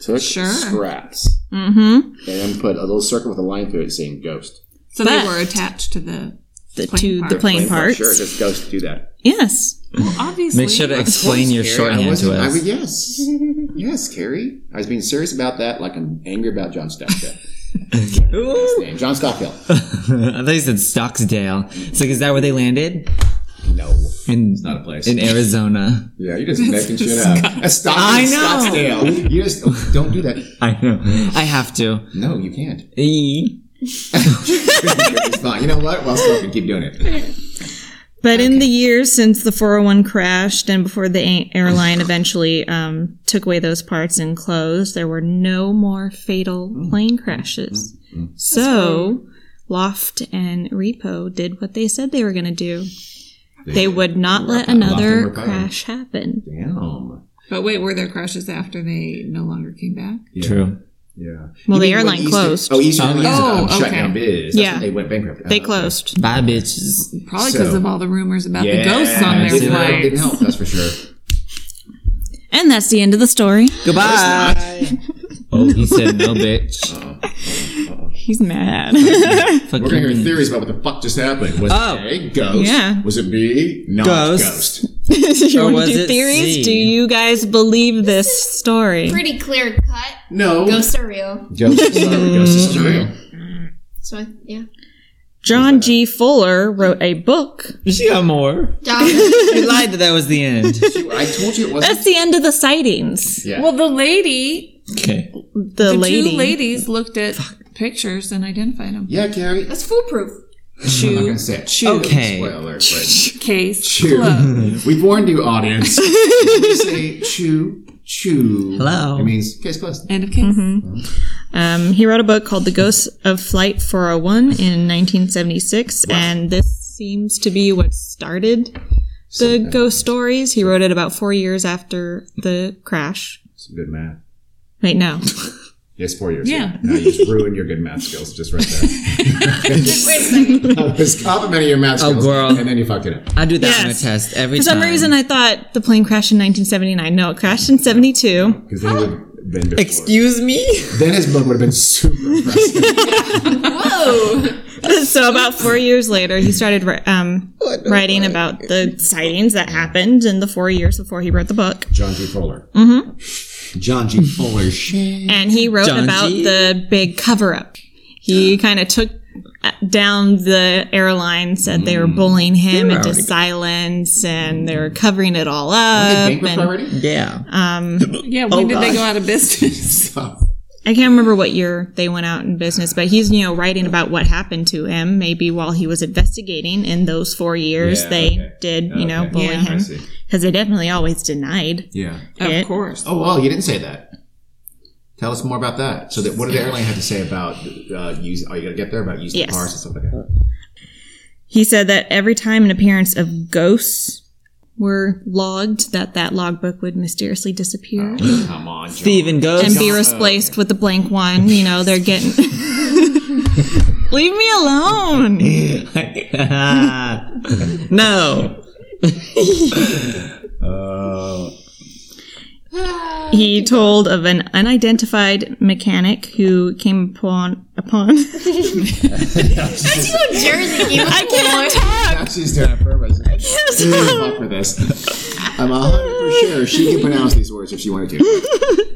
[SPEAKER 4] Took
[SPEAKER 1] Sure.
[SPEAKER 4] scraps. Mm-hmm. And then put a little circle with a line through it saying ghost.
[SPEAKER 1] So they
[SPEAKER 5] But-
[SPEAKER 1] were attached to the
[SPEAKER 5] The,
[SPEAKER 1] Plane
[SPEAKER 5] to the
[SPEAKER 1] parts.
[SPEAKER 5] plane parts.
[SPEAKER 7] Sure, just ghosts do that.
[SPEAKER 5] Yes.
[SPEAKER 1] obviously.
[SPEAKER 3] Make sure to explain your
[SPEAKER 4] I
[SPEAKER 3] shorthand
[SPEAKER 4] wasn't.
[SPEAKER 3] to
[SPEAKER 4] I was,
[SPEAKER 3] us.
[SPEAKER 4] yes. yes, Carrie. I was being serious about that, like I'm angry about John [laughs] Stockdale.
[SPEAKER 3] Ooh.
[SPEAKER 4] Name, John Stockdale.
[SPEAKER 3] I thought you said Stocksdale. It's like, is that where they landed?
[SPEAKER 4] No.
[SPEAKER 3] in
[SPEAKER 4] It's not a place.
[SPEAKER 3] in
[SPEAKER 4] [laughs]
[SPEAKER 3] Arizona.
[SPEAKER 4] yeah, you're just making shit up. That's Scott-
[SPEAKER 3] I know.
[SPEAKER 4] Scottsdale. You just don't do that.
[SPEAKER 3] I know. I have to.
[SPEAKER 4] No, you can't.
[SPEAKER 3] E.
[SPEAKER 4] It's fine. You know what? Well, still, keep doing it.
[SPEAKER 5] But in the years since the 401 crashed and before the a- [sighs] airline eventually um, took away those parts and closed, there were no more fatal plane crashes. So Loft and Repo did what they said they were going to do. They would not let
[SPEAKER 4] Loft and
[SPEAKER 5] another
[SPEAKER 4] Repo.
[SPEAKER 5] crash happen.
[SPEAKER 4] Damn.
[SPEAKER 1] But wait, were there crashes after they no longer came back?
[SPEAKER 4] Yeah.
[SPEAKER 3] True.
[SPEAKER 4] Yeah.
[SPEAKER 5] Well,
[SPEAKER 4] mean
[SPEAKER 5] the
[SPEAKER 4] when
[SPEAKER 5] airline
[SPEAKER 4] Eastern-
[SPEAKER 5] closed.
[SPEAKER 4] Oh, Eastern Airlines
[SPEAKER 1] Oh,
[SPEAKER 4] um, shut
[SPEAKER 1] okay.
[SPEAKER 4] down biz. That's
[SPEAKER 5] Yeah.
[SPEAKER 4] when they went bankrupt.
[SPEAKER 5] They
[SPEAKER 4] Oh,
[SPEAKER 5] closed.
[SPEAKER 3] Bye, bitches.
[SPEAKER 1] Probably because
[SPEAKER 4] So-
[SPEAKER 1] of all the rumors about
[SPEAKER 4] Yeah.
[SPEAKER 1] the ghosts on
[SPEAKER 4] Didn't help-
[SPEAKER 1] their
[SPEAKER 4] Didn't
[SPEAKER 1] flights.
[SPEAKER 4] help. That's for sure.
[SPEAKER 5] And that's the end of the story.
[SPEAKER 3] Goodbye. [laughs] oh, he said no, bitch.
[SPEAKER 5] He's mad.
[SPEAKER 4] [laughs]
[SPEAKER 3] Fuck
[SPEAKER 4] We're gonna
[SPEAKER 3] you.
[SPEAKER 4] hear theories about what the fuck just happened. Was
[SPEAKER 3] Oh.
[SPEAKER 4] it A ghost?
[SPEAKER 5] Yeah.
[SPEAKER 4] Was it B not
[SPEAKER 3] Ghost.
[SPEAKER 4] ghost?
[SPEAKER 5] you [laughs]
[SPEAKER 3] Or
[SPEAKER 5] want
[SPEAKER 3] was
[SPEAKER 5] to do
[SPEAKER 3] it
[SPEAKER 5] theories?
[SPEAKER 3] C?
[SPEAKER 5] Do you guys believe this story?
[SPEAKER 6] Pretty clear cut.
[SPEAKER 4] No.
[SPEAKER 6] Ghosts are real.
[SPEAKER 4] Ghost is real. [laughs] Ghost is real.
[SPEAKER 6] So I- yeah.
[SPEAKER 5] John G. Fuller wrote a book.
[SPEAKER 3] She got more.
[SPEAKER 4] [laughs]
[SPEAKER 6] Dog.
[SPEAKER 3] She lied that that was the end.
[SPEAKER 4] She- I told you it wasn't.
[SPEAKER 5] That's the end of the sightings.
[SPEAKER 4] Yeah.
[SPEAKER 1] Well, the lady,
[SPEAKER 3] Okay.
[SPEAKER 5] The,
[SPEAKER 1] the
[SPEAKER 5] lady.
[SPEAKER 1] two ladies looked at pictures and identified them.
[SPEAKER 4] yeah, Carrie.
[SPEAKER 6] That's foolproof.
[SPEAKER 4] I'm not gonna say it.
[SPEAKER 1] Chew.
[SPEAKER 3] Okay.
[SPEAKER 4] Spoiler alert, but
[SPEAKER 1] Case closed.
[SPEAKER 4] [laughs] chew. We've warned you, audience. when you say chew, chew.
[SPEAKER 3] Hello.
[SPEAKER 4] It means case closed.
[SPEAKER 1] End of case.
[SPEAKER 5] Mm-hmm. Um, he wrote a book called The Ghosts of Flight 401 in 1976, and this seems to be what started the ghost stories. He wrote it about four years after the crash.
[SPEAKER 4] Some good math.
[SPEAKER 5] Wait, no.
[SPEAKER 4] Yes, four years.
[SPEAKER 1] Yeah.
[SPEAKER 4] Now you just ruined your good math skills just right there. [laughs] I was complimenting your math skills.
[SPEAKER 3] girl.
[SPEAKER 4] And then you fucked it up.
[SPEAKER 3] I do that on a
[SPEAKER 5] Yes.
[SPEAKER 3] test every
[SPEAKER 5] For
[SPEAKER 3] time.
[SPEAKER 5] some reason, I thought the plane crashed in 1979. No, it crashed in 72.
[SPEAKER 4] Because then it would have been before.
[SPEAKER 3] Excuse me?
[SPEAKER 4] [laughs] Then his book would have been super impressive.
[SPEAKER 5] [laughs]
[SPEAKER 4] [laughs]
[SPEAKER 5] so about four years later, he started ri- um, writing about the sightings that happened in the four years before he wrote the book.
[SPEAKER 4] John G. Fuller. Mm-hmm. John G. Fuller. Shit.
[SPEAKER 5] and he wrote
[SPEAKER 3] John
[SPEAKER 5] about
[SPEAKER 3] G.
[SPEAKER 5] the big cover up. He kind of took uh, down the airline, said they were
[SPEAKER 3] Hmm.
[SPEAKER 5] bullying him
[SPEAKER 3] They were
[SPEAKER 5] into
[SPEAKER 3] already-
[SPEAKER 5] silence, and they were covering it all up.
[SPEAKER 4] Bankrupt
[SPEAKER 5] And
[SPEAKER 4] already?
[SPEAKER 3] Yeah.
[SPEAKER 1] Yeah,
[SPEAKER 5] Oh,
[SPEAKER 1] when did they go out of business?
[SPEAKER 5] I can't remember what year they went out in business, but he's you know writing about what happened to him. Maybe while he was investigating in those four years,
[SPEAKER 4] Yeah,
[SPEAKER 5] they
[SPEAKER 4] okay.
[SPEAKER 5] did you know
[SPEAKER 4] Okay.
[SPEAKER 5] bully
[SPEAKER 1] Yeah.
[SPEAKER 5] him because they definitely always denied.
[SPEAKER 4] Yeah.
[SPEAKER 1] of
[SPEAKER 5] [laughs] It-
[SPEAKER 1] course.
[SPEAKER 4] Oh, well, you didn't say that. Tell us more about that. So, that what did the airline have to say about uh, use? Are you gonna get there about using
[SPEAKER 5] Yes.
[SPEAKER 4] the cars and stuff like that?
[SPEAKER 5] He said that every time an appearance of ghosts were logged, that that logbook would mysteriously disappear.
[SPEAKER 4] Come on, John.
[SPEAKER 3] Steven goes.
[SPEAKER 5] and
[SPEAKER 4] Oh.
[SPEAKER 5] be replaced with the blank one. You know, they're getting. [laughs] Leave me
[SPEAKER 4] [laughs]
[SPEAKER 5] alone.
[SPEAKER 3] [laughs]
[SPEAKER 5] [laughs]
[SPEAKER 3] no.
[SPEAKER 4] Uh,
[SPEAKER 5] He told of an unidentified mechanic who came upon upon. [laughs]
[SPEAKER 6] Jersey. You
[SPEAKER 5] I can't talk.
[SPEAKER 4] That's just doing it on purpose. I can't talk for this. I'm a hundred percent sure she could pronounce these words if she wanted
[SPEAKER 5] Hmm.
[SPEAKER 4] to.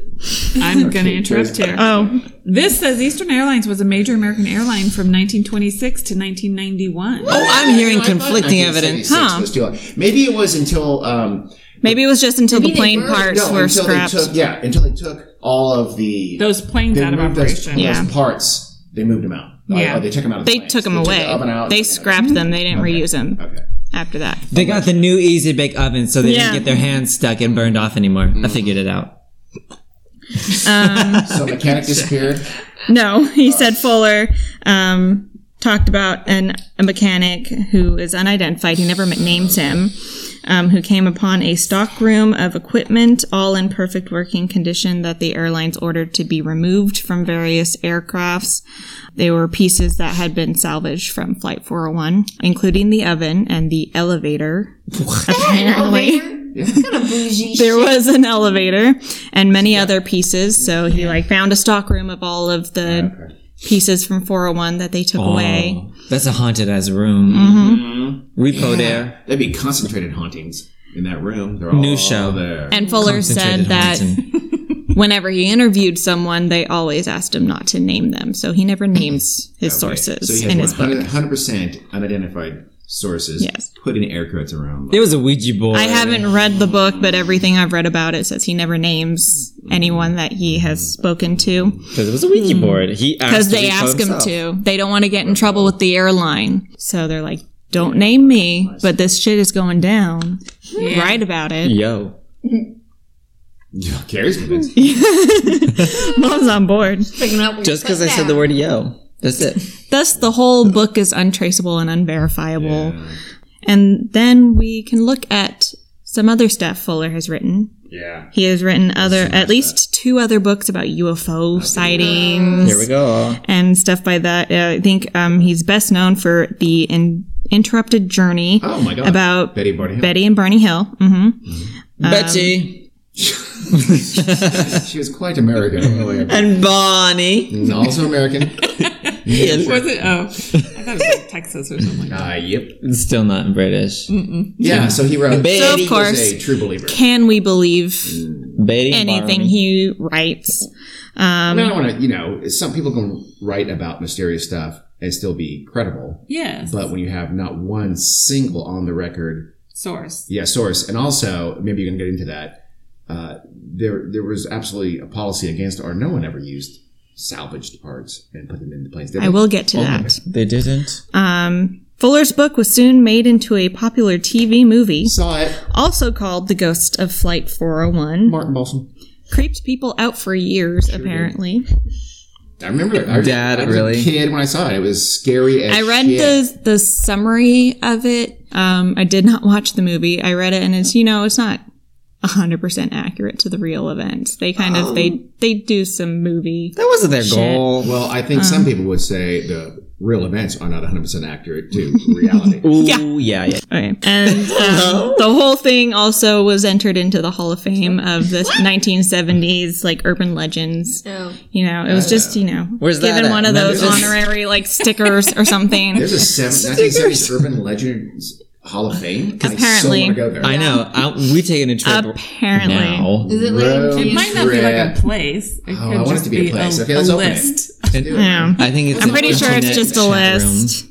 [SPEAKER 1] I'm going to interrupt here. Um,
[SPEAKER 5] Oh,
[SPEAKER 1] This says Eastern Airlines was a major American airline from 1926 to 1991.
[SPEAKER 3] [laughs] Oh, I'm hearing
[SPEAKER 4] I thought
[SPEAKER 3] conflicting
[SPEAKER 4] 1976
[SPEAKER 3] evidence.
[SPEAKER 5] Huh.
[SPEAKER 4] was too long. Maybe it was until um,
[SPEAKER 5] maybe it was just until the
[SPEAKER 6] they
[SPEAKER 5] plane
[SPEAKER 6] were-
[SPEAKER 5] parts
[SPEAKER 4] no,
[SPEAKER 5] were
[SPEAKER 4] until
[SPEAKER 5] scrapped.
[SPEAKER 4] they took yeah until they took all of the
[SPEAKER 1] Those planes
[SPEAKER 4] they
[SPEAKER 1] out of
[SPEAKER 4] moved those-
[SPEAKER 1] operation.
[SPEAKER 4] Those,
[SPEAKER 5] Yeah.
[SPEAKER 4] parts they moved them out.
[SPEAKER 1] Yeah.
[SPEAKER 4] Oh, they took them out. Of the
[SPEAKER 5] they
[SPEAKER 4] planes.
[SPEAKER 5] took them
[SPEAKER 4] the oven
[SPEAKER 5] away.
[SPEAKER 4] out.
[SPEAKER 5] They scrapped them. They didn't reuse them
[SPEAKER 4] Okay.
[SPEAKER 5] after that.
[SPEAKER 3] They got the new Easy Bake Oven, so they
[SPEAKER 5] Yeah.
[SPEAKER 3] didn't get their hands stuck and burned off anymore. I figured it out.
[SPEAKER 4] So mechanic disappeared.
[SPEAKER 5] No, he said Fuller um, talked about an, a mechanic who is unidentified. He never names him, um, who came upon a stockroom of equipment, all in perfect working condition, that the airlines ordered to be removed from various aircrafts. They were pieces that had been salvaged from Flight 401, including the oven and the elevator. Apparently. There was an elevator and many other pieces. So he like found a stockroom of all of the pieces from 401 that they took away.
[SPEAKER 3] Oh, that's a haunted ass room.
[SPEAKER 5] Mm-hmm.
[SPEAKER 3] Mm-hmm. Repo there.
[SPEAKER 4] That'd be concentrated hauntings in that room. They're all
[SPEAKER 3] New show.
[SPEAKER 4] there.
[SPEAKER 5] And Fuller said
[SPEAKER 3] Concentrated
[SPEAKER 5] that
[SPEAKER 3] haunting.
[SPEAKER 5] [laughs] whenever he interviewed someone, they always asked him
[SPEAKER 4] [coughs]
[SPEAKER 5] not to name them. So he never names his sources
[SPEAKER 4] so he
[SPEAKER 5] in his
[SPEAKER 4] has
[SPEAKER 5] book.
[SPEAKER 4] 100 percent unidentified sources
[SPEAKER 5] Yes.
[SPEAKER 4] put in air quotes around. [laughs]
[SPEAKER 3] It was a Ouija board.
[SPEAKER 5] I haven't read the book, but everything I've read about it says he never names
[SPEAKER 4] Mm.
[SPEAKER 5] anyone that he has spoken to
[SPEAKER 3] because it was a Ouija board. He asked
[SPEAKER 5] because Hmm. they
[SPEAKER 3] to be
[SPEAKER 5] ask him
[SPEAKER 3] himself.
[SPEAKER 5] to. They don't want to get in trouble with the airline, so they're like, "Don't name me, but this shit is going down. Write about it."
[SPEAKER 3] Yo,
[SPEAKER 4] Yeah, Carrie's convinced.
[SPEAKER 5] Mom's on board.
[SPEAKER 6] Picking up
[SPEAKER 3] just because I said the word yo, that's
[SPEAKER 5] [laughs]
[SPEAKER 3] it.
[SPEAKER 5] Thus, the whole book is untraceable and unverifiable.
[SPEAKER 4] Yeah.
[SPEAKER 5] And then we can look at some other stuff Fuller has written.
[SPEAKER 4] yeah.
[SPEAKER 5] He has written other, at least two other books about UFO sightings.
[SPEAKER 3] Here we go.
[SPEAKER 5] and stuff by that. Uh, I think um, he's best known for the in- interrupted journey
[SPEAKER 4] Oh my god.
[SPEAKER 5] about
[SPEAKER 4] Betty Barney.
[SPEAKER 5] Betty and Barney Hill. hmm
[SPEAKER 3] Betty
[SPEAKER 4] She was quite American. I don't know why.
[SPEAKER 3] and Bonnie.
[SPEAKER 4] And also American.
[SPEAKER 1] Was it? Oh, I thought it was like Texas
[SPEAKER 4] [laughs]
[SPEAKER 1] or something.
[SPEAKER 4] Uh, yep.
[SPEAKER 3] [laughs] It's still not British.
[SPEAKER 5] Mm.
[SPEAKER 4] Yeah. So he wrote.
[SPEAKER 3] Betty
[SPEAKER 5] So of
[SPEAKER 3] was
[SPEAKER 5] course,
[SPEAKER 4] He's a true believer.
[SPEAKER 5] can we believe
[SPEAKER 3] Betty and
[SPEAKER 5] anything
[SPEAKER 3] Barney.
[SPEAKER 5] he writes? um,
[SPEAKER 4] I don't want to. You know, some people can write about mysterious stuff and still be credible,
[SPEAKER 1] Yeah.
[SPEAKER 4] but when you have not one single on the record
[SPEAKER 1] Source.
[SPEAKER 4] Yeah, source, and also maybe you can get into that. Uh, there, there was absolutely a policy against, or no one ever used salvaged parts and put them in the planes. did
[SPEAKER 5] I
[SPEAKER 4] they?
[SPEAKER 5] will get to
[SPEAKER 4] Oh,
[SPEAKER 5] that.
[SPEAKER 3] They didn't.
[SPEAKER 5] Um, Fuller's book was soon made into a popular TV movie,
[SPEAKER 4] Saw it,
[SPEAKER 5] also called The Ghost of Flight 401.
[SPEAKER 4] Martin Balsam.
[SPEAKER 5] Creeped people out for years, apparently.
[SPEAKER 4] I remember it. I was-
[SPEAKER 3] Dad,
[SPEAKER 4] I was
[SPEAKER 3] really?
[SPEAKER 4] a kid when I saw it. It was scary. As
[SPEAKER 5] I read
[SPEAKER 4] shit.
[SPEAKER 5] the the summary of it. Um, I did not watch the movie. I read it, and it's you know it's not hundred percent accurate to the real events. They kind of they they do some movie.
[SPEAKER 3] That wasn't their goal.
[SPEAKER 4] Well, I think
[SPEAKER 5] Um.
[SPEAKER 4] some people would say the real events are not 100 percent accurate to
[SPEAKER 5] [laughs]
[SPEAKER 4] reality.
[SPEAKER 3] Ooh,
[SPEAKER 5] Yeah.
[SPEAKER 3] yeah, yeah.
[SPEAKER 5] Okay.
[SPEAKER 3] [laughs]
[SPEAKER 5] And um, the whole thing also was entered into the Hall of Fame of the 1970s like urban legends. You know, it was just you know
[SPEAKER 3] Where's that
[SPEAKER 5] given
[SPEAKER 3] at?
[SPEAKER 5] one of
[SPEAKER 3] No,
[SPEAKER 5] those
[SPEAKER 3] there's-
[SPEAKER 5] honorary like stickers or something.
[SPEAKER 4] There's a seven, 1970s urban legends hall of fame. and I so
[SPEAKER 5] Apparently.
[SPEAKER 4] want to go there.
[SPEAKER 3] I know. I, we taking a trip
[SPEAKER 5] Apparently.
[SPEAKER 3] now.
[SPEAKER 6] Is it
[SPEAKER 4] Road
[SPEAKER 6] like
[SPEAKER 1] It might not be like a
[SPEAKER 4] trip.
[SPEAKER 1] place. It
[SPEAKER 4] Oh, I
[SPEAKER 1] could
[SPEAKER 4] want it
[SPEAKER 1] just
[SPEAKER 4] to be a place. Okay, let's open it.
[SPEAKER 1] list.
[SPEAKER 5] Yeah.
[SPEAKER 3] I think it's.
[SPEAKER 5] I'm
[SPEAKER 3] an
[SPEAKER 5] pretty sure it's
[SPEAKER 3] internet
[SPEAKER 5] just a
[SPEAKER 3] chat
[SPEAKER 5] list.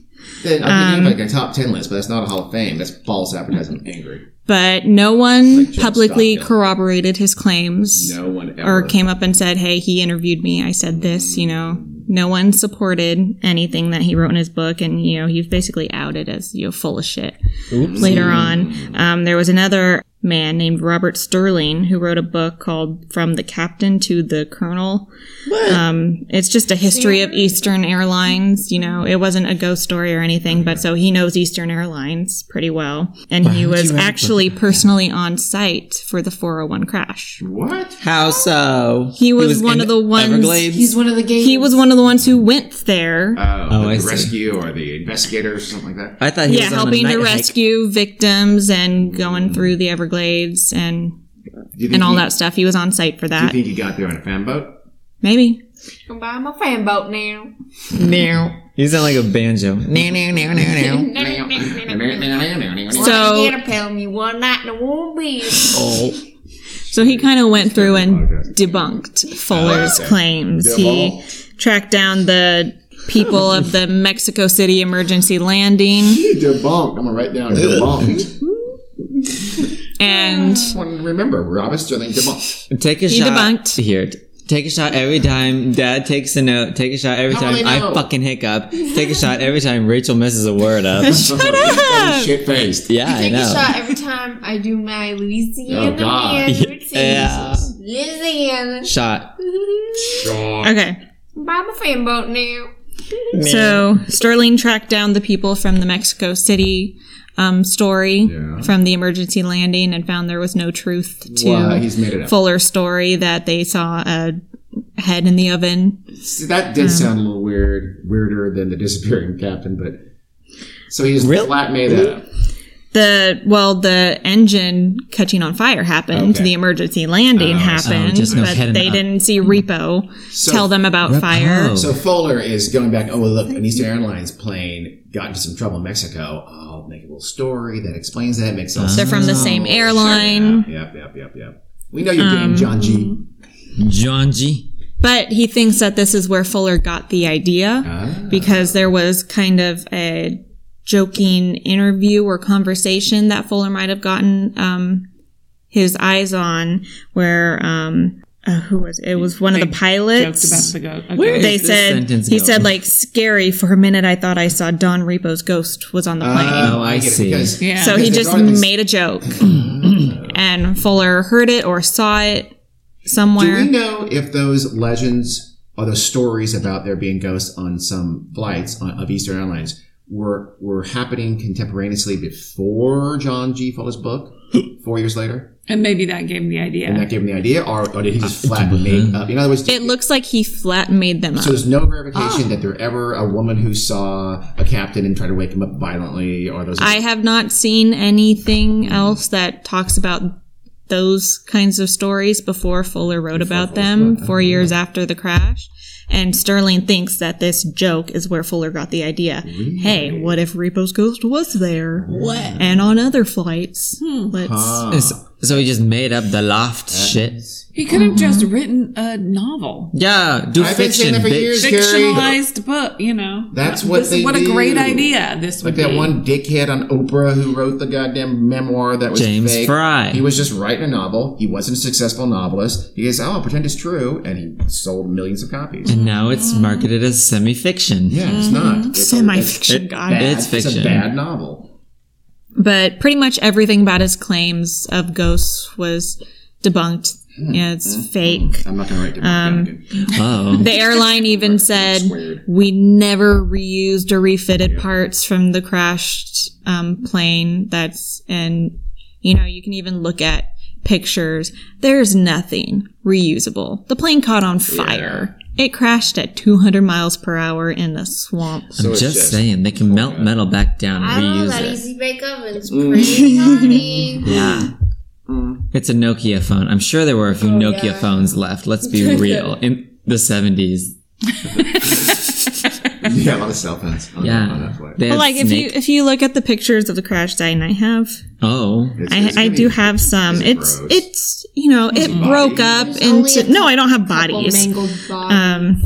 [SPEAKER 4] Then I can do
[SPEAKER 5] Um.
[SPEAKER 4] like a top ten list, but that's not a Hall of Fame. That's false advertising. I'm angry.
[SPEAKER 5] but no one
[SPEAKER 4] Jill
[SPEAKER 5] publicly
[SPEAKER 4] Scott, yeah.
[SPEAKER 5] corroborated his claims
[SPEAKER 4] No one
[SPEAKER 5] or
[SPEAKER 4] ever.
[SPEAKER 5] came up and said, "Hey, he interviewed me. I said this." You know, no one supported anything that he wrote in his book, and you know, he was basically outed as you know full of shit. Later
[SPEAKER 3] Mm-hmm.
[SPEAKER 5] on, um, there was another man named Robert Sterling who wrote a book called "From the Captain to the Colonel." Um, it's just a history of Eastern Airlines. You know, it wasn't a ghost story or anything, but so he knows Eastern Airlines pretty well, and
[SPEAKER 3] [laughs]
[SPEAKER 5] he was actually personally on site for the 401 crash.
[SPEAKER 4] what?
[SPEAKER 3] How so?
[SPEAKER 5] He was one
[SPEAKER 3] in
[SPEAKER 5] of the ones-
[SPEAKER 3] Everglades?
[SPEAKER 6] He's one of the games.
[SPEAKER 5] He was one of the ones who went there.
[SPEAKER 4] Oh,
[SPEAKER 3] Oh,
[SPEAKER 4] the
[SPEAKER 3] I see.
[SPEAKER 4] rescue or the investigators or something like that.
[SPEAKER 3] I thought he
[SPEAKER 5] yeah,
[SPEAKER 3] was on
[SPEAKER 5] helping
[SPEAKER 3] a night
[SPEAKER 5] to
[SPEAKER 3] hike.
[SPEAKER 5] rescue victims and going through the Everglades and
[SPEAKER 4] Do you think
[SPEAKER 5] and all
[SPEAKER 4] he-
[SPEAKER 5] that stuff. He was on site for
[SPEAKER 4] Do you
[SPEAKER 5] that.
[SPEAKER 4] think he got there on a fan boat?
[SPEAKER 5] Maybe.
[SPEAKER 6] I'm buying my fan boat now.
[SPEAKER 3] You sound like a banjo. Nah, nah, nah, nah, nah.
[SPEAKER 6] Wanna
[SPEAKER 5] So
[SPEAKER 6] get a pill me one night and a warm beer.
[SPEAKER 5] [laughs] so he kind of went through and debunked Fuller's claims. He tracked down the people of the Mexico City emergency landing
[SPEAKER 4] Debunked. I'm gonna write down debunked. [laughs]
[SPEAKER 5] and
[SPEAKER 4] One remember, Robert Sterling debunked.
[SPEAKER 3] Take a
[SPEAKER 5] He
[SPEAKER 3] shot.
[SPEAKER 5] debunked.
[SPEAKER 3] Here. t- Take a shot every time dad takes a note. Take a shot every
[SPEAKER 4] How will they
[SPEAKER 3] time I
[SPEAKER 4] know?
[SPEAKER 3] fucking hiccup. Take a shot every time Rachel messes a word up.
[SPEAKER 5] shut up.
[SPEAKER 4] Shit faced.
[SPEAKER 3] [laughs] yeah, I
[SPEAKER 6] Take a
[SPEAKER 3] know.
[SPEAKER 6] shot every time I do my Louisiana
[SPEAKER 4] Oh, God.
[SPEAKER 3] [laughs]
[SPEAKER 6] man routine.
[SPEAKER 3] Yeah.
[SPEAKER 6] Louisiana. [laughs]
[SPEAKER 3] Shot.
[SPEAKER 5] Okay.
[SPEAKER 6] Buy my fan boat now.
[SPEAKER 5] So Sterling tracked down the people from the Mexico City um, story
[SPEAKER 4] Yeah.
[SPEAKER 5] from the emergency landing and found there was no truth to
[SPEAKER 4] Well, he's made it up.
[SPEAKER 5] Fuller's story that they saw a head in the oven.
[SPEAKER 4] See, that did sound a little weird, weirder than the disappearing captain, but so he's
[SPEAKER 3] Really?
[SPEAKER 4] flat made that up.
[SPEAKER 5] The well, the engine catching on fire happened.
[SPEAKER 4] Okay.
[SPEAKER 5] The emergency landing happened,
[SPEAKER 3] just no
[SPEAKER 5] but
[SPEAKER 3] head in
[SPEAKER 5] they
[SPEAKER 3] the-
[SPEAKER 5] didn't see Repo
[SPEAKER 4] So-
[SPEAKER 5] tell them about fire.
[SPEAKER 3] Oh.
[SPEAKER 4] So Fuller is going back. Oh, well, look, an Eastern Airlines plane got into some trouble in Mexico. I'll make a little story that explains that. Makes sense.
[SPEAKER 5] They're from the same airline.
[SPEAKER 4] Yep, yep, yep, yep. We know your game, John G.
[SPEAKER 3] John G.
[SPEAKER 5] But he thinks that this is where Fuller got the idea because there was kind of a joking interview or conversation that Fuller might have gotten um, his eyes on, where um, uh, who was it? it was one of the pilots.
[SPEAKER 1] Joked about the go- a
[SPEAKER 3] Where
[SPEAKER 1] ghost.
[SPEAKER 3] is
[SPEAKER 5] they
[SPEAKER 3] this
[SPEAKER 5] said
[SPEAKER 3] sentence
[SPEAKER 5] he
[SPEAKER 3] go?
[SPEAKER 5] said like scary for a minute. I thought I saw Don Repo's ghost was on the plane.
[SPEAKER 3] Oh, I see.
[SPEAKER 4] Because
[SPEAKER 1] yeah.
[SPEAKER 5] So he
[SPEAKER 4] Because
[SPEAKER 5] just
[SPEAKER 4] they brought him-
[SPEAKER 5] made a joke, and Fuller heard it or saw it
[SPEAKER 4] do we
[SPEAKER 5] somewhere.
[SPEAKER 4] know if those legends or those stories about there being ghosts on some flights on, of Eastern Airlines were were happening contemporaneously before John G. Fuller's
[SPEAKER 5] [gasps]
[SPEAKER 4] book, four years later,
[SPEAKER 1] and maybe that gave him the idea.
[SPEAKER 4] and that gave him the idea, or, or did he just
[SPEAKER 5] [laughs]
[SPEAKER 4] flat make up? In other words,
[SPEAKER 5] Ah, It Ah. looks like he flat made them up.
[SPEAKER 4] So there's no verification that there ever a woman who saw a captain and tried to wake him up violently, or those.
[SPEAKER 5] I have not seen anything else that talks about those kinds of stories before Fuller wrote about them four years after the crash. And Sterling thinks that this joke is where Fuller got the idea. Hey, what if Repo's ghost was there? What? And on other flights. Let's.
[SPEAKER 3] So, so he just made up the loft shit.
[SPEAKER 1] He could have
[SPEAKER 4] Mm-hmm.
[SPEAKER 1] just written a novel,
[SPEAKER 3] Yeah, do
[SPEAKER 4] I've been saying
[SPEAKER 3] fiction,
[SPEAKER 4] that for
[SPEAKER 3] bitch.
[SPEAKER 4] years. Scary.
[SPEAKER 1] fictionalized book. You know,
[SPEAKER 4] That's what
[SPEAKER 1] This,
[SPEAKER 4] they
[SPEAKER 1] what a great
[SPEAKER 4] do.
[SPEAKER 1] idea this
[SPEAKER 4] Like
[SPEAKER 1] would
[SPEAKER 4] that
[SPEAKER 3] Mm-hmm.
[SPEAKER 1] be.
[SPEAKER 4] one dickhead on Oprah who wrote the goddamn memoir that was
[SPEAKER 3] James
[SPEAKER 4] fake.
[SPEAKER 3] Fry.
[SPEAKER 4] He was just writing a novel. He wasn't a successful novelist. He goes, "Oh, I'll pretend it's true," and he sold millions of copies.
[SPEAKER 3] And now it's marketed as semi-fiction.
[SPEAKER 4] yeah, it's not It's-
[SPEAKER 5] Semi
[SPEAKER 3] It-
[SPEAKER 5] fiction, God.
[SPEAKER 3] it's
[SPEAKER 4] It's
[SPEAKER 3] fiction.
[SPEAKER 4] a bad novel.
[SPEAKER 5] but pretty much everything about his claims of ghosts was debunked. Yeah, it's fake.
[SPEAKER 10] I'm not going to
[SPEAKER 3] Um,
[SPEAKER 10] write down.
[SPEAKER 3] Oh,
[SPEAKER 5] The airline even said we never reused or refitted parts from the crashed um, plane. That's and you know you can even look at pictures. There's nothing reusable. The plane caught on fire. It crashed at 200 miles per hour in a swamp.
[SPEAKER 3] I'm just, saying they can melt metal back down
[SPEAKER 2] I
[SPEAKER 3] and
[SPEAKER 2] don't know,
[SPEAKER 3] reuse
[SPEAKER 2] that
[SPEAKER 3] it. Mm.
[SPEAKER 2] easy bake oven's
[SPEAKER 3] [laughs]
[SPEAKER 2] pretty hardy.
[SPEAKER 3] Yeah. It's a Nokia phone. I'm sure there were a few Nokia phones left. Let's be real. In the 70s.
[SPEAKER 4] [laughs]
[SPEAKER 10] [laughs]
[SPEAKER 4] Yeah, a lot of cell phones. On,
[SPEAKER 3] [laughs] Yeah.
[SPEAKER 4] on that flight.
[SPEAKER 3] They had
[SPEAKER 5] But like if you
[SPEAKER 3] snake-
[SPEAKER 5] if you look at the pictures of the crash site, and I have
[SPEAKER 3] Oh.
[SPEAKER 5] I, I do have some. It's
[SPEAKER 4] gross?
[SPEAKER 5] it's you know it broke up into no I don't have bodies.
[SPEAKER 6] mangled body.
[SPEAKER 5] Um,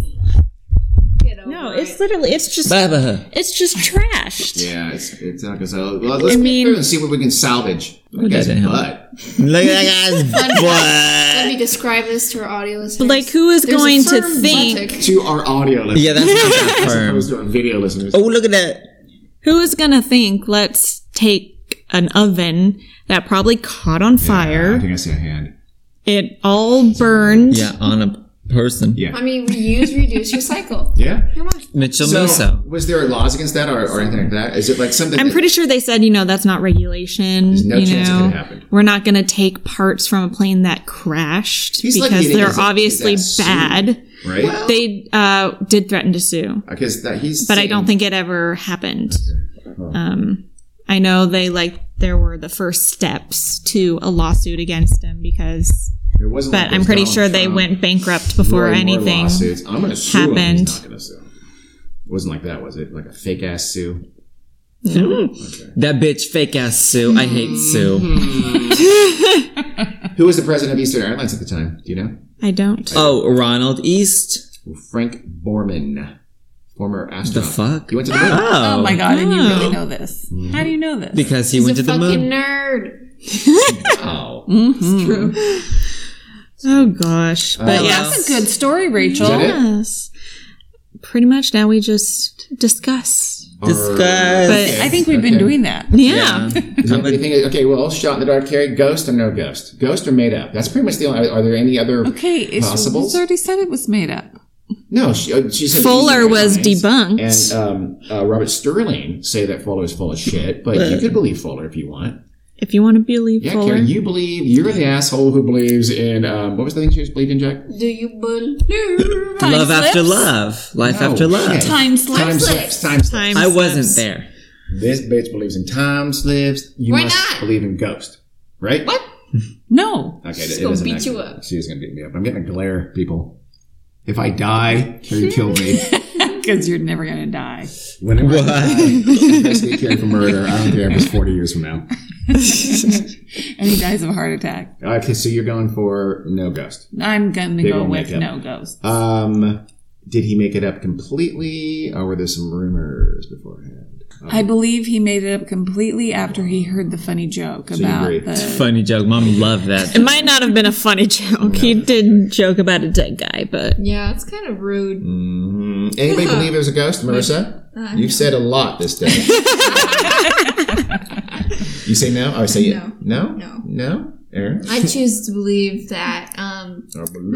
[SPEAKER 2] Get over
[SPEAKER 5] no,
[SPEAKER 2] it.
[SPEAKER 5] it's literally it's just
[SPEAKER 3] Baba.
[SPEAKER 5] it's
[SPEAKER 4] [laughs]
[SPEAKER 5] just trashed.
[SPEAKER 4] Yeah, it's it's not gonna sell. Well, let's
[SPEAKER 5] I
[SPEAKER 4] I
[SPEAKER 5] mean-
[SPEAKER 4] mean, and see what we can salvage. That guy's
[SPEAKER 3] doesn't help.
[SPEAKER 4] butt.
[SPEAKER 3] Look at that
[SPEAKER 6] Let me describe this to our audio listeners.
[SPEAKER 5] But like who is
[SPEAKER 6] There's a
[SPEAKER 5] going to
[SPEAKER 6] firm
[SPEAKER 5] think?
[SPEAKER 6] buttock.
[SPEAKER 4] To our audio listeners,
[SPEAKER 3] [laughs] Yeah, that's [laughs] not
[SPEAKER 4] as opposed
[SPEAKER 3] confirmed.
[SPEAKER 4] to our video listeners.
[SPEAKER 3] Oh, look at that.
[SPEAKER 5] Who is going to think? Let's take an oven that probably caught on
[SPEAKER 4] I
[SPEAKER 5] fire.
[SPEAKER 4] think I see a hand.
[SPEAKER 5] It all burned.
[SPEAKER 3] Yeah, on a person.
[SPEAKER 4] Yeah.
[SPEAKER 6] I mean, reuse, reduce,
[SPEAKER 3] [laughs]
[SPEAKER 6] recycle.
[SPEAKER 4] Yeah.
[SPEAKER 3] Mitchell
[SPEAKER 4] So,
[SPEAKER 3] Musso.
[SPEAKER 4] was there laws against that or, or anything like that? Is it like something?
[SPEAKER 5] I'm
[SPEAKER 4] that-
[SPEAKER 5] pretty sure they said, you know, that's not regulation.
[SPEAKER 4] no
[SPEAKER 5] you
[SPEAKER 4] chance it
[SPEAKER 5] know,
[SPEAKER 4] could've happened.
[SPEAKER 5] we're not going to take parts from a plane that crashed
[SPEAKER 4] He's lucky
[SPEAKER 5] because
[SPEAKER 4] he didn't
[SPEAKER 5] they're
[SPEAKER 4] get
[SPEAKER 5] obviously
[SPEAKER 4] his ass
[SPEAKER 5] bad.
[SPEAKER 4] right?
[SPEAKER 5] They uh, did threaten to sue,
[SPEAKER 4] because that he's.
[SPEAKER 5] but I
[SPEAKER 4] saying-
[SPEAKER 5] don't think it ever happened. Um, I know they like there were the first steps to a lawsuit against him because,
[SPEAKER 4] It wasn't
[SPEAKER 5] but
[SPEAKER 4] like
[SPEAKER 5] I'm
[SPEAKER 4] those
[SPEAKER 5] pretty
[SPEAKER 4] Donald
[SPEAKER 5] sure they
[SPEAKER 4] Trump,
[SPEAKER 5] went bankrupt before
[SPEAKER 4] Roy Moore
[SPEAKER 5] anything.
[SPEAKER 4] lawsuits. I'm gonna sue happened. Him.
[SPEAKER 5] happened.
[SPEAKER 4] He's not gonna sue. It wasn't like that, was it? Like a fake ass sue.
[SPEAKER 3] That bitch, fake ass Sue. I hate Sue.
[SPEAKER 4] Who was the president of Eastern Airlines at the time? Do you know?
[SPEAKER 5] I don't.
[SPEAKER 3] Oh, Ronald East.
[SPEAKER 4] Frank Borman, former
[SPEAKER 3] The
[SPEAKER 4] astronaut.
[SPEAKER 3] fuck?
[SPEAKER 4] He went to the moon.
[SPEAKER 1] Oh my god! And you
[SPEAKER 5] Oh.
[SPEAKER 1] really know this? How do you know this?
[SPEAKER 3] Because he went to
[SPEAKER 6] He's a
[SPEAKER 3] the
[SPEAKER 6] fucking
[SPEAKER 3] moon.
[SPEAKER 6] nerd.
[SPEAKER 4] Wow.
[SPEAKER 5] Mm. Oh gosh.
[SPEAKER 4] Uh,
[SPEAKER 5] But yes.
[SPEAKER 1] That's a good story, Rachel.
[SPEAKER 4] Is that it?
[SPEAKER 5] Yes. Pretty much now we just discuss.
[SPEAKER 3] Discuss.
[SPEAKER 5] But
[SPEAKER 1] I think we've been doing that.
[SPEAKER 5] yeah.
[SPEAKER 4] Is there anything, okay, well, shot in the dark, Carrie, ghost or no ghost? Ghost or made up? That's pretty much the only. Are there any other?
[SPEAKER 1] Okay, it's
[SPEAKER 4] Possible?
[SPEAKER 1] it's already said it was made up.
[SPEAKER 4] No, she, uh, she said
[SPEAKER 5] Fuller
[SPEAKER 4] Eastern
[SPEAKER 5] was
[SPEAKER 4] Airlines.
[SPEAKER 5] debunked.
[SPEAKER 4] And um, uh, Robert Sterling say that Fuller is full of shit, but you could believe Fuller if you want.
[SPEAKER 5] if you want to believe
[SPEAKER 4] Yeah,
[SPEAKER 5] Fuller.
[SPEAKER 4] Carrie, you believe you're the asshole who believes in um, what was the thing she was believing, Jack?
[SPEAKER 6] Do you believe?
[SPEAKER 3] Love after love. Life
[SPEAKER 4] No,
[SPEAKER 3] after love.
[SPEAKER 4] Oh, shit.
[SPEAKER 1] Time slips.
[SPEAKER 4] Time slips. Time slips.
[SPEAKER 5] Time
[SPEAKER 3] I wasn't
[SPEAKER 5] slips.
[SPEAKER 3] there.
[SPEAKER 4] This bitch believes in time slips. You
[SPEAKER 6] Why
[SPEAKER 4] must
[SPEAKER 6] not?
[SPEAKER 4] believe in ghost, right? What?
[SPEAKER 1] No.
[SPEAKER 4] Okay,
[SPEAKER 6] She's
[SPEAKER 4] it
[SPEAKER 6] gonna
[SPEAKER 4] doesn't
[SPEAKER 6] beat
[SPEAKER 4] actually-
[SPEAKER 6] you up.
[SPEAKER 4] She is gonna beat me up. I'm getting a glare, people. If I die, Carrie killed me.
[SPEAKER 1] Because you're never going to die.
[SPEAKER 4] Whenever I die, investigate Carrie for murder. I don't care if it's 40 years from now.
[SPEAKER 1] And he dies of a heart attack.
[SPEAKER 4] Okay, so you're going for no ghost.
[SPEAKER 1] I'm going to
[SPEAKER 4] They
[SPEAKER 1] go
[SPEAKER 4] won't
[SPEAKER 1] with
[SPEAKER 4] make it.
[SPEAKER 1] no ghost.
[SPEAKER 4] Um, Did he make it up completely, or were there some rumors beforehand?
[SPEAKER 1] I believe he made it up completely after he heard the funny joke
[SPEAKER 4] you
[SPEAKER 1] about
[SPEAKER 4] agree.
[SPEAKER 1] the.
[SPEAKER 3] Funny joke. Mom loved that.
[SPEAKER 5] It might not have been a funny [laughs] joke. He did joke about a dead guy, but
[SPEAKER 6] Yeah, it's kind of rude.
[SPEAKER 4] Mm, Anybody believe there's a
[SPEAKER 6] [laughs]
[SPEAKER 4] ghost, Marissa?
[SPEAKER 6] Uh,
[SPEAKER 4] You've said a lot this day. you say no? Oh, I say yeah. No?
[SPEAKER 6] No.
[SPEAKER 4] No? Aaron?
[SPEAKER 6] I choose to believe that um,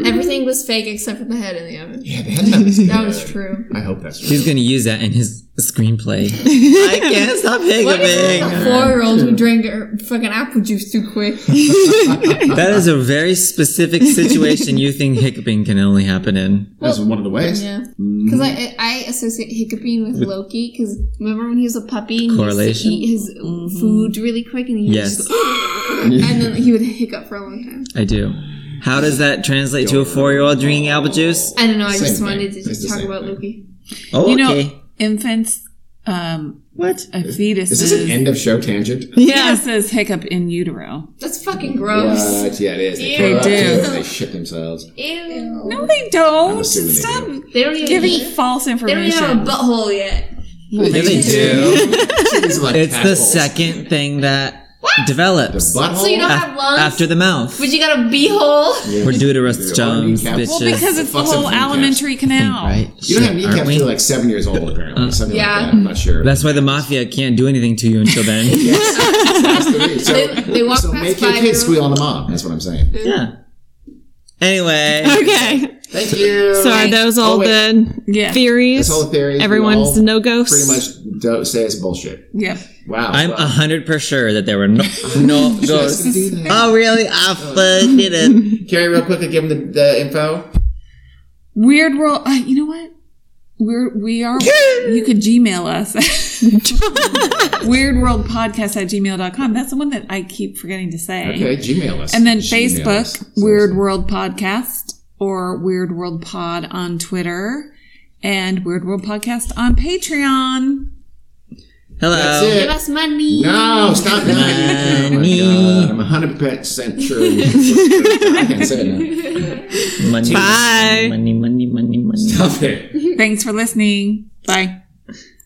[SPEAKER 6] everything was fake except for the head in the oven.
[SPEAKER 4] Yeah, the headlamp
[SPEAKER 6] [laughs]
[SPEAKER 4] is
[SPEAKER 6] That
[SPEAKER 4] good.
[SPEAKER 6] was true.
[SPEAKER 4] I hope that's true.
[SPEAKER 3] He's gonna use that in his
[SPEAKER 1] [laughs]
[SPEAKER 3] screenplay. I can't stop
[SPEAKER 6] A
[SPEAKER 3] hiccuping.
[SPEAKER 6] four-year-old who drank her fucking apple juice too quick. [laughs]
[SPEAKER 3] That is a very specific situation you think hiccuping can only happen in.
[SPEAKER 4] That's one of the ways.
[SPEAKER 6] Yeah,
[SPEAKER 4] Mm-hmm.
[SPEAKER 6] because I I associate hiccuping with Loki. Because remember when he was a puppy, and he used to
[SPEAKER 3] Correlation.
[SPEAKER 6] eat his
[SPEAKER 4] Mm-hmm.
[SPEAKER 6] food really quick, and he
[SPEAKER 3] Yes,
[SPEAKER 6] just go, [gasps]
[SPEAKER 4] [laughs]
[SPEAKER 6] and then he would hiccup for a long time.
[SPEAKER 3] I do. How does that translate to a four-year-old drinking apple juice?
[SPEAKER 6] I don't know. I just
[SPEAKER 4] thing.
[SPEAKER 6] wanted to
[SPEAKER 4] It's
[SPEAKER 6] just
[SPEAKER 4] the
[SPEAKER 6] talk
[SPEAKER 4] same
[SPEAKER 6] about
[SPEAKER 4] thing.
[SPEAKER 6] Loki.
[SPEAKER 3] Oh,
[SPEAKER 1] You know,
[SPEAKER 3] okay.
[SPEAKER 1] infants, um,
[SPEAKER 3] what?
[SPEAKER 1] a fetus
[SPEAKER 4] Is this an end of show tangent?
[SPEAKER 1] Yeah, says hiccup in utero.
[SPEAKER 6] That's fucking gross.
[SPEAKER 4] What? Yeah, it is. They,
[SPEAKER 1] They
[SPEAKER 4] came up
[SPEAKER 1] do.
[SPEAKER 4] to it and they shit themselves.
[SPEAKER 6] Ew.
[SPEAKER 1] No, they don't.
[SPEAKER 4] assuming they
[SPEAKER 1] Stop
[SPEAKER 6] They don't even.
[SPEAKER 1] giving false
[SPEAKER 6] they don't even have a
[SPEAKER 1] information.
[SPEAKER 6] butthole yet.
[SPEAKER 3] Yeah,
[SPEAKER 4] [laughs]
[SPEAKER 3] they do.
[SPEAKER 4] These are like
[SPEAKER 3] It's the
[SPEAKER 4] tadpoles.
[SPEAKER 3] second thing that develops
[SPEAKER 4] Butthole.
[SPEAKER 6] So you don't have lungs,
[SPEAKER 3] after the mouth.
[SPEAKER 6] but you got a beehole.
[SPEAKER 3] We're deuterus
[SPEAKER 4] Army
[SPEAKER 3] Jones,
[SPEAKER 4] capsules.
[SPEAKER 1] Well,
[SPEAKER 3] bitches.
[SPEAKER 1] because it's the
[SPEAKER 4] fucks up
[SPEAKER 1] whole
[SPEAKER 4] the kneecaps.
[SPEAKER 1] alimentary canal.
[SPEAKER 3] right?
[SPEAKER 4] You don't have
[SPEAKER 3] Shit,
[SPEAKER 4] kneecaps
[SPEAKER 3] aren't we?
[SPEAKER 4] until you're like seven years old, apparently. Something
[SPEAKER 6] yeah.
[SPEAKER 4] like that. I'm not sure.
[SPEAKER 3] That's why the mafia can't do anything to you
[SPEAKER 4] [laughs]
[SPEAKER 3] until then.
[SPEAKER 4] That's the reason. [laughs] So,
[SPEAKER 6] They, they walk
[SPEAKER 4] so
[SPEAKER 6] past
[SPEAKER 4] make your
[SPEAKER 6] five
[SPEAKER 4] kids
[SPEAKER 6] year olds.
[SPEAKER 4] squeal on the mom. That's what I'm saying.
[SPEAKER 3] yeah.
[SPEAKER 4] [laughs]
[SPEAKER 3] Anyway,
[SPEAKER 5] okay.
[SPEAKER 4] Thank you.
[SPEAKER 5] So are those
[SPEAKER 4] Oh,
[SPEAKER 5] all
[SPEAKER 4] wait.
[SPEAKER 5] the
[SPEAKER 1] Yeah.
[SPEAKER 5] theories?
[SPEAKER 4] This whole theory. we
[SPEAKER 5] Everyone's
[SPEAKER 4] all
[SPEAKER 5] no ghosts.
[SPEAKER 4] Pretty much don't say it's bullshit.
[SPEAKER 1] Yep.
[SPEAKER 4] Wow.
[SPEAKER 3] I'm
[SPEAKER 4] Well,
[SPEAKER 3] a hundred per sure that there were no, no
[SPEAKER 4] [laughs] just
[SPEAKER 3] ghosts.
[SPEAKER 4] do that.
[SPEAKER 3] Oh really? I fucking did it.
[SPEAKER 4] Carrie, real quick, give him the, the info.
[SPEAKER 1] Weird world. Uh, you know what? We're we [laughs] are. you could Gmail us. [laughs] Weird World Podcast at gmail.com. That's the one that I keep forgetting to say.
[SPEAKER 4] Okay, Gmail us.
[SPEAKER 1] And then
[SPEAKER 4] Gmail us.
[SPEAKER 1] Facebook, Weird World Podcast or Weird World Pod on Twitter and Weird World Podcast on Patreon.
[SPEAKER 4] [laughs] That's
[SPEAKER 3] Hello.
[SPEAKER 4] it.
[SPEAKER 6] Give us money.
[SPEAKER 4] No, stop that. Oh my god. I'm 100 percent sure. I can't say it now.
[SPEAKER 3] Money,
[SPEAKER 5] Bye.
[SPEAKER 3] money, money, money, money.
[SPEAKER 4] Stop it.
[SPEAKER 1] Thanks for listening. Bye.